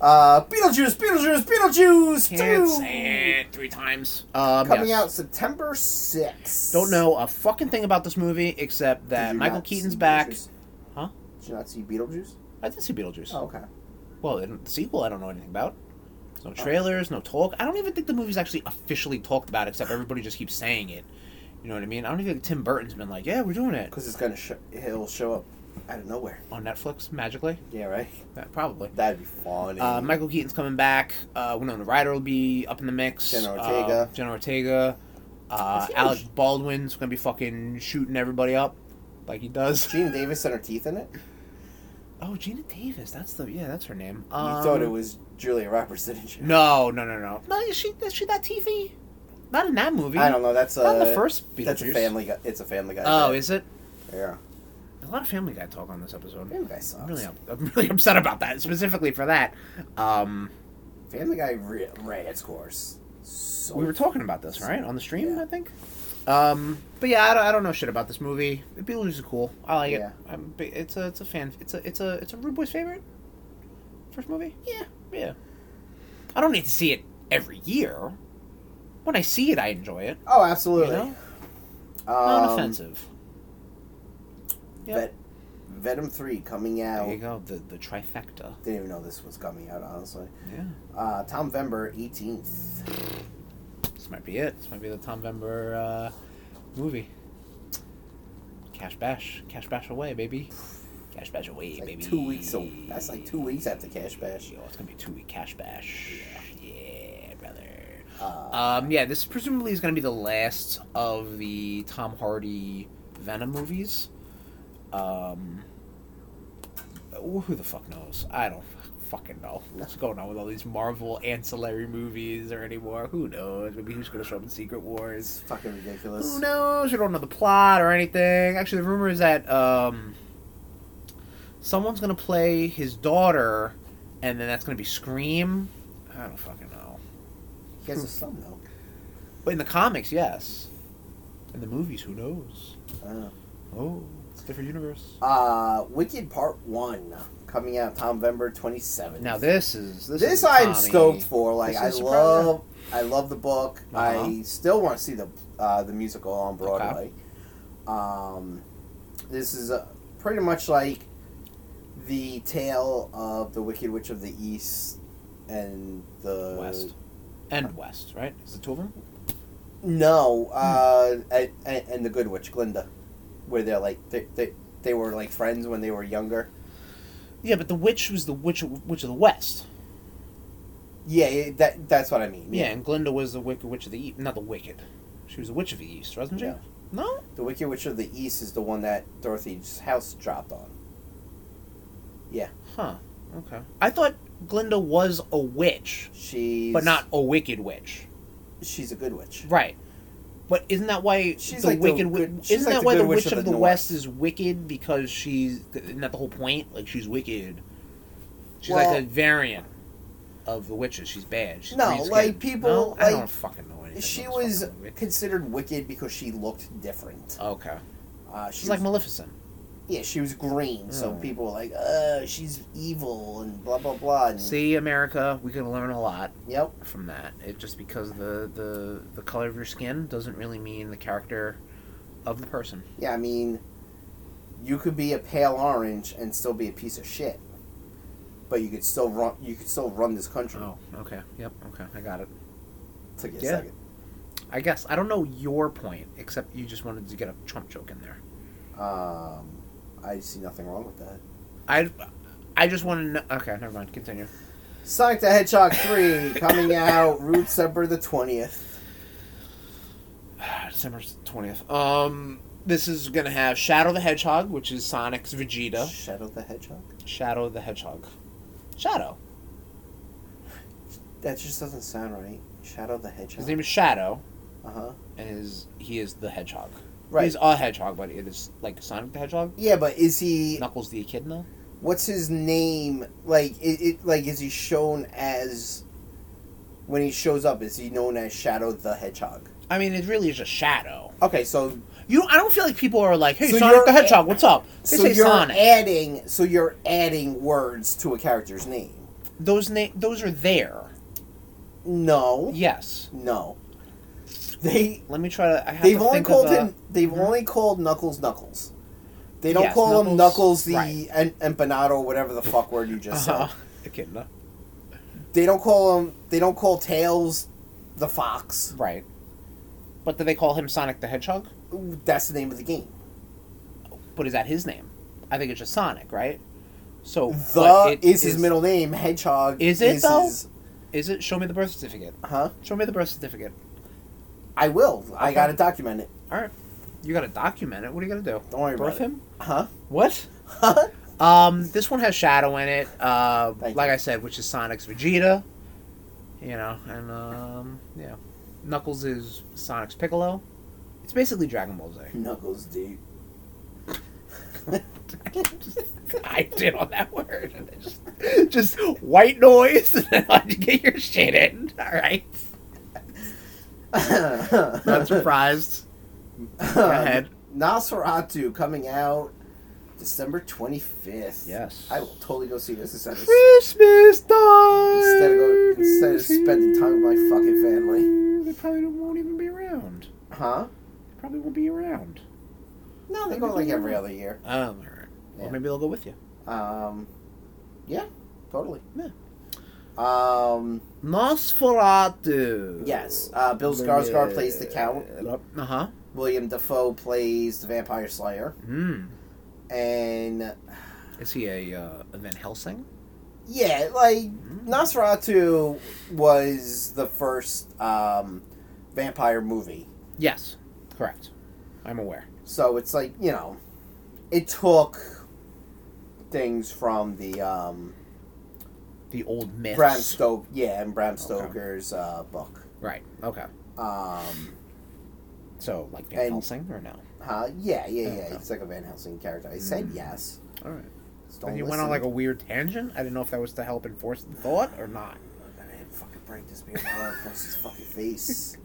S2: Uh, Beetlejuice, Beetlejuice, Beetlejuice!
S1: Can't
S2: two! Uh,
S1: say it three times. Um,
S2: Coming
S1: yes.
S2: out September 6th.
S1: Don't know a fucking thing about this movie except
S2: Did
S1: that
S2: you
S1: Michael
S2: not see
S1: Keaton's back.
S2: Beetlejuice?
S1: Huh?
S2: Did you not see Beetlejuice?
S1: I did see Beetlejuice.
S2: Oh, okay.
S1: Well, the sequel I don't know anything about. There's no trailers, no talk. I don't even think the movie's actually officially talked about except everybody just keeps saying it. You know what I mean? I don't even think Tim Burton's been like, yeah, we're doing it.
S2: Because it's gonna sh- it'll show up out of nowhere.
S1: On Netflix, magically?
S2: Yeah, right.
S1: Yeah, probably.
S2: That'd be funny.
S1: Uh, Michael Keaton's coming back. Uh, Winona Ryder will be up in the mix.
S2: Jenna
S1: Uh,
S2: Ortega.
S1: Jenna Ortega. Uh,
S2: That's huge.
S1: Alec Baldwin's going to be fucking shooting everybody up like he does.
S2: Gene Davis and her teeth in it.
S1: Oh, Gina Davis. That's the yeah. That's her name.
S2: You
S1: Um,
S2: thought it was Julia Roberts, didn't you?
S1: No, no, no, no. No, is she is she that TV? Not in that movie.
S2: I don't know. That's a
S1: Not in the first Beetlejuice.
S2: That's a Family Guy. It's a Family Guy.
S1: Oh,
S2: thing.
S1: is it?
S2: yeah.
S1: A lot of Family Guy talk on this episode.
S2: Family Guy sucks.
S1: I'm really, up- I'm really upset about that. Specifically for that, um,
S2: Family Guy re- ran its course. So
S1: we were talking about this right on the stream,
S2: Yeah.
S1: I think. Um, but yeah, I don't, I don't know shit about this movie. Beetlejuice is cool. I like
S2: Yeah.
S1: it. I'm, bi- it's a it's a fan. It's a it's a it's a Rude Boy's favorite. First movie. Yeah, yeah. I don't need to see it every year. When I see it, I enjoy it.
S2: Oh, absolutely.
S1: You know?
S2: Um,
S1: Non-offensive. Yep.
S2: Vet- Venom three coming out.
S1: There you go. The the trifecta.
S2: Didn't even know this was coming out. Honestly.
S1: Yeah.
S2: Uh, Tom Vember, eighteenth.
S1: This might be it. This might be the Tom Vember uh, movie. Cash bash. Cash bash away, baby. Cash bash away,
S2: Like
S1: baby.
S2: two weeks. So that's like two weeks after Cash Bash.
S1: Yo, it's gonna be two week cash bash. Yeah, brother.
S2: Uh,
S1: Um, yeah, this presumably is going to be the last of the Tom Hardy Venom movies. Um, wh- who the fuck knows? I don't fucking know what's going on with all these Marvel ancillary movies or anymore. Who knows? Maybe who's going to show up in Secret
S2: it's
S1: Wars?
S2: fucking ridiculous.
S1: Who knows? You don't know the plot or anything. Actually, the rumor is that um, someone's going to play his daughter, and then that's going to be Scream. I don't fucking know.
S2: He has a son though.
S1: But in the comics, yes. In the movies, who knows?
S2: I don't know.
S1: Oh, it's a different universe.
S2: Uh, Wicked Part One coming out Tom Vember twenty seventh.
S5: Now this is this,
S2: this
S5: is
S2: I'm
S5: Tommy.
S2: stoked for. Like
S5: This
S2: I
S5: is a
S2: love, I love the book. I
S1: Uh-huh.
S2: still want to see the uh, the musical on Broadway. Um, this is uh pretty much like the tale of the Wicked Witch of the East and the
S1: West and West, right? Is the two of them?
S5: Hmm.
S2: No, uh, and, and and the Good Witch, Glinda, where they're like they, they they were like friends when they were younger.
S1: Yeah, but the witch was the witch, witch of the West.
S2: Yeah, yeah, that that's what I mean.
S1: Yeah, and Glinda was the wicked witch of the east. Not the wicked. She was the witch of the east, wasn't she?
S2: No.
S1: No.
S2: The Wicked Witch of the East is the one that Dorothy's house dropped on.
S1: Huh. Okay. I thought Glinda was a witch,
S2: She's
S1: but not a wicked witch.
S2: She's a good witch.
S1: Right. But isn't that why
S2: She's
S1: the
S2: like the
S1: wicked? wi-
S2: good- she's
S1: isn't
S2: like
S1: that
S2: the
S1: why
S2: good
S1: the
S2: witch
S1: witch
S2: of
S1: of
S2: the
S1: the
S2: North.
S1: West is wicked because she's isn't that the whole point? Like she's wicked. She's
S2: Well-
S1: like a variant of the witches. She's bad. She's
S2: No,
S1: Reed's
S2: like,
S1: kid.
S2: people-
S1: No? I
S2: like,
S1: don't fucking know anything.
S2: She
S1: about this
S2: was
S1: fucking wicked-
S2: considered wicked because she looked different.
S1: okay.
S2: Uh,
S1: She's
S2: she
S1: like
S2: was-
S1: Maleficent.
S2: yeah, she was green, so
S1: Mm.
S2: people were like, "Uh, she's evil," and blah blah blah. And,
S1: See, America, we can learn a lot
S2: Yep.
S1: from that. It just because the the the color of your skin doesn't really mean the character of the person.
S2: Yeah, I mean, you could be a pale orange and still be a piece of shit, but you could still run. You could still run this country.
S1: Oh, okay. Yep. Okay, I got it.
S2: Took you a
S1: yeah.
S2: second.
S1: I guess I don't know your point, except you just wanted to get a Trump joke in there.
S2: Um, I see nothing wrong with that.
S1: I, I just want to. Know, okay, never mind. Continue.
S2: Sonic the Hedgehog three coming out Root September the twentieth.
S1: December twentieth. Um, this is gonna have Shadow the Hedgehog, which is Sonic's Vegeta.
S2: Shadow the Hedgehog.
S1: Shadow the Hedgehog. Shadow.
S2: That just doesn't sound right. Shadow the Hedgehog.
S1: His name is Shadow,
S2: Uh huh.
S1: and his he is the Hedgehog.
S2: Right.
S1: He's a hedgehog, but it is like Sonic the Hedgehog.
S2: yeah, but is he?
S1: Knuckles the Echidna.
S2: What's his name? Like it, it? Like is he shown as? When he shows up, is he known as Shadow the Hedgehog?
S1: I mean, it really is just Shadow.
S2: Okay, so
S1: You, I don't feel like people are like, "Hey,
S2: So you're-
S1: Sonic the Hedgehog, what's up?" They
S2: so
S1: say
S2: you're
S1: Sonic.
S2: adding. So you're adding words to a character's name.
S1: those na- those are there.
S2: No,
S1: Yes.
S2: no. They
S1: Let me try to. I have
S2: they've
S1: to
S2: only
S1: think
S2: called
S1: of a-
S2: him. They've
S1: Mhm.
S2: only called Knuckles Knuckles. They don't
S1: Yes,
S2: call him
S1: Knuckles-
S2: Knuckles the
S1: right.
S2: em- empanado or whatever the fuck word you just
S1: Uh-huh.
S2: said.
S1: Echidna.
S2: They don't call him. They don't call Tails the fox.
S1: Right. But do they call him Sonic the Hedgehog?
S2: That's the name of the game.
S1: But is that his name? I think it's just Sonic, right? So but
S2: The
S1: it
S2: is his middle name. Hedgehog
S1: Is it, though?
S2: his-
S1: Is it? Show me the birth certificate.
S2: huh?
S1: Show me the birth certificate.
S2: I will. I
S1: Okay.
S2: gotta document it.
S1: All right. You gotta document it. What are you gonna do?
S2: Don't worry
S1: Birth
S2: about
S1: him?
S2: it. Huh?
S1: What?
S2: Huh?
S1: Um, this one has Shadow in it. Uh,
S2: Thank
S1: like
S2: you.
S1: I said, which is Sonic's Vegeta. You know, and um, yeah, Knuckles is Sonic's Piccolo. It's basically Dragon Ball Z.
S2: Knuckles, dude.
S1: I did on that word. And then just, just white noise, and then how'd you get your shit in? All right. Not surprised.
S2: Um,
S1: Go ahead.
S2: Nosferatu coming out December 25th.
S1: Yes.
S2: I will totally go see this instead of,
S1: Christmas time.
S2: instead of, go, instead of spending time with my fucking family.
S1: They probably won't even be around.
S2: Huh?
S1: They probably won't be around.
S2: No, they go like every other year.
S1: Um, all right. Well,
S2: Yeah.
S1: maybe they'll go with you.
S2: Um, yeah, totally.
S1: Yeah.
S2: Um,
S1: Nosferatu.
S2: yes, uh, Bill Skarsgård plays the Count.
S1: Uh huh.
S2: William Defoe plays the Vampire Slayer.
S1: Hmm.
S2: And
S1: Is he a uh, a Van Helsing?
S2: Yeah, like
S1: Mm.
S2: Nosferatu was the first um, vampire movie,
S1: Yes. Correct. I'm aware.
S2: so it's like you know, it took things from the um,
S1: The old myths.
S2: Bram Stoker, yeah, and Bram
S1: Okay.
S2: Stoker's uh, book.
S1: Right. Okay.
S2: Um,
S1: So, like Van
S2: And-
S1: Helsing or no?
S2: huh? Yeah, yeah, yeah.
S1: Okay.
S2: It's like a Van Helsing character. I said
S1: Mm.
S2: yes.
S1: All right.
S2: Just
S1: Then
S2: don't
S1: you went on like
S2: listen.
S1: a weird tangent. I didn't know if that was to help enforce the thought or not.
S2: I didn't fucking break this beer right across his fucking face.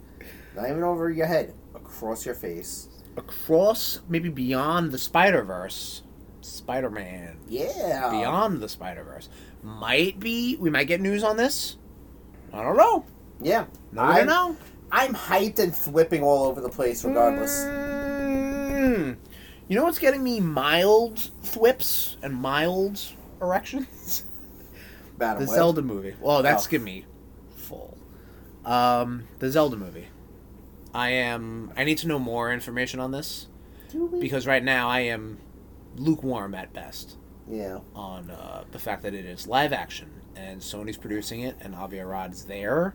S2: Not even over your head, across your face.
S1: Across, maybe beyond the Spider Verse, Spider Man
S2: Yeah.
S1: Beyond the Spider Verse. Might be we might get news on this. I don't know.
S2: Yeah.
S1: No, I don't
S2: I'm-
S1: know.
S2: I'm hyped and flipping all over the place regardless.
S1: Mm. You know what's getting me mild thwips and mild erections?
S2: Madam
S1: Hmm. the
S2: Web.
S1: Zelda movie. Well, that's
S2: Oh.
S1: giving me full. Um, the Zelda movie. I am. I need to know more information on this because right now I am lukewarm at best
S2: Yeah.
S1: on uh, the fact that it is live action and Sony's producing it and Avi Arad's there.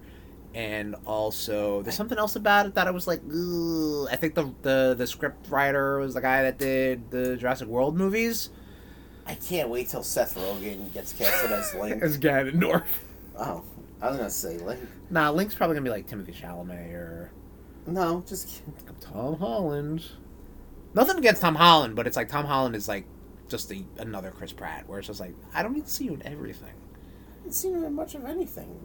S1: And also, there's something else about it that I was like, "Ugh." I think the, the the script writer was the guy that did the Jurassic World movies.
S2: I can't wait till Seth Rogen gets casted as Link.
S1: As Ganondorf.
S2: Oh, I was gonna say Link.
S1: Nah, Link's probably gonna be like Timothy Chalamet or
S2: No, just kid-
S1: Tom Holland. Nothing against Tom Holland, but it's like Tom Holland is like just a, another Chris Pratt, where it's just like I don't need to see you in everything.
S2: I haven't seen him in much of anything.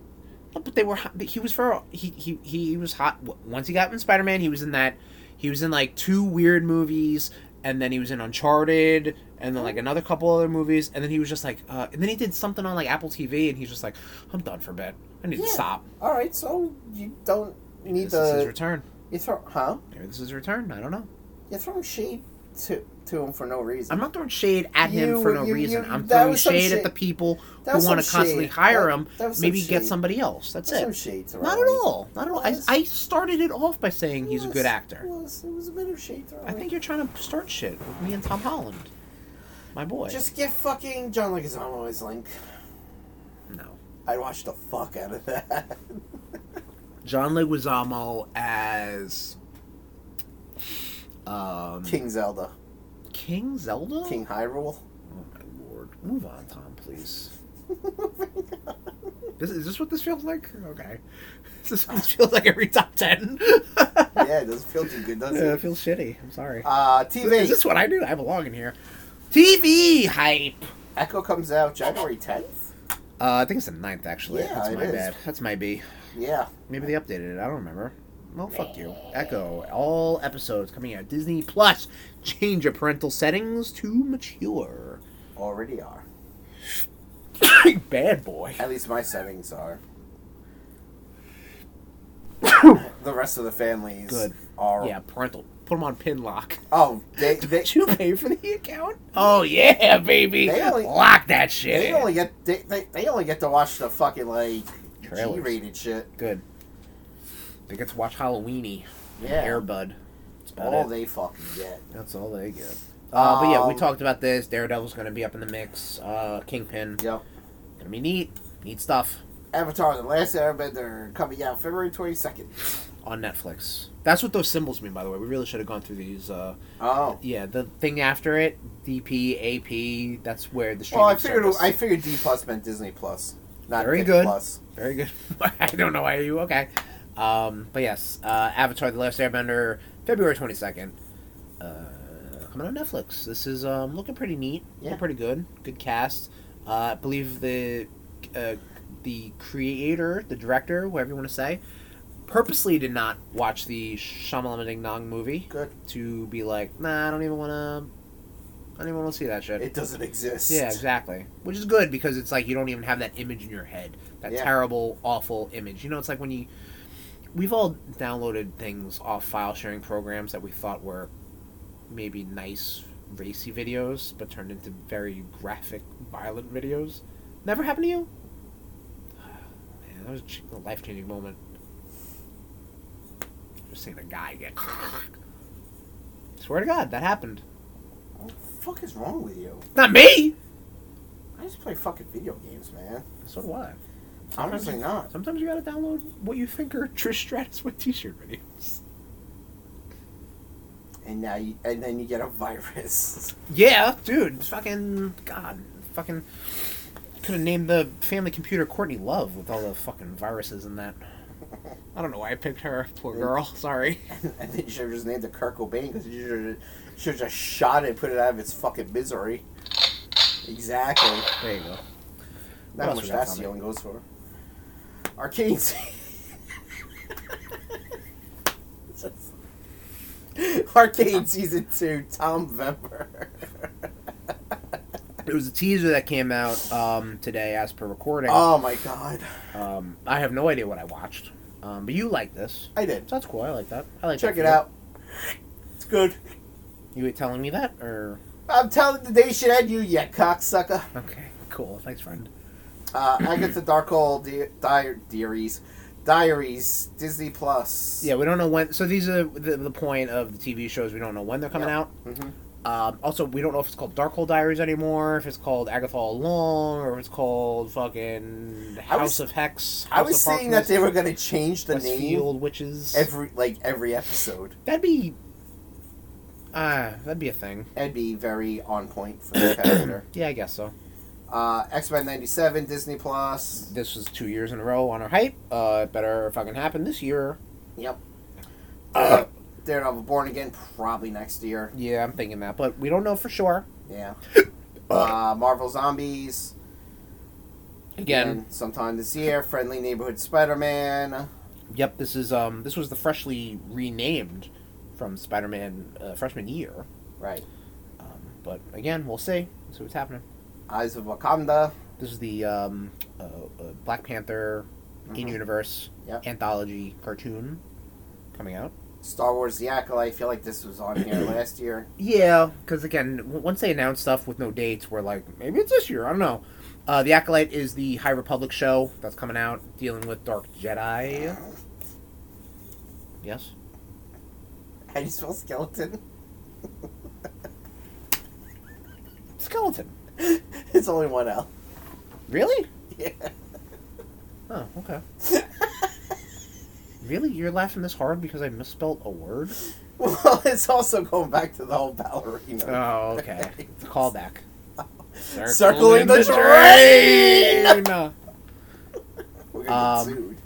S1: No, But they were. hot- He was for he he he was hot. w- Once he got in Spider Man, he was in that. He was in like two weird movies, and then he was in Uncharted, and
S2: Mm-hmm.
S1: then like another couple other movies, and then he was just like, uh, and then he did something on like Apple TV, and he's just like, I'm done for bed. I need
S2: Yeah.
S1: to stop.
S2: All right, so you don't need
S1: This is his
S2: to.
S1: return.
S2: You throw, huh?
S1: Maybe this is his return. I don't know.
S2: You're throwing shade to to him for no reason.
S1: I'm not throwing shade at him
S2: You-
S1: for no
S2: you- you-
S1: reason. I'm
S2: that
S1: throwing
S2: was some
S1: shade at
S2: shade.
S1: the people
S2: That
S1: who
S2: was
S1: want to
S2: some
S1: constantly
S2: shade.
S1: hire
S2: That-
S1: him.
S2: that was some
S1: maybe get
S2: shade.
S1: somebody else. That's
S2: That's
S1: it.
S2: some shade throwing.
S1: Not at all. Not at all. I,
S2: Yes.
S1: I started it off by saying
S2: It
S1: he's a
S2: was-
S1: good actor.
S2: It was, it was a bit of shade throwing.
S1: I think you're trying to start shit with me and Tom Holland, my boy.
S2: Just give fucking John Leguizamo his Link.
S1: no.
S2: I'd watch the fuck out of that.
S1: John Leguizamo as um,
S2: King Zelda,
S1: King Zelda.
S2: King Hyrule.
S1: Oh my lord! Move on, Tom, please. This, is this what this feels like? Okay. Is this what this feels like every top ten? yeah,
S2: yeah, it doesn't feel too good, does
S1: it
S2: it?
S1: feels shitty. I'm sorry.
S2: Uh,
S1: Is
S2: TV.
S1: this what I do? I belong in here. TV hype.
S2: Echo comes out January 10th.
S1: Uh, I think it's the 9th, actually.
S2: Yeah,
S1: That's
S2: it
S1: my
S2: is.
S1: bad. That's my B.
S2: Yeah.
S1: Maybe they updated it. I don't remember. Well, fuck you. Echo. All episodes coming out. Disney Plus. Change your parental settings to mature.
S2: Already are.
S1: Bad boy.
S2: At least my settings are. the rest of the families
S1: Good.
S2: are.
S1: Yeah, parental. Put them on pin lock.
S2: Oh, they they,
S1: Did you pay for the account? Oh yeah, baby.
S2: They only-
S1: Lock that shit.
S2: they
S1: in.
S2: only get they, they, they only get to watch the fucking like
S1: Trailers.
S2: G-rated shit.
S1: Good. They get to watch Halloweeny.
S2: Yeah.
S1: Airbud. That's about
S2: All
S1: it.
S2: they fucking get.
S1: That's all they get. Uh, but yeah, we
S2: Um,
S1: talked about this. Daredevil's going to be up in the mix. Uh, Kingpin.
S2: Yep.
S1: Going to be neat. Neat stuff
S2: Avatar: The Last Airbender coming out February twenty second.
S1: on Netflix. That's what those symbols mean, by the way. We really should have gone through these. Uh,
S2: Oh.
S1: yeah, the thing after it, DP, AP, that's where the streaming
S2: Well, I figured
S1: service-
S2: I figured D plus meant Disney plus, not
S1: Very
S2: Disney
S1: good.
S2: Plus.
S1: Very good. I don't know why you okay. Um, but yes, uh, Avatar: The Last Airbender, February twenty second, uh, coming on Netflix. This is um, looking pretty neat. Looking
S2: Yeah.
S1: pretty good. Good cast. Uh, I believe the uh, the creator, the director, whatever you want to say, purposely did not watch the Shyamalan Ding Dong movie
S2: Good.
S1: to be like, nah, I don't even want to. I don't even want to see that shit.
S2: It doesn't exist.
S1: Yeah, exactly. Which is good because it's like you don't even have that image in your head. That
S2: Yeah.
S1: terrible, awful image. You know, it's like when you. We've all downloaded things off file sharing programs that we thought were maybe nice, racy videos, but turned into very graphic, violent videos. Never happened to you? Man, that was a ch- a life changing moment. Just seeing a guy get. Swear to God, that happened.
S2: What the fuck is wrong with you?
S1: Not me!
S2: I just play fucking video games, man.
S1: So do I.
S2: Honestly, not.
S1: Sometimes you gotta download what you think are Trish Stratus with T-shirt videos.
S2: And now you, and then you get a virus.
S1: Yeah, dude, fucking god, fucking could have named the family computer Courtney Love with all the fucking viruses in that. I don't know why I picked her. Poor girl. Sorry.
S2: and then you should have just named it Kurt Cobain because you should have just shot it and put it out of its fucking misery. Exactly.
S1: There you go.
S2: Not
S1: else we
S2: how much
S1: got,
S2: that
S1: Tommy?
S2: ceiling goes for. Arcane. Arcade season two, Tom Vember.
S1: There was a teaser that came out um, today, as per recording.
S2: Oh my god,
S1: Um, I have no idea what I watched, um, but you like this,
S2: I did.
S1: so that's cool. I like that. I like.
S2: Check
S1: that
S2: it
S1: for you.
S2: out. It's good.
S1: You telling me that, or
S2: I'm telling the day should end you, you cocksucker.
S1: okay, cool. Thanks, friend.
S2: Uh, Agatha Darkhold di- di- Diaries, Diaries, Disney Plus.
S1: Yeah, we don't know when. So these are the, the point of the TV shows. We don't know when they're coming
S2: Yeah.
S1: out.
S2: Mhm.
S1: Um, also, we don't know if it's called Darkhold Diaries anymore, if it's called Agatha All Along, or if it's called fucking
S2: I
S1: House of
S2: was-
S1: Hex.
S2: I was seeing that they were gonna change the name
S1: Westfield Witches.
S2: every like every episode.
S1: that'd be, ah, that'd be a thing.
S2: That'd be very on point for the character.
S1: Yeah, I guess so.
S2: Uh, X Men '97, Disney Plus.
S1: This was two years in a row on our hype. Uh, it better fucking happen this year.
S2: Yep. Uh, Daredevil Born Again, probably next year.
S1: Yeah, I'm thinking that, but we don't know for sure.
S2: Yeah. Uh, Marvel Zombies.
S1: Again,
S2: and sometime this year. Friendly Neighborhood Spider Man.
S1: Yep, this is um this was the freshly renamed from Spider-Man uh, freshman year.
S2: Right.
S1: Um, but again, we'll see. We'll see what's happening.
S2: Eyes of Wakanda.
S1: This is the um, uh, uh, Black Panther in
S2: Mhm.
S1: universe
S2: Yep.
S1: anthology cartoon coming out.
S2: Star Wars The Acolyte. I feel like this was on here last year.
S1: Yeah, because again, w- once they announce stuff with no dates, we're like, maybe it's this year. I don't know. Uh, the Acolyte is the High Republic show that's coming out, dealing with Dark Jedi. Yes.
S2: How do you spell skeleton?
S1: Skeleton.
S2: it's only one L.
S1: Really?
S2: Yeah.
S1: Oh, okay. Really? You're laughing this hard because I misspelled a word?
S2: well, it's also going back to the whole ballerina.
S1: Oh, okay. It's a callback.
S2: Circling the train!
S1: train!
S2: We're gonna
S1: Um,
S2: get sued.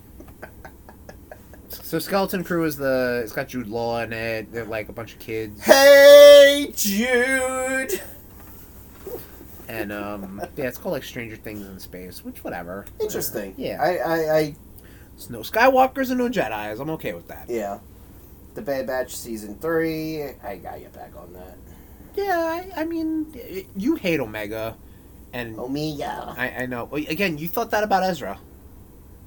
S1: So Skeleton Crew is the it's got Jude Law in it. They're like a bunch of kids,
S2: Hey, Jude!
S1: and um, yeah, it's called like Stranger Things in Space, which whatever.
S2: Interesting.
S1: Yeah.
S2: I, I, I,
S1: It's no Skywalkers and no Jedi's. I'm okay with that.
S2: yeah. The Bad Batch season three. I gotta get back on that.
S1: Yeah, I, I mean, y- you hate Omega, and
S2: Oh. Omega.
S1: I, I know. Again, you thought that about Ezra.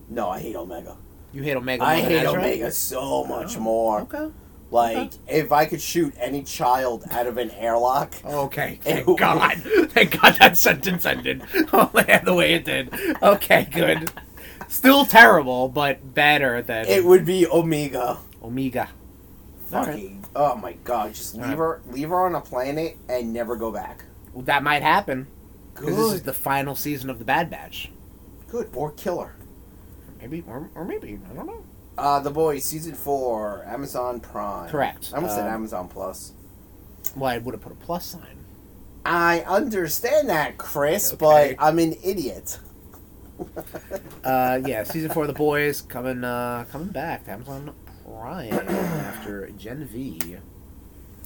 S2: No, I hate Omega.
S1: You hate Omega.
S2: I
S1: more than
S2: hate
S1: Ezra?
S2: Omega so much
S1: Oh,
S2: more.
S1: Okay. Uh-huh.
S2: Like, if I could shoot any child out of an airlock,
S1: Okay,
S2: Ew.
S1: thank God. Thank God that sentence ended oh, man, the way it did. Okay, good. Still terrible, but better than
S2: it would be Omega.
S1: Omega. All right.
S2: Fucking. Oh my god! Just leave
S1: All right.
S2: her, leave her on a planet and never go back.
S1: Well, that might happen because this is
S2: Good,
S1: the final season of the Bad Batch.
S2: good, or kill her.
S1: Maybe, or, or maybe I don't know.
S2: Uh, the Boys season four, Amazon Prime.
S1: Correct.
S2: I almost said
S1: Um,
S2: Amazon Plus.
S1: Well, I would have put a plus sign.
S2: I understand that, Chris,
S1: Okay.
S2: but I'm an idiot.
S1: Uh, yeah, season four of the boys coming, uh, coming back. to Amazon Prime after Gen V.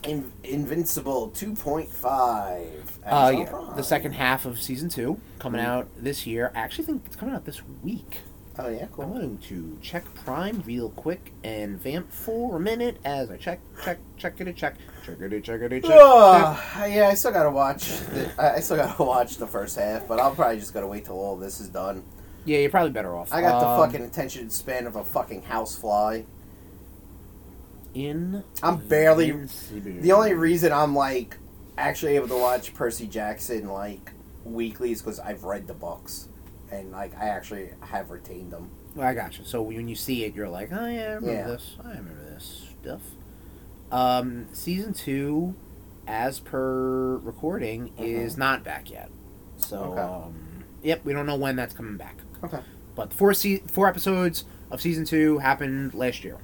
S2: In- Invincible 2.5.
S1: Uh,
S2: Amazon
S1: yeah,
S2: Prime.
S1: the second half of season two coming
S2: Mhm.
S1: out this year. I actually think it's coming out this week.
S2: Oh yeah,
S1: I'm
S2: cool.
S1: going to check Prime real quick and vamp for a minute as I check, check, check it, check, check it, check it, check.
S2: Ugh, yeah, I still gotta watch. The, I I still gotta watch the first half, but I'll probably just gotta wait till all this is done.
S1: Yeah, you're probably better off.
S2: I got
S1: Um,
S2: the fucking attention span of a fucking housefly.
S1: in.
S2: I'm barely-
S1: Invincible.
S2: The only reason I'm like actually able to watch Percy Jackson like weekly is because I've read the books and like I actually have retained them.
S1: Well, I got you. So when you see it, you're like, oh yeah, I remember
S2: Yeah.
S1: this. I remember this stuff. Um, season two, as per recording, is not back yet. So,
S2: Mm-hmm. Okay.
S1: um, yep, we don't know when that's coming back.
S2: Okay.
S1: But the four se- four episodes of season two happened last year.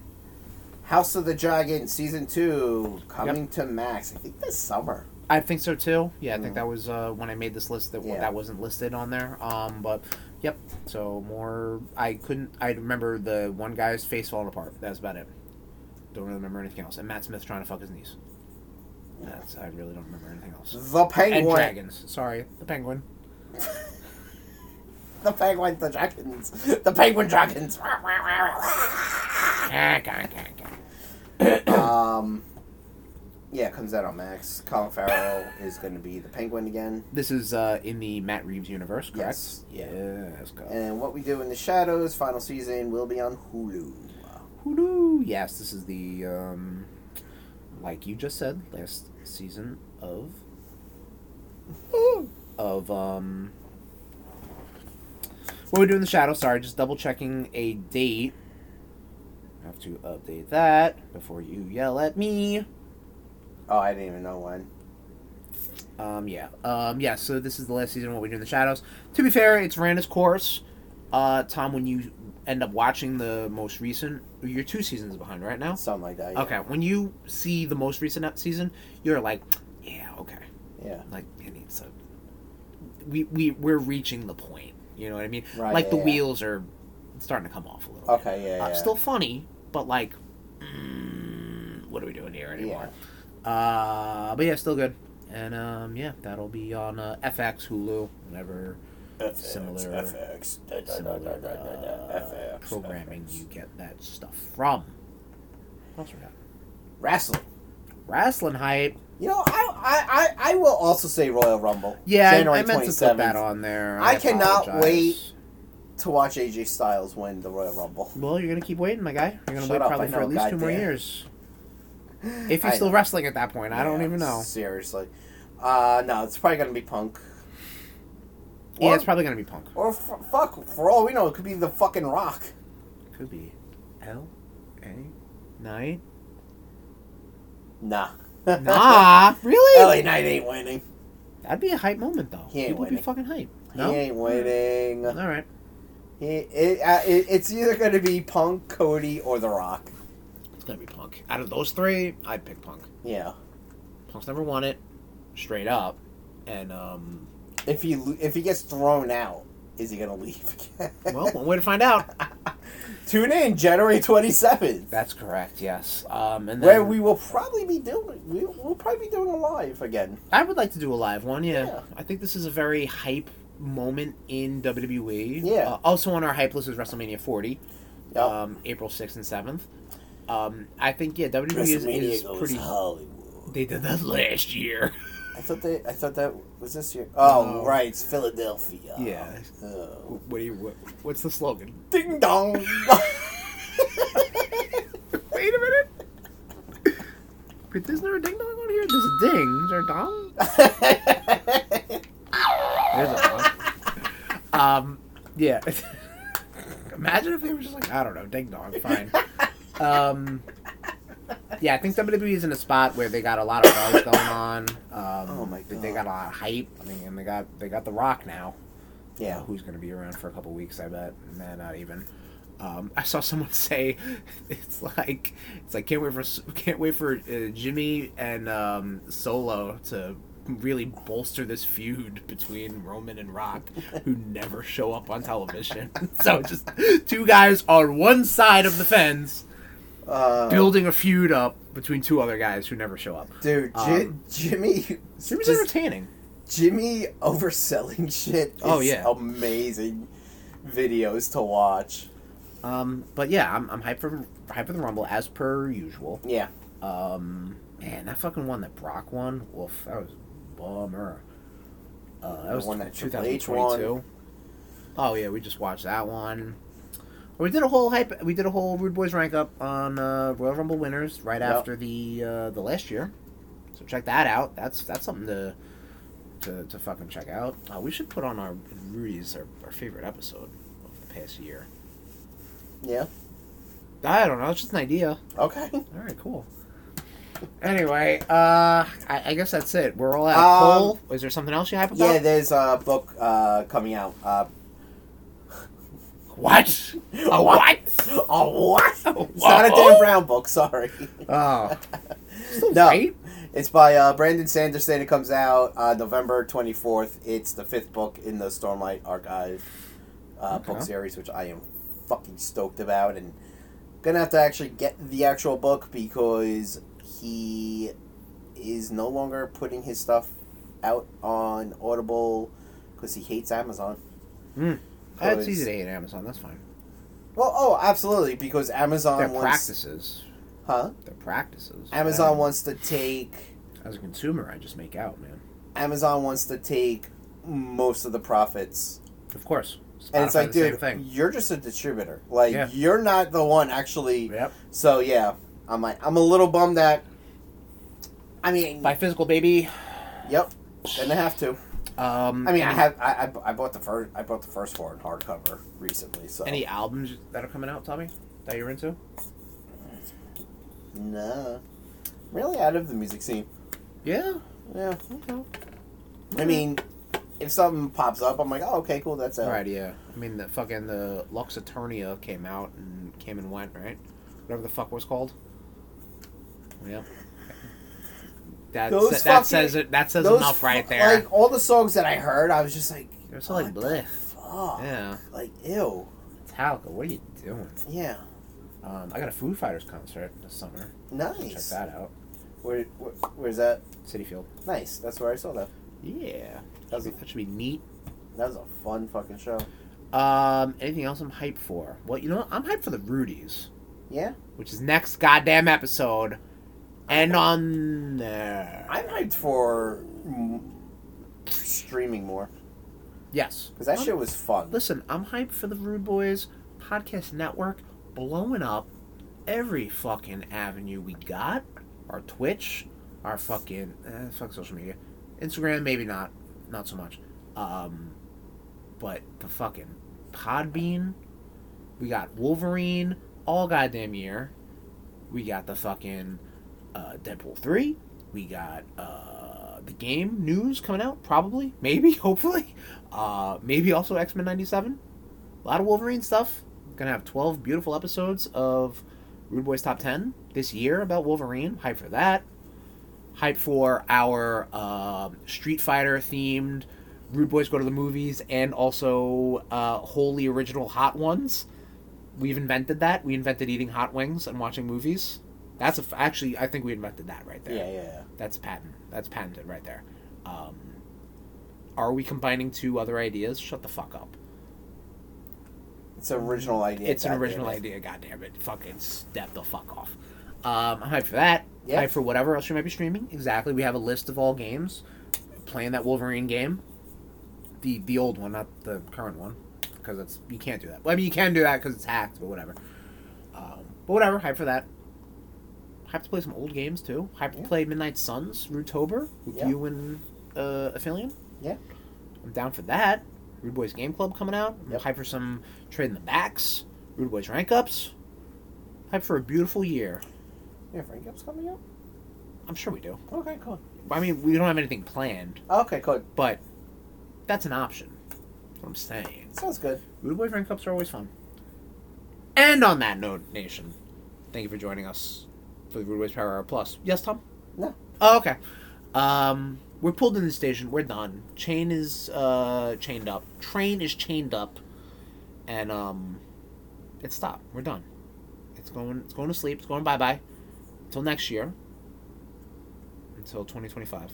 S2: House of the Dragon season two coming to Max. I think this summer.
S1: I think so too. Yeah, I
S2: Mm.
S1: think that was uh, when I made this list that
S2: Yeah.
S1: that wasn't listed on there. Um, but yep. So more, I couldn't. I remember the one guy's face falling apart. That's about it. Don't really remember anything else. And Matt Smith trying to fuck his niece. That's I really don't remember anything else.
S2: The
S1: And
S2: Penguin.
S1: dragons. Sorry, the penguin.
S2: The Penguin. The Dragons. The Penguin Dragons. um, Yeah, it comes out on Max. Colin Farrell is going to be the Penguin again.
S1: This is uh, in the Matt Reeves universe, correct?
S2: Yes.
S1: Yeah. Yes. go.
S2: And What We Do in the Shadows, final season, will be on Hulu.
S1: Hulu. Yes, this is the um, like you just said, last season of of um. What we do in the shadow? Sorry, just double checking a date. Have to update that before you yell at me.
S2: Oh, I didn't even know when.
S1: Um, yeah. Um, yeah, so this is the last season of What We Do in the Shadows. To be fair, it's ran its course. Uh, Tom, when you end up watching the most recent, you're two seasons behind right now.
S2: Something like that. yeah.
S1: Okay, when you see the most recent ep- season, you're like, yeah, okay.
S2: Yeah.
S1: Like, it needs to. We, we, we're reaching the point. You know what I mean?
S2: Right,
S1: like,
S2: yeah,
S1: the
S2: yeah.
S1: wheels are starting to come off a little bit.
S2: Okay, yeah,
S1: Uh,
S2: yeah.
S1: Still funny, but like, mm, what are we doing here anymore?
S2: Yeah.
S1: Uh, but yeah, still good. And um, yeah, that'll be on uh, FX, Hulu, whatever similar-
S2: FX.
S1: similar, uh, programming you get that stuff from. What else we got?
S2: Wrestling.
S1: Wrestling hype.
S2: You know, I, I, I, I will also say Royal Rumble.
S1: Yeah, I-
S2: January
S1: I meant to
S2: 27th,
S1: put that on there.
S2: I cannot
S1: apologize.
S2: wait. To watch AJ Styles win the Royal Rumble.
S1: Well, you're gonna keep waiting, my guy. You're gonna
S2: Shut
S1: wait
S2: up,
S1: probably
S2: I
S1: for
S2: know,
S1: at least two more
S2: goddamn.
S1: years. If
S2: I
S1: he's still
S2: know.
S1: wrestling at that point, I don't
S2: Yeah,
S1: even know.
S2: Seriously. Uh, no, it's probably going to be Punk.
S1: Yeah,
S2: Or-
S1: it's probably gonna be Punk.
S2: Or f- fuck, for all we know, it could be the fucking Rock.
S1: Could be L A Knight.
S2: Nah.
S1: Nah, really?
S2: LA Knight ain't winning.
S1: That'd be a hype moment, though.
S2: He ain't
S1: People would be
S2: winning.
S1: fucking hype. No.
S2: He ain't winning.
S1: All right.
S2: He, it, uh, it, it's either going to be Punk, Cody, or The Rock.
S1: It's gonna be Punk. Out of those three, I'd pick Punk.
S2: Yeah.
S1: Punk's never won it, straight up, and um,
S2: If he lo- if he gets thrown out, is he going to leave?
S1: well, one way to find out.
S2: Tune in January twenty seventh,
S1: That's correct. Yes. Um, and then
S2: where we will probably be doing we will probably be doing a live again.
S1: I would like to do a live one. Yeah.
S2: Yeah.
S1: I think this is a very hype moment in WWE.
S2: Yeah.
S1: Uh, also on our hype list is WrestleMania 40,
S2: Yep.
S1: um, April 6th and 7th. Um, I think yeah, WWE is, is pretty.
S2: Hollywood.
S1: They did that last year.
S2: I thought they I thought that was this year. Oh
S1: No.
S2: right, it's Philadelphia.
S1: Yeah.
S2: Oh.
S1: What do you? What, what's the slogan?
S2: Ding dong.
S1: Wait a minute. But isn't there a ding dong on here? There's a ding. Is there a dong? There's a dong. Um, yeah. Imagine if they were just like, I don't know, ding dong, fine. Um, yeah, I think WWE is in a spot where they got a lot of buzz going on. Um,
S2: Oh my
S1: They got
S2: God.
S1: a lot of hype. I mean, and they got they got The Rock now
S2: yeah.
S1: uh, who's going to be around for a couple weeks. I bet. Nah, not even. Um, I saw someone say it's like it's like can't wait for can't wait for uh, Jimmy and um, Solo to really bolster this feud between Roman and Rock, who never show up on television. so just two guys on one side of the fence
S2: Uh,
S1: building a feud up between two other guys who never show up.
S2: dude, Ji-
S1: um,
S2: Jimmy.
S1: Jimmy's
S2: just-
S1: entertaining.
S2: Jimmy overselling shit. Is
S1: Oh, yeah.
S2: amazing videos to watch.
S1: Um, but yeah, I'm, I'm hyped for hyped for the Rumble as per usual.
S2: Yeah,
S1: Um, man, that fucking one that Brock won, woof, that was a bummer. Uh, that
S2: The
S1: was
S2: one that Triple H
S1: 2022. Oh yeah, we just watched that one. We did a whole hype. We did a whole Rude Boys rank up on uh, Royal Rumble winners right
S2: Yep.
S1: after the uh, the last year. So check that out. That's that's something to to, to fucking check out. Uh, we should put on our Rudy's our, our favorite episode of the past year.
S2: yeah.
S1: I don't know. It's just an idea.
S2: Okay.
S1: All right, cool. Anyway, uh, I, I guess that's it. We're all out.
S2: Um,
S1: Cole, is there something else you hype about?
S2: Yeah, there's a book uh, coming out. Uh,
S1: what? A what?
S2: oh, what? It's not a
S1: Whoa.
S2: Dan Brown book. Sorry.
S1: Oh, still
S2: No.
S1: right?
S2: It's by uh, Brandon Sanderson. It comes out uh, November 24th. It's the fifth book in the Stormlight Archive uh, book
S1: Okay.
S2: series, which I am fucking stoked about. And gonna have to actually get the actual book because he is no longer putting his stuff out on Audible because he hates Amazon.
S1: Mm. That's
S2: Because-
S1: easy to hate Amazon. That's fine.
S2: Well, oh, absolutely, because Amazon
S1: Their
S2: wants.
S1: practices.
S2: Huh?
S6: Their practices.
S2: Amazon
S6: I-
S2: wants to take.
S6: As a consumer, I just make out, man.
S2: Amazon wants to take most of the profits,
S6: Of course.
S2: and it's
S6: Spotify,
S2: like,
S6: the same
S2: dude,
S6: thing.
S2: you're just a distributor. Like,
S6: Yeah.
S2: you're not the one actually.
S6: Yep.
S2: So yeah, I'm like, I'm a little bummed that. I mean,
S1: By physical baby.
S2: yep, and they have to.
S1: Um,
S2: I mean, I
S1: any-
S2: have I, I, I bought the first I bought the first one hardcover recently. So
S1: any albums that are coming out, Tommy, that you're into?
S2: nah, really out of the music scene.
S1: Yeah.
S2: Yeah,
S1: Okay. Hmm.
S2: I mean, if something pops up, I'm like, oh, okay, cool, that's out.
S1: Right, yeah. I mean, the fucking the Lux Eternia came out and came and went, right? Whatever the fuck it was called. Yep. That,
S2: Those
S1: sa-
S2: fucking-
S1: that says it. That says
S2: Those
S1: enough right
S2: fu-
S1: there.
S2: Like all the songs that I heard, I was just like,
S1: They're so, like,
S2: what the
S1: bleh.
S2: fuck?
S1: yeah,
S2: Like ew.
S1: Metallica. What are you doing?
S2: Yeah.
S1: Um, I got a Foo Fighters concert this summer. Check
S2: Nice.
S1: that out.
S2: Where, where where's that?
S1: City Field.
S2: Nice. That's where I saw that.
S1: Yeah,
S2: That was a,
S1: that should be neat.
S2: that was a fun fucking show.
S1: Um, anything else I'm hyped for? Well, you know, what? I'm hyped for the Rudies,
S2: Yeah.
S1: which is next goddamn episode, and on there.
S2: I'm hyped for mm, streaming more
S1: yes,
S2: because that
S1: I'm-
S2: shit was fun.
S1: Listen, I'm hyped for the Rude Boys podcast network blowing up every fucking avenue we got. Our Twitch, our fucking eh, fuck social media, Instagram maybe not, not so much. Um, but the fucking Podbean, we got Wolverine all goddamn year. We got the fucking uh, Deadpool three. We got uh, the game news coming out probably, maybe, hopefully. Uh, maybe also X Men '97. A lot of Wolverine stuff. Gonna have 12 beautiful episodes of Rude Boys Top 10 this year about Wolverine. Hype for that. Hype for our um Street Fighter themed Rude Boys Go to the Movies and also uh, wholly original Hot Ones. We've invented that. We invented eating hot wings and watching movies. That's a f- actually, I think we invented that right there.
S2: Yeah, yeah, yeah.
S1: That's patent. That's patented right there. Um, are we combining two other ideas? Shut the fuck up.
S2: It's an original idea.
S1: it's an
S2: goddamn
S1: original
S2: it.
S1: idea. God damn it. Fucking step the fuck off. Um, I'm hyped for that.
S2: Yeah.
S1: Hyped for whatever else you might be streaming. Exactly. We have a list of all games. Playing that Wolverine game. The the old one, not the current one, because it's you can't do that. Well, I mean, you can do that because it's hacked, but whatever. Um, but whatever. Hype for that. Hype to play some old games too. Hype
S2: Yeah.
S1: to play Midnight Suns, Rootober with
S2: Yeah.
S1: you and uh, Aphelion.
S2: Yeah.
S1: I'm down for that. Rude Boys Game Club coming out. I'm
S2: Yep.
S1: hyped for some trade in the backs. Rude Boys rank ups. Hyped for a beautiful year.
S2: Yeah, Frank Gap's coming up.
S1: I'm sure we do.
S2: Okay, cool.
S1: I mean, we don't have anything planned,
S2: Okay, cool.
S1: but that's an option. That's what I'm saying.
S2: Sounds good.
S1: Rude Boys rank ups are always fun. And on that note, Nation, thank you for joining us for the Rude Boys Power Hour Plus. Yes, Tom?
S2: No.
S1: Oh, okay. Um, we're pulled in the station. We're done. Chain is uh, chained up. Train is chained up, and um, it's stopped. We're done. It's going. It's going to sleep. It's going bye bye. Until next year. Until twenty twenty five.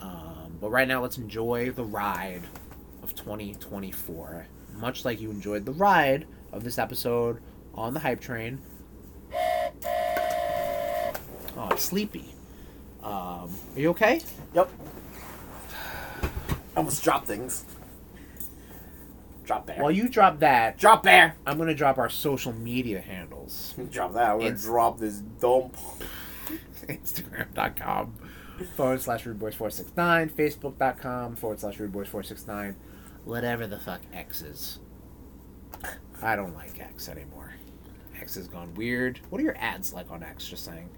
S1: Um, but right now, let's enjoy the ride of twenty twenty four. Much like you enjoyed the ride of this episode on the hype train. Oh, it's sleepy. Um, are you okay?
S2: Yep. Almost drop things. Drop bear.
S1: While you drop that,
S2: drop bear.
S1: I'm gonna drop our social media handles.
S2: Drop that. We're gonna
S1: It's-
S2: drop this dump.
S1: Instagram.com forward slash rudeboys469, Facebook.com forward slash rudeboys469, whatever the fuck X is. I don't like X anymore. X has gone weird. What are your ads like on X, just saying?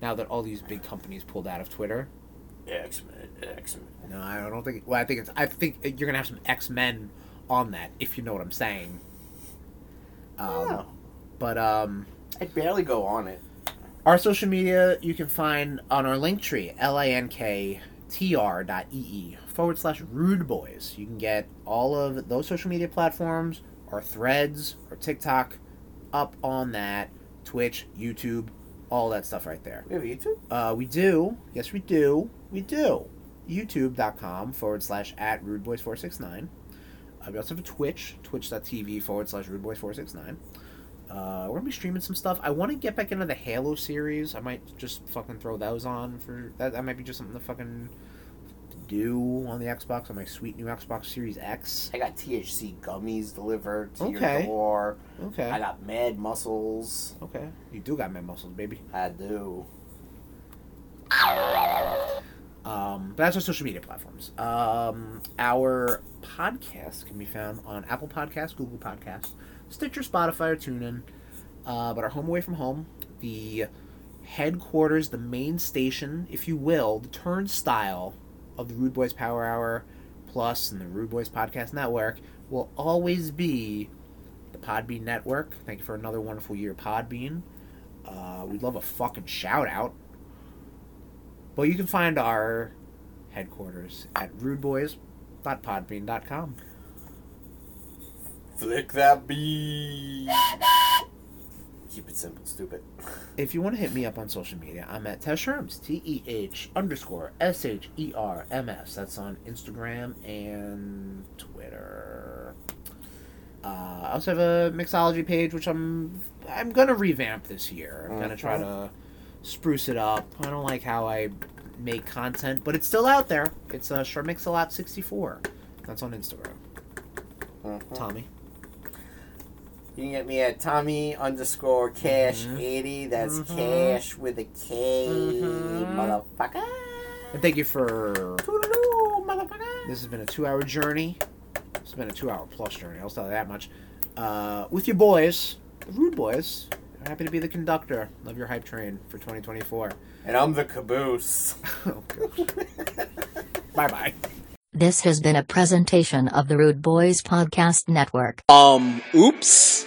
S1: Now that all these big companies pulled out of Twitter?
S2: X Men. X Men.
S1: No, I don't think. Well, I think it's. I think you're gonna have some X Men on that, if you know what I'm saying. Um,
S2: Yeah.
S1: But um,
S2: I barely go on it.
S1: our social media you can find on our link tree, linktr dot ee forward slash rude boys. You can get all of those social media platforms, our threads, our TikTok, up on that, Twitch, YouTube, all that stuff right there.
S2: We have YouTube.
S1: Uh, we do. Yes, we do. We do. YouTube.com forward slash at rudeboys469. Uh, we also have a Twitch, twitch.tv forward slash rudeboys469. Uh, we're gonna be streaming some stuff. I want to get back into the Halo series. I might just fucking throw those on for that. That might be just something to fucking do on the Xbox on my sweet new Xbox Series X.
S2: I got THC gummies delivered to
S1: Okay.
S2: your door.
S1: Okay.
S2: I got mad muscles.
S1: Okay. You do got mad muscles, baby.
S2: I do.
S1: Um, but that's our social media platforms. Um, our podcast can be found on Apple Podcasts, Google Podcasts, Stitcher, Spotify, or TuneIn. Uh, but our home away from home, the headquarters, the main station, if you will, the turnstile of the Rude Boys Power Hour Plus and the Rude Boys Podcast Network will always be the Podbean Network. Thank you for another wonderful year, Podbean. Uh, we'd love a fucking shout out. But you can find our headquarters at rudeboys.podbean.com.
S2: Flick that bee. Keep it simple, stupid.
S1: If you want to hit me up on social media, I'm at Tesherms, T E H underscore S H E R M S. That's on Instagram and Twitter. Uh, I also have a mixology page, which I'm I'm gonna revamp this year. I'm gonna try to spruce it up. I don't like how I make content, but it's still out there. It's uh, sure mix a lot 64. That's on Instagram.
S2: Mhm.
S1: Tommy.
S2: You can get me at Tommy underscore cash eighty. That's
S1: Mhm.
S2: cash with a K,
S1: Mhm.
S2: motherfucker.
S1: And thank you for.
S2: Toodaloo, motherfucker.
S1: This has been a two hour journey. It's been a two hour plus journey, I'll tell you that much. Uh, with your boys, the Rude Boys. I'm happy to be the conductor of your hype train for 2024.
S2: And I'm the caboose.
S1: oh, bye bye.
S7: This has been a presentation of the Rude Boys Podcast Network.
S8: Um, oops.